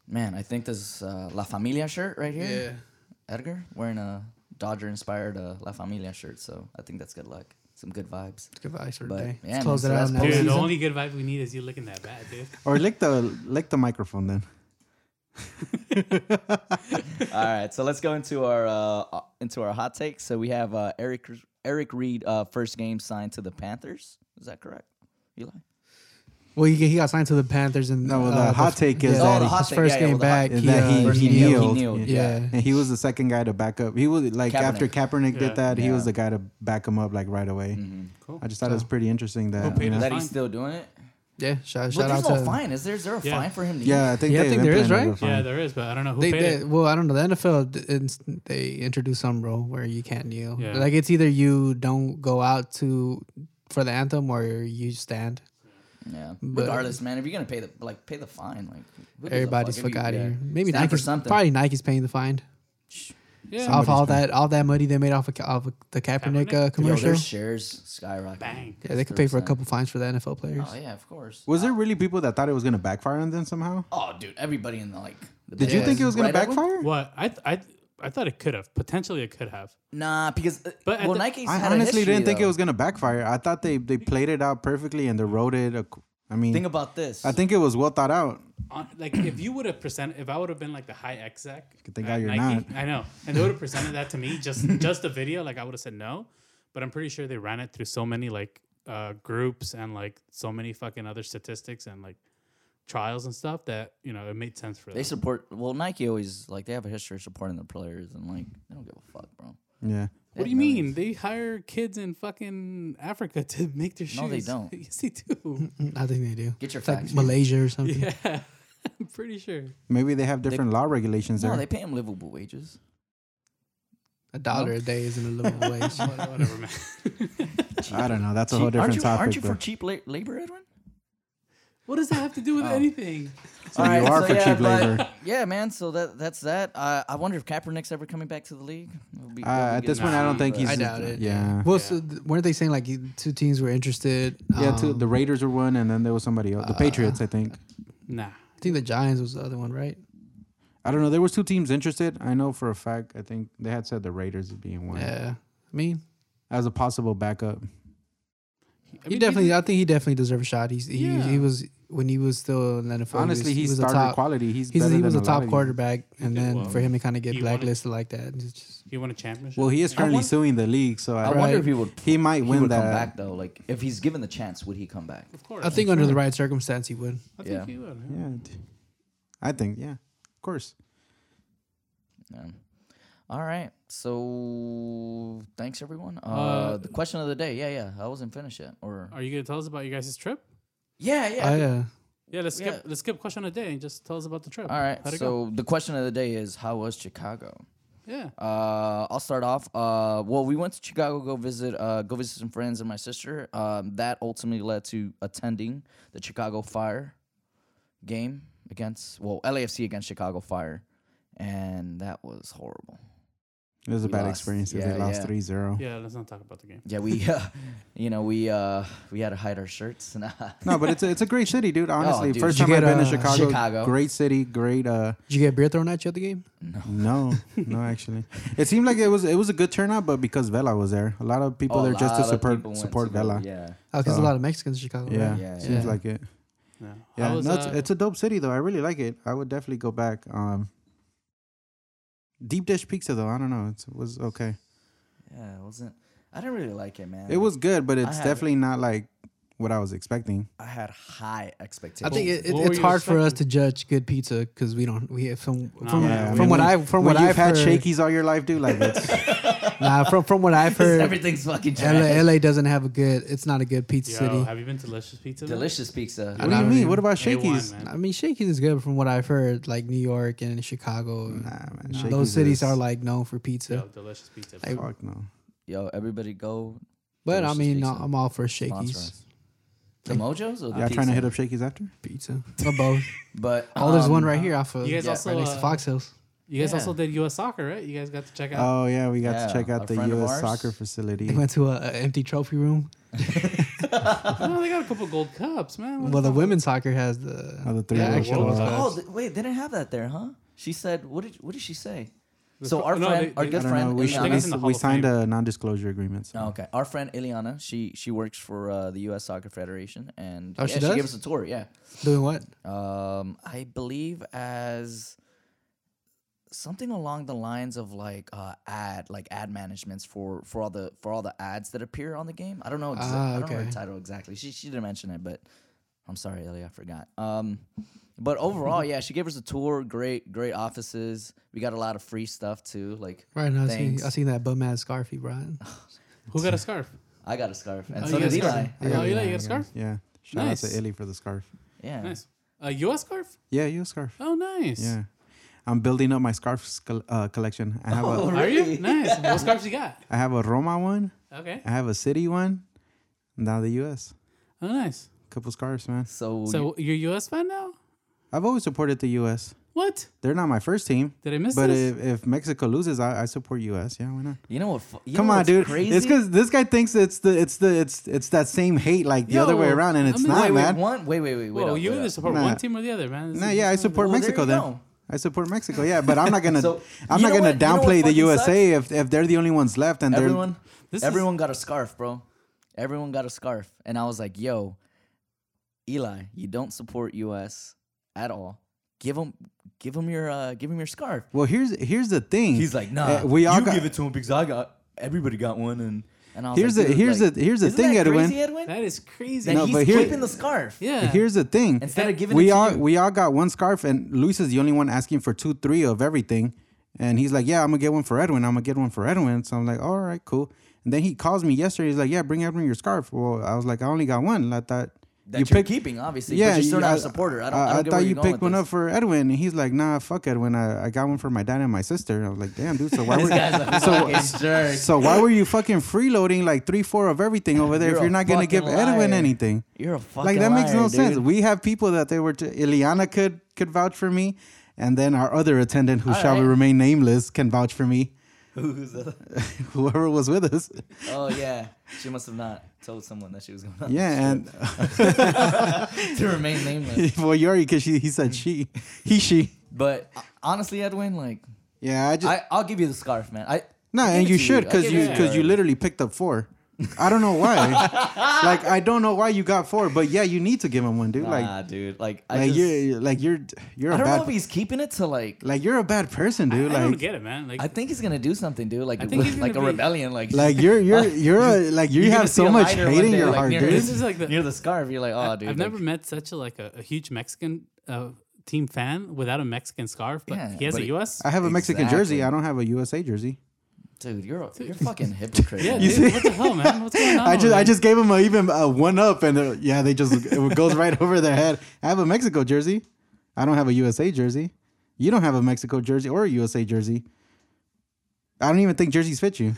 Speaker 4: Man, I think this uh, La Familia shirt right here.
Speaker 5: yeah.
Speaker 4: Edgar wearing a Dodger inspired uh, La Familia shirt, so I think that's good luck. Some good vibes.
Speaker 5: It's good vibes for
Speaker 4: But,
Speaker 5: today.
Speaker 4: yeah, man,
Speaker 5: Let's close
Speaker 4: so
Speaker 5: it out
Speaker 4: that's
Speaker 5: now.
Speaker 2: Dude,
Speaker 4: postseason.
Speaker 2: the only good vibe we need is you licking that bat, dude.
Speaker 3: Or lick the lick the microphone then.
Speaker 4: All right, so let's go into our uh, into our hot takes. So we have uh, Eric Eric Reed uh, first game signed to the Panthers. Is that correct, Eli?
Speaker 5: Well, he, he got signed to the Panthers, and uh,
Speaker 3: No, well, the hot take is
Speaker 5: yeah,
Speaker 3: that
Speaker 4: Oh, the
Speaker 3: he-
Speaker 4: hot
Speaker 5: his
Speaker 4: take,
Speaker 5: first
Speaker 4: yeah, yeah,
Speaker 5: game
Speaker 4: well, the hot-
Speaker 5: back.
Speaker 3: Is
Speaker 5: he,
Speaker 3: that he,
Speaker 5: uh,
Speaker 4: first
Speaker 3: he,
Speaker 4: game, yeah, he
Speaker 3: kneeled.
Speaker 4: kneeled,
Speaker 5: yeah.
Speaker 3: And he was the second guy to back up. He was like
Speaker 4: Kaepernick.
Speaker 3: after Kaepernick
Speaker 2: Yeah.
Speaker 3: did that, he
Speaker 4: Yeah.
Speaker 3: was the guy to back him up like right away.
Speaker 2: Cool.
Speaker 3: I just thought it was pretty interesting that.
Speaker 2: paid
Speaker 3: you know-
Speaker 2: us?
Speaker 4: That he's
Speaker 2: fine.
Speaker 4: still doing it.
Speaker 5: yeah. Shout,
Speaker 4: But
Speaker 5: shout
Speaker 4: there's
Speaker 5: out
Speaker 4: no
Speaker 5: to
Speaker 4: fine. Is there? Is there a
Speaker 2: Yeah.
Speaker 4: fine for him? To
Speaker 3: Yeah, I think
Speaker 5: Yeah, I
Speaker 3: they
Speaker 5: think there is,
Speaker 3: implemented
Speaker 5: right?
Speaker 3: a fine.
Speaker 2: Yeah, there is, but I don't know who
Speaker 5: They,
Speaker 2: paid
Speaker 5: they,
Speaker 2: it.
Speaker 5: well, I don't know. The NFL, d- ins- they introduced some rule where you can't kneel.
Speaker 2: Yeah.
Speaker 5: Like it's either you don't go out to for the anthem or you stand.
Speaker 4: use? yeah. Regardless, man, if you're gonna pay the like pay the fine, like who gives a
Speaker 5: Everybody's
Speaker 4: fuck if
Speaker 5: fuck
Speaker 4: you-
Speaker 5: out of
Speaker 4: yeah.
Speaker 5: here. Maybe
Speaker 4: Stand for
Speaker 5: Nike's
Speaker 4: something.
Speaker 5: probably Nike's paying the fine
Speaker 2: Yeah.
Speaker 5: off all that all that money they made off of, Ka- off of the Kaepernick,
Speaker 2: Kaepernick?
Speaker 5: Uh,
Speaker 4: Yo,
Speaker 5: commercial.
Speaker 4: their shares skyrocket.
Speaker 2: Bang.
Speaker 5: yeah, they could pay for a couple fines for the NFL players.
Speaker 4: Oh yeah, of course.
Speaker 3: Was there really people that thought it was gonna backfire on them somehow?
Speaker 4: Oh, dude, everybody in the like. The
Speaker 3: Did you
Speaker 4: business
Speaker 3: think it was gonna
Speaker 4: right at-
Speaker 3: backfire?
Speaker 2: What? I, th- I, th- I thought it could have. Potentially, it could have.
Speaker 4: Nah, because uh,
Speaker 2: But at
Speaker 4: well,
Speaker 2: the-
Speaker 4: Nike's
Speaker 3: I
Speaker 4: had a
Speaker 3: honestly
Speaker 4: history,
Speaker 3: didn't think it
Speaker 4: though.
Speaker 3: was gonna backfire. I thought they they played it out perfectly and they wrote it. ac- I mean,
Speaker 4: Think about this.
Speaker 3: I think it was well thought out.
Speaker 2: on, like if you would have presented if I would have been like the high exec
Speaker 3: Good thing
Speaker 2: at
Speaker 3: you're not.
Speaker 2: I know, and they would have presented that to me just just a video. Like I would have said no, but I'm pretty sure they ran it through so many like uh, groups and like so many fucking other statistics and like trials and stuff that you know it made sense for
Speaker 4: They
Speaker 2: them.
Speaker 4: support well Nike always like they have a history of supporting their players and like they don't give a fuck, bro.
Speaker 3: Yeah.
Speaker 2: What do you mean? They hire kids in fucking Africa to make their shoes.
Speaker 4: No, they don't.
Speaker 2: yes, they do.
Speaker 5: I think they do.
Speaker 4: Get your
Speaker 5: It's like
Speaker 4: facts.
Speaker 5: Malaysia or something.
Speaker 2: yeah, I'm pretty sure.
Speaker 3: Maybe they have different law regulations
Speaker 4: No,
Speaker 3: there.
Speaker 4: they pay them livable wages.
Speaker 5: A dollar a day isn't a livable wage.
Speaker 2: Whatever, man.
Speaker 3: I don't know. That's a
Speaker 4: Cheap-
Speaker 3: whole different
Speaker 4: aren't you,
Speaker 3: topic.
Speaker 4: Aren't you
Speaker 3: bro.
Speaker 4: for cheap la- labor, Edwin?
Speaker 2: What does that have to do
Speaker 4: Oh.
Speaker 2: with anything?
Speaker 3: so
Speaker 4: All
Speaker 3: Oh, you
Speaker 4: right,
Speaker 3: are
Speaker 4: so
Speaker 3: for
Speaker 4: yeah,
Speaker 3: cheap
Speaker 4: but-
Speaker 3: labor.
Speaker 4: Yeah, man. So that that's that. Uh, I wonder if Kaepernick's ever coming back to the league. We'll be- we'll be
Speaker 3: Uh, at this
Speaker 4: getting
Speaker 3: point, I
Speaker 4: to
Speaker 3: don't
Speaker 4: see,
Speaker 3: think
Speaker 4: but-
Speaker 3: he's.
Speaker 5: I doubt it.
Speaker 3: Yeah.
Speaker 5: Well, so th- weren't they saying like you- two teams were interested?
Speaker 3: Yeah, too, the
Speaker 5: Um,
Speaker 3: Raiders were one, and then there was somebody
Speaker 4: uh,
Speaker 3: else. The Patriots, I think.
Speaker 2: Nah.
Speaker 5: I think the Giants was the other one, right?
Speaker 3: I don't know. There was two teams interested. I know for a fact. I think they had said the Raiders as being one
Speaker 5: Yeah. I mean,
Speaker 3: as a possible backup.
Speaker 2: I
Speaker 5: he
Speaker 2: mean,
Speaker 5: definitely. I think he definitely deserves a shot. He's, he,
Speaker 2: Yeah.
Speaker 5: he was when he was still in the NFL.
Speaker 3: Honestly,
Speaker 5: he
Speaker 3: he's
Speaker 5: was,
Speaker 3: starter
Speaker 5: a top.
Speaker 3: quality. He's,
Speaker 5: He's,
Speaker 3: better
Speaker 5: he was a
Speaker 3: than lot of
Speaker 5: top
Speaker 3: you.
Speaker 5: quarterback, and
Speaker 2: did
Speaker 5: then
Speaker 2: well.
Speaker 5: for him to kind of get
Speaker 2: He won it.
Speaker 5: blacklisted like that, it's just,
Speaker 2: He won a championship.
Speaker 3: Well, he is currently
Speaker 4: wonder-
Speaker 3: suing the league, so I,
Speaker 4: I wonder
Speaker 5: Right.
Speaker 4: if he would.
Speaker 3: he might
Speaker 4: He
Speaker 3: win
Speaker 4: would
Speaker 3: that.
Speaker 4: come back though. Like if he's given the chance, would he come back?
Speaker 2: of course.
Speaker 5: I think under the right circumstance he would.
Speaker 2: I think
Speaker 4: yeah.
Speaker 2: he would. yeah.
Speaker 3: Yeah, d- I think yeah, of course.
Speaker 4: Yeah. All right. So thanks everyone. Uh,
Speaker 2: Uh,
Speaker 4: the question of the day. Yeah, yeah. I wasn't finished yet. Or
Speaker 2: Are you gonna tell us about your guys' trip?
Speaker 4: yeah, yeah.
Speaker 5: I, uh,
Speaker 2: Yeah, let's skip
Speaker 4: Yeah.
Speaker 2: let's skip question a day and just tell us about the trip.
Speaker 4: All right.
Speaker 2: How'd it go?
Speaker 4: So the question of the day is how was Chicago?
Speaker 2: yeah,
Speaker 4: Uh, I'll start off. Uh, well, we went to Chicago go visit uh, go visit some friends and my sister. Um, that ultimately led to attending the Chicago Fire game against well LAFC against Chicago Fire, and that was horrible.
Speaker 3: It was a
Speaker 4: We
Speaker 3: bad
Speaker 4: lost.
Speaker 3: experience.
Speaker 4: Yeah,
Speaker 3: they lost
Speaker 4: yeah.
Speaker 3: three zero.
Speaker 2: yeah. Let's not talk about the game.
Speaker 4: Yeah, we uh, you know we uh, we had to hide our shirts. uh, Nah.
Speaker 3: No, but it's a, it's a great city, dude. Honestly,
Speaker 4: dude.
Speaker 3: first
Speaker 5: Did
Speaker 3: time
Speaker 5: you
Speaker 3: I've
Speaker 5: get,
Speaker 3: been to
Speaker 5: uh,
Speaker 3: Chicago.
Speaker 4: Chicago?
Speaker 3: Great city, great. uh
Speaker 5: did you get beer thrown at you at the game?
Speaker 3: No, no, actually, it seemed like it was it was a good turnout, but because Vela was there, a lot of people
Speaker 4: A
Speaker 3: there just to
Speaker 4: lot of people
Speaker 3: support
Speaker 4: went
Speaker 3: support
Speaker 4: to go-
Speaker 3: Vela. Yeah,
Speaker 4: Yeah.
Speaker 5: Oh, because
Speaker 3: Uh,
Speaker 5: a lot of Mexicans in Chicago. right?
Speaker 4: Yeah,
Speaker 3: seems
Speaker 5: yeah.
Speaker 3: like it.
Speaker 2: Yeah, How
Speaker 3: Yeah,
Speaker 2: was,
Speaker 3: no, it's,
Speaker 2: uh,
Speaker 3: it's a dope city though. I really like it. I would definitely go back. Um, deep dish pizza though. I don't know. It's, it was okay.
Speaker 4: Yeah, it wasn't. I didn't really like it, man.
Speaker 3: It was good, but
Speaker 4: I
Speaker 3: it's
Speaker 4: had-
Speaker 3: definitely not like what I was expecting.
Speaker 4: I had high expectations.
Speaker 5: I think it, it,
Speaker 2: What were
Speaker 5: it's
Speaker 2: you
Speaker 5: hard for us to judge good pizza because we don't. We from
Speaker 2: Nah,
Speaker 5: from,
Speaker 2: yeah,
Speaker 5: from
Speaker 2: we-
Speaker 5: what
Speaker 3: when-
Speaker 5: I from
Speaker 3: when
Speaker 5: what I've
Speaker 3: you've had
Speaker 5: heard.
Speaker 3: shakies all your life, dude. Like it's
Speaker 5: Nah, from from what I've heard,
Speaker 4: everything's fucking trash.
Speaker 5: LA, LA doesn't have a good. It's not a good pizza
Speaker 2: Yo,
Speaker 5: city.
Speaker 2: have you been to Delicious Pizza? man?
Speaker 4: Delicious pizza.
Speaker 3: what do you
Speaker 5: don't
Speaker 3: mean?
Speaker 5: even-
Speaker 3: What about
Speaker 2: A1,
Speaker 3: shakies?
Speaker 2: man.
Speaker 5: I mean, Shakey's is good but from what I've heard. Like New York and Chicago,
Speaker 3: Nah, man.
Speaker 5: those
Speaker 3: Shakey's
Speaker 5: cities
Speaker 3: is-
Speaker 5: are like known for pizza.
Speaker 2: Yo, Delicious Pizza.
Speaker 5: Like,
Speaker 3: fuck no.
Speaker 4: Yo, everybody go.
Speaker 5: but I
Speaker 4: delicious
Speaker 5: mean, no,
Speaker 4: pizza.
Speaker 5: I'm all for
Speaker 4: sponsor
Speaker 5: Shakey's
Speaker 4: us. The Mojos? Or the
Speaker 3: Y'all trying
Speaker 4: pizza?
Speaker 3: to hit up shakies after?
Speaker 5: pizza. Or both.
Speaker 4: But
Speaker 5: Oh, there's one
Speaker 4: um,
Speaker 5: right here off of
Speaker 2: You guys
Speaker 5: yeah,
Speaker 2: also,
Speaker 5: right next
Speaker 2: uh,
Speaker 5: to Fox Hills.
Speaker 2: You guys
Speaker 4: Yeah.
Speaker 2: also did U.S. soccer, right? You guys got to check out.
Speaker 3: Oh yeah, we got
Speaker 4: Yeah,
Speaker 3: to check
Speaker 4: a
Speaker 3: out the
Speaker 4: friend of
Speaker 3: U.S.
Speaker 4: ours.
Speaker 3: soccer
Speaker 5: They
Speaker 3: facility.
Speaker 5: went to an empty trophy room.
Speaker 3: Oh.
Speaker 2: no, they got a couple gold cups, man. What
Speaker 5: Well, the
Speaker 2: fuck?
Speaker 5: women's soccer has the,
Speaker 3: Oh, the three
Speaker 5: the
Speaker 3: little
Speaker 5: actual.
Speaker 2: balls.
Speaker 5: uh,
Speaker 4: Oh, th- wait, they didn't have that there, huh? She said, "What did what did she say?" So
Speaker 2: fr-
Speaker 4: our
Speaker 2: no,
Speaker 4: friend,
Speaker 2: they-
Speaker 4: our
Speaker 2: they-
Speaker 3: I
Speaker 4: good
Speaker 3: don't know.
Speaker 4: friend,
Speaker 3: We,
Speaker 2: I think
Speaker 3: we-
Speaker 2: it's in
Speaker 4: Ileana.
Speaker 2: the Hall
Speaker 3: we
Speaker 2: of
Speaker 3: signed
Speaker 2: Fame.
Speaker 3: a non-disclosure agreement. So.
Speaker 4: Oh, okay, our friend Ileana. She she works for uh, the U.S. Soccer Federation, and
Speaker 5: Oh,
Speaker 4: yeah,
Speaker 5: she does?
Speaker 4: gave us a tour. Yeah,
Speaker 5: Doing what?
Speaker 4: um, I believe as something along the lines of like uh, ad, like ad managements for for all the for all the ads that appear on the game. I don't know. Exa-
Speaker 5: Ah,
Speaker 4: I don't know her
Speaker 5: okay.
Speaker 4: title exactly. She she didn't mention it, but I'm sorry, Ellie, I forgot. Um, but overall, yeah, she gave us a tour. Great, great offices. We got a lot of free stuff too. Like
Speaker 5: Right now, I seen,
Speaker 4: Thanks.
Speaker 5: I seen that bum ass scarf he brought.
Speaker 2: Who got a scarf?
Speaker 4: I got a scarf, and
Speaker 2: Oh,
Speaker 4: so
Speaker 2: you
Speaker 4: did
Speaker 2: got a scarf.
Speaker 4: Eli.
Speaker 2: Oh, Eli, you got a scarf?
Speaker 3: Yeah. Shout out
Speaker 2: Nice.
Speaker 3: to Illy for the scarf.
Speaker 4: Yeah.
Speaker 2: Nice. A U.S. scarf?
Speaker 3: Yeah, you a scarf.
Speaker 2: Oh, nice.
Speaker 3: Yeah. I'm building up my scarf col- uh, collection. I have a
Speaker 2: Are you nice? What scarves you got?
Speaker 3: I have a Roma one.
Speaker 2: Okay.
Speaker 3: I have a city one. Now the U.S.
Speaker 2: Oh, nice.
Speaker 3: Couple scarves, man.
Speaker 4: So,
Speaker 2: So you're U.S. fan now?
Speaker 3: I've always supported the U.S.
Speaker 2: What?
Speaker 3: They're not my first team,
Speaker 2: Did I miss
Speaker 3: but
Speaker 2: this?
Speaker 3: if, if Mexico loses, I, I support U.S. Yeah, why not?
Speaker 4: you know what? fu- you
Speaker 3: Come
Speaker 4: know
Speaker 3: on,
Speaker 4: what's
Speaker 3: dude.
Speaker 4: Crazy?
Speaker 3: It's because this guy thinks it's the it's the it's it's that same hate like the other way
Speaker 2: Yo,
Speaker 3: around, and
Speaker 2: I
Speaker 3: it's
Speaker 2: mean-
Speaker 3: not,
Speaker 4: wait,
Speaker 3: man.
Speaker 4: Wait, one, wait, wait, wait. wait
Speaker 2: Well,
Speaker 4: up,
Speaker 2: you
Speaker 4: wait
Speaker 2: either
Speaker 4: up.
Speaker 2: support
Speaker 3: Nah.
Speaker 2: one team or the other, man. This
Speaker 3: No,
Speaker 2: is
Speaker 3: yeah, I
Speaker 2: just-
Speaker 3: support
Speaker 4: Well, there
Speaker 3: Mexico
Speaker 4: you
Speaker 3: then.
Speaker 4: go.
Speaker 3: I support Mexico, yeah, but I'm not gonna,
Speaker 4: So,
Speaker 3: I'm
Speaker 4: you know
Speaker 3: not gonna
Speaker 4: what- you know what
Speaker 3: downplay the
Speaker 4: fucking
Speaker 3: USA if if they're the only ones left and
Speaker 4: everyone
Speaker 2: This is-
Speaker 4: everyone got a scarf bro everyone got a scarf and i was like yo eli you don't support us at all give him give him your uh give him your scarf
Speaker 3: they're well. Here's here's the thing.
Speaker 4: he's like nah
Speaker 3: Uh, we all
Speaker 4: you
Speaker 3: got-
Speaker 4: give it to him because i got everybody got one and and I was
Speaker 3: Here's
Speaker 4: like,
Speaker 3: the-
Speaker 4: dude,
Speaker 3: here's
Speaker 4: like,
Speaker 3: the- here's the
Speaker 4: isn't
Speaker 3: thing,
Speaker 4: that
Speaker 3: Edwin.
Speaker 4: crazy, edwin
Speaker 2: That is crazy.
Speaker 4: that
Speaker 3: No,
Speaker 4: he's
Speaker 3: but here-
Speaker 4: keeping the scarf
Speaker 2: yeah.
Speaker 3: here's the thing.
Speaker 4: instead of giving
Speaker 3: we
Speaker 4: it to
Speaker 3: all
Speaker 4: you.
Speaker 3: we all got one scarf, and Luis is the only one asking for two, three of everything, And he's like, yeah, I'm gonna get one for Edwin. I'm gonna get one for Edwin. So I'm like, all right, cool. And then he calls me yesterday. He's like, yeah, bring Edwin your scarf. Well, I was like, I only got one. I thought
Speaker 4: That you are keeping, obviously. Yeah, but you're still
Speaker 3: you-
Speaker 4: not a supporter. I don't. I, don't get
Speaker 3: thought
Speaker 4: where
Speaker 3: you
Speaker 4: you're going
Speaker 3: picked
Speaker 4: with
Speaker 3: one
Speaker 4: this.
Speaker 3: up for Edwin, and he's like, "Nah, fuck Edwin. I, I got one for my dad and my sister." I was like, "Damn, dude. So why were
Speaker 4: Guys, I'm fucking jerk.
Speaker 3: so why were you fucking freeloading like three, four of everything over there
Speaker 4: You're
Speaker 3: if
Speaker 4: a
Speaker 3: you're not gonna give
Speaker 4: fucking
Speaker 3: Edwin
Speaker 4: liar.
Speaker 3: anything?"
Speaker 4: You're a fucking
Speaker 3: Like that makes no
Speaker 4: liar,
Speaker 3: sense.
Speaker 4: dude.
Speaker 3: We have people that they were. To, Ileana could could vouch for me, and then our other attendant, who
Speaker 4: All
Speaker 3: shall
Speaker 4: right.
Speaker 3: remain nameless, can vouch for me.
Speaker 4: Who's the-
Speaker 3: Whoever was with us.
Speaker 4: oh yeah, she must have not told someone that she was going on.
Speaker 3: Yeah, and
Speaker 4: to remain nameless.
Speaker 3: well, Yuri, because she he said she, he she.
Speaker 4: But uh, honestly, Edwin, like
Speaker 3: Yeah, I just
Speaker 4: I, I'll give you the scarf, man. I
Speaker 3: No,
Speaker 4: I give
Speaker 3: and
Speaker 4: it
Speaker 3: you
Speaker 4: to
Speaker 3: should
Speaker 4: I
Speaker 3: because
Speaker 4: give
Speaker 3: you
Speaker 4: it to
Speaker 3: because you literally picked up four. I don't know why. like I don't know why you got four, but yeah, you need to give him one, dude. like,
Speaker 4: nah, dude. Like I
Speaker 3: like
Speaker 4: just,
Speaker 3: you're like you're you're
Speaker 4: I
Speaker 3: a
Speaker 4: don't know
Speaker 3: bad
Speaker 4: if he's keeping it to like.
Speaker 3: like you're a bad person,
Speaker 2: I
Speaker 3: dude.
Speaker 2: don't
Speaker 3: like
Speaker 2: get it, man. Like,
Speaker 4: I think he's gonna do something, dude. Like
Speaker 2: I think he's
Speaker 4: like a
Speaker 2: gonna be-
Speaker 4: rebellion. Like
Speaker 3: like you're you're you're a, like you
Speaker 4: You're gonna
Speaker 3: have
Speaker 4: see
Speaker 3: so
Speaker 4: a
Speaker 3: much
Speaker 4: lighter
Speaker 3: hate
Speaker 4: one
Speaker 3: in
Speaker 4: day,
Speaker 3: your
Speaker 4: like,
Speaker 3: heart,
Speaker 4: near,
Speaker 3: dude.
Speaker 2: This is like the-
Speaker 4: near the scarf. You're like, oh, dude.
Speaker 2: I've
Speaker 4: like,
Speaker 2: never met such a like a, a huge Mexican uh, team fan without a Mexican scarf, but
Speaker 4: Yeah,
Speaker 2: he has
Speaker 4: but
Speaker 2: a
Speaker 4: it-
Speaker 2: U.S.
Speaker 3: I have a Mexican jersey.
Speaker 4: Exactly.
Speaker 3: I don't have a USA jersey.
Speaker 4: dude. You're a, you're a fucking hypocrite.
Speaker 2: yeah,
Speaker 4: man.
Speaker 2: dude, what the hell, man? What's going on?
Speaker 4: Oh,
Speaker 3: I just
Speaker 2: over
Speaker 3: I
Speaker 2: there?
Speaker 3: just gave him a, even a one up, and uh, yeah, they just it goes right over their head. I have a Mexico jersey. I don't have a USA jersey. You don't have a Mexico jersey or a USA jersey. I don't even think jerseys fit you.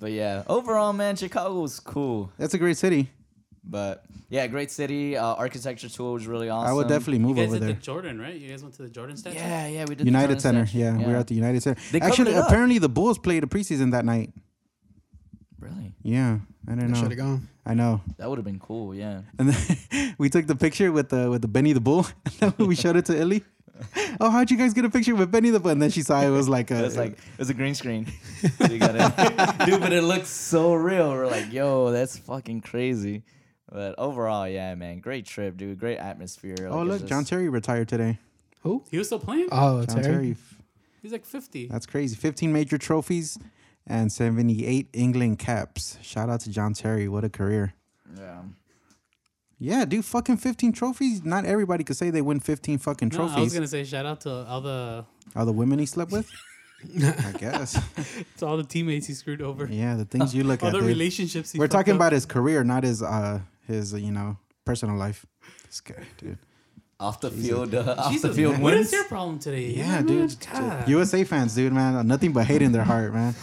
Speaker 4: But yeah, overall, man, Chicago was cool.
Speaker 3: That's a great city.
Speaker 4: But yeah, great city. Uh, architecture tour was really awesome.
Speaker 3: I would definitely
Speaker 2: you
Speaker 3: move
Speaker 2: guys
Speaker 3: over
Speaker 2: did the
Speaker 3: there.
Speaker 2: Jordan, right? You guys went to the Jordan statue.
Speaker 4: Yeah, yeah, we did. the
Speaker 3: United
Speaker 4: Jordan
Speaker 3: Center.
Speaker 4: Statue.
Speaker 3: Yeah, we're at the United Center.
Speaker 4: They covered
Speaker 3: Actually,
Speaker 4: it up.
Speaker 3: apparently the Bulls played a preseason that night.
Speaker 4: Really,
Speaker 3: Yeah, I don't
Speaker 5: Should have
Speaker 3: know.
Speaker 5: gone.
Speaker 3: I know.
Speaker 4: that would have been cool. Yeah.
Speaker 3: And then we took the picture with the with the Benny the Bull. and then we showed it to Illy. Oh, how'd you guys get a picture with Benny the Bull? And then she saw it was like a
Speaker 4: It's like it was a green screen. You got it. Dude, but it looks so real. We're like, yo, that's fucking crazy. But overall, yeah, man, great trip, dude. Great atmosphere.
Speaker 3: Oh look, John Terry retired today.
Speaker 5: Who?
Speaker 2: He was still playing.
Speaker 5: Oh,
Speaker 3: John
Speaker 5: Terry.
Speaker 3: Terry.
Speaker 2: He's like 50.
Speaker 3: Uh, That's crazy. 15 major trophies and 78 England caps. Shout out to John Terry. What a career.
Speaker 4: Yeah.
Speaker 3: Yeah, dude, fucking 15 trophies. Not everybody could say they win 15 fucking
Speaker 2: No, I was
Speaker 3: trophies.
Speaker 2: gonna say shout out to all the
Speaker 3: Are the women he slept with? I guess.
Speaker 2: to all the teammates he screwed over.
Speaker 3: Yeah, the things you look
Speaker 2: All
Speaker 3: at.
Speaker 2: the
Speaker 3: dude.
Speaker 2: relationships. He
Speaker 3: We're
Speaker 2: fucked
Speaker 3: talking
Speaker 2: up.
Speaker 3: about his career, not his uh his you know personal life. This guy, dude.
Speaker 4: Off the field, uh, off the
Speaker 2: Jesus,
Speaker 4: field
Speaker 2: man, what
Speaker 4: wins.
Speaker 2: is your problem today?
Speaker 3: Yeah,
Speaker 2: man?
Speaker 3: dude.
Speaker 2: God.
Speaker 3: USA fans, dude, man, uh, nothing but hate in their heart, man.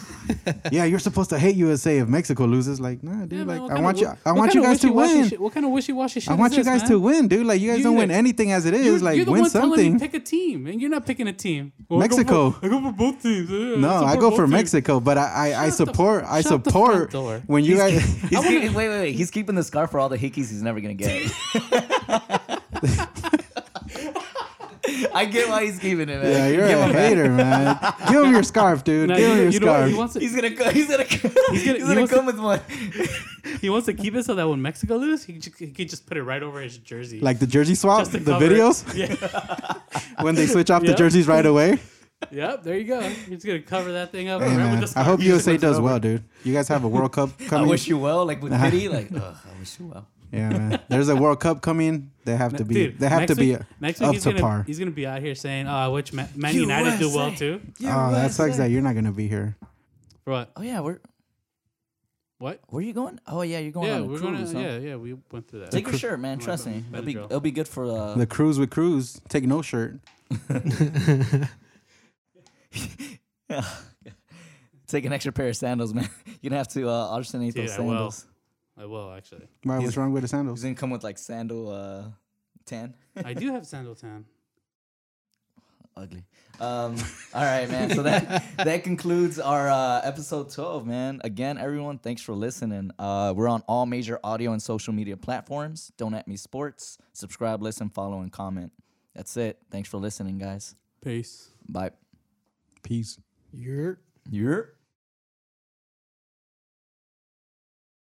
Speaker 3: yeah, you're supposed to hate USA if Mexico loses. Like, nah, dude.
Speaker 2: Yeah, man,
Speaker 3: like,
Speaker 2: what
Speaker 3: I
Speaker 2: kind
Speaker 3: want
Speaker 2: of
Speaker 3: you.
Speaker 2: wi-
Speaker 3: I
Speaker 2: what
Speaker 3: want
Speaker 2: kind
Speaker 3: you
Speaker 2: of
Speaker 3: guys to
Speaker 2: wishy-washy
Speaker 3: win.
Speaker 2: shit- what kind of wishy-washy shit?
Speaker 3: I
Speaker 2: is
Speaker 3: want you
Speaker 2: this,
Speaker 3: guys
Speaker 2: man?
Speaker 3: to win, dude. Like, you guys
Speaker 2: You-
Speaker 3: don't win
Speaker 2: like,
Speaker 3: anything as it is.
Speaker 2: You're,
Speaker 3: like,
Speaker 2: you're the
Speaker 3: win
Speaker 2: one telling me
Speaker 3: something.
Speaker 2: pick a team, and you're not picking a team. Well,
Speaker 3: Mexico.
Speaker 2: I go for, I go for both teams. uh,
Speaker 3: No, I
Speaker 2: support
Speaker 3: go
Speaker 2: both
Speaker 3: for
Speaker 2: teams.
Speaker 3: Mexico, but I I, I
Speaker 2: Shut the-
Speaker 3: support I
Speaker 2: shut the front
Speaker 3: support
Speaker 2: door.
Speaker 3: when you guys.
Speaker 4: He's keeping, wait, wait, wait. He's keeping the scarf for all the hickeys he's never gonna get. I get why he's keeping it, man.
Speaker 3: yeah, you're
Speaker 4: Give
Speaker 3: a
Speaker 4: him back.
Speaker 3: hater, man. Give him your scarf, dude.
Speaker 2: No,
Speaker 3: Give him
Speaker 2: you,
Speaker 3: your
Speaker 2: you know what?
Speaker 3: scarf.
Speaker 2: He wants, to,
Speaker 4: He's gonna, co- he's gonna, he's gonna, he's
Speaker 2: gonna-
Speaker 4: gonna,
Speaker 2: he wants to-
Speaker 4: come with one.
Speaker 2: he wants to keep it so that when Mexico loses, he, ju- he could just put it right over his jersey.
Speaker 3: like the jersey swap,
Speaker 2: Just
Speaker 3: the
Speaker 2: to cover it.
Speaker 3: videos
Speaker 2: yeah,
Speaker 3: when they switch off
Speaker 2: Yeah.
Speaker 3: the jerseys right away.
Speaker 2: yep. There you go. He's gonna cover that thing up.
Speaker 3: Hey,
Speaker 2: right
Speaker 3: man,
Speaker 2: with the
Speaker 3: I hope
Speaker 2: scarf. He just
Speaker 3: USA
Speaker 2: flips it
Speaker 3: does
Speaker 2: over.
Speaker 3: well, dude. You guys have a World Cup
Speaker 4: I
Speaker 3: coming.
Speaker 4: wish you well, like with pity. Like, ugh, I wish you well.
Speaker 3: yeah, man. There's a World Cup coming. They have to be.
Speaker 2: Dude,
Speaker 3: they have to
Speaker 2: next
Speaker 3: be
Speaker 2: week- next week
Speaker 3: up
Speaker 2: he's
Speaker 3: to
Speaker 2: gonna,
Speaker 3: par.
Speaker 2: He's gonna be out here saying, "Oh, I wish Ma- Man United do well too."
Speaker 3: Oh, that sucks that you're not gonna be here.
Speaker 2: For what?
Speaker 4: Oh yeah, where
Speaker 2: What?
Speaker 4: where you going? Oh yeah, you're going
Speaker 2: Yeah,
Speaker 4: on a
Speaker 2: we're
Speaker 4: cruise.
Speaker 2: gonna.
Speaker 4: huh?
Speaker 2: Yeah, yeah. We went through that.
Speaker 4: Take your shirt, man. Trust me, it'll be
Speaker 2: Benadryl.
Speaker 4: it'll be good for. Uh,
Speaker 3: The cruise with cruise. Take no shirt.
Speaker 4: take an extra pair of sandals, man. You're gonna have to uh, alternate
Speaker 2: Dude,
Speaker 4: those
Speaker 2: I will.
Speaker 4: sandals.
Speaker 2: I will actually.
Speaker 3: Why? What's
Speaker 4: He's-
Speaker 3: wrong with the
Speaker 4: He's
Speaker 3: sandals?
Speaker 4: gonna come with like sandal uh, tan.
Speaker 2: I do have sandal tan.
Speaker 4: Ugly. Um, all right, man. So that that concludes our uh, episode 12, man. Again, everyone, thanks for listening. Uh, we're on all major audio and social media platforms. Don't at me sports. Subscribe, listen, follow, and comment. That's it. Thanks for listening, guys.
Speaker 2: Peace.
Speaker 4: Bye.
Speaker 3: Peace.
Speaker 5: You're.
Speaker 4: You're.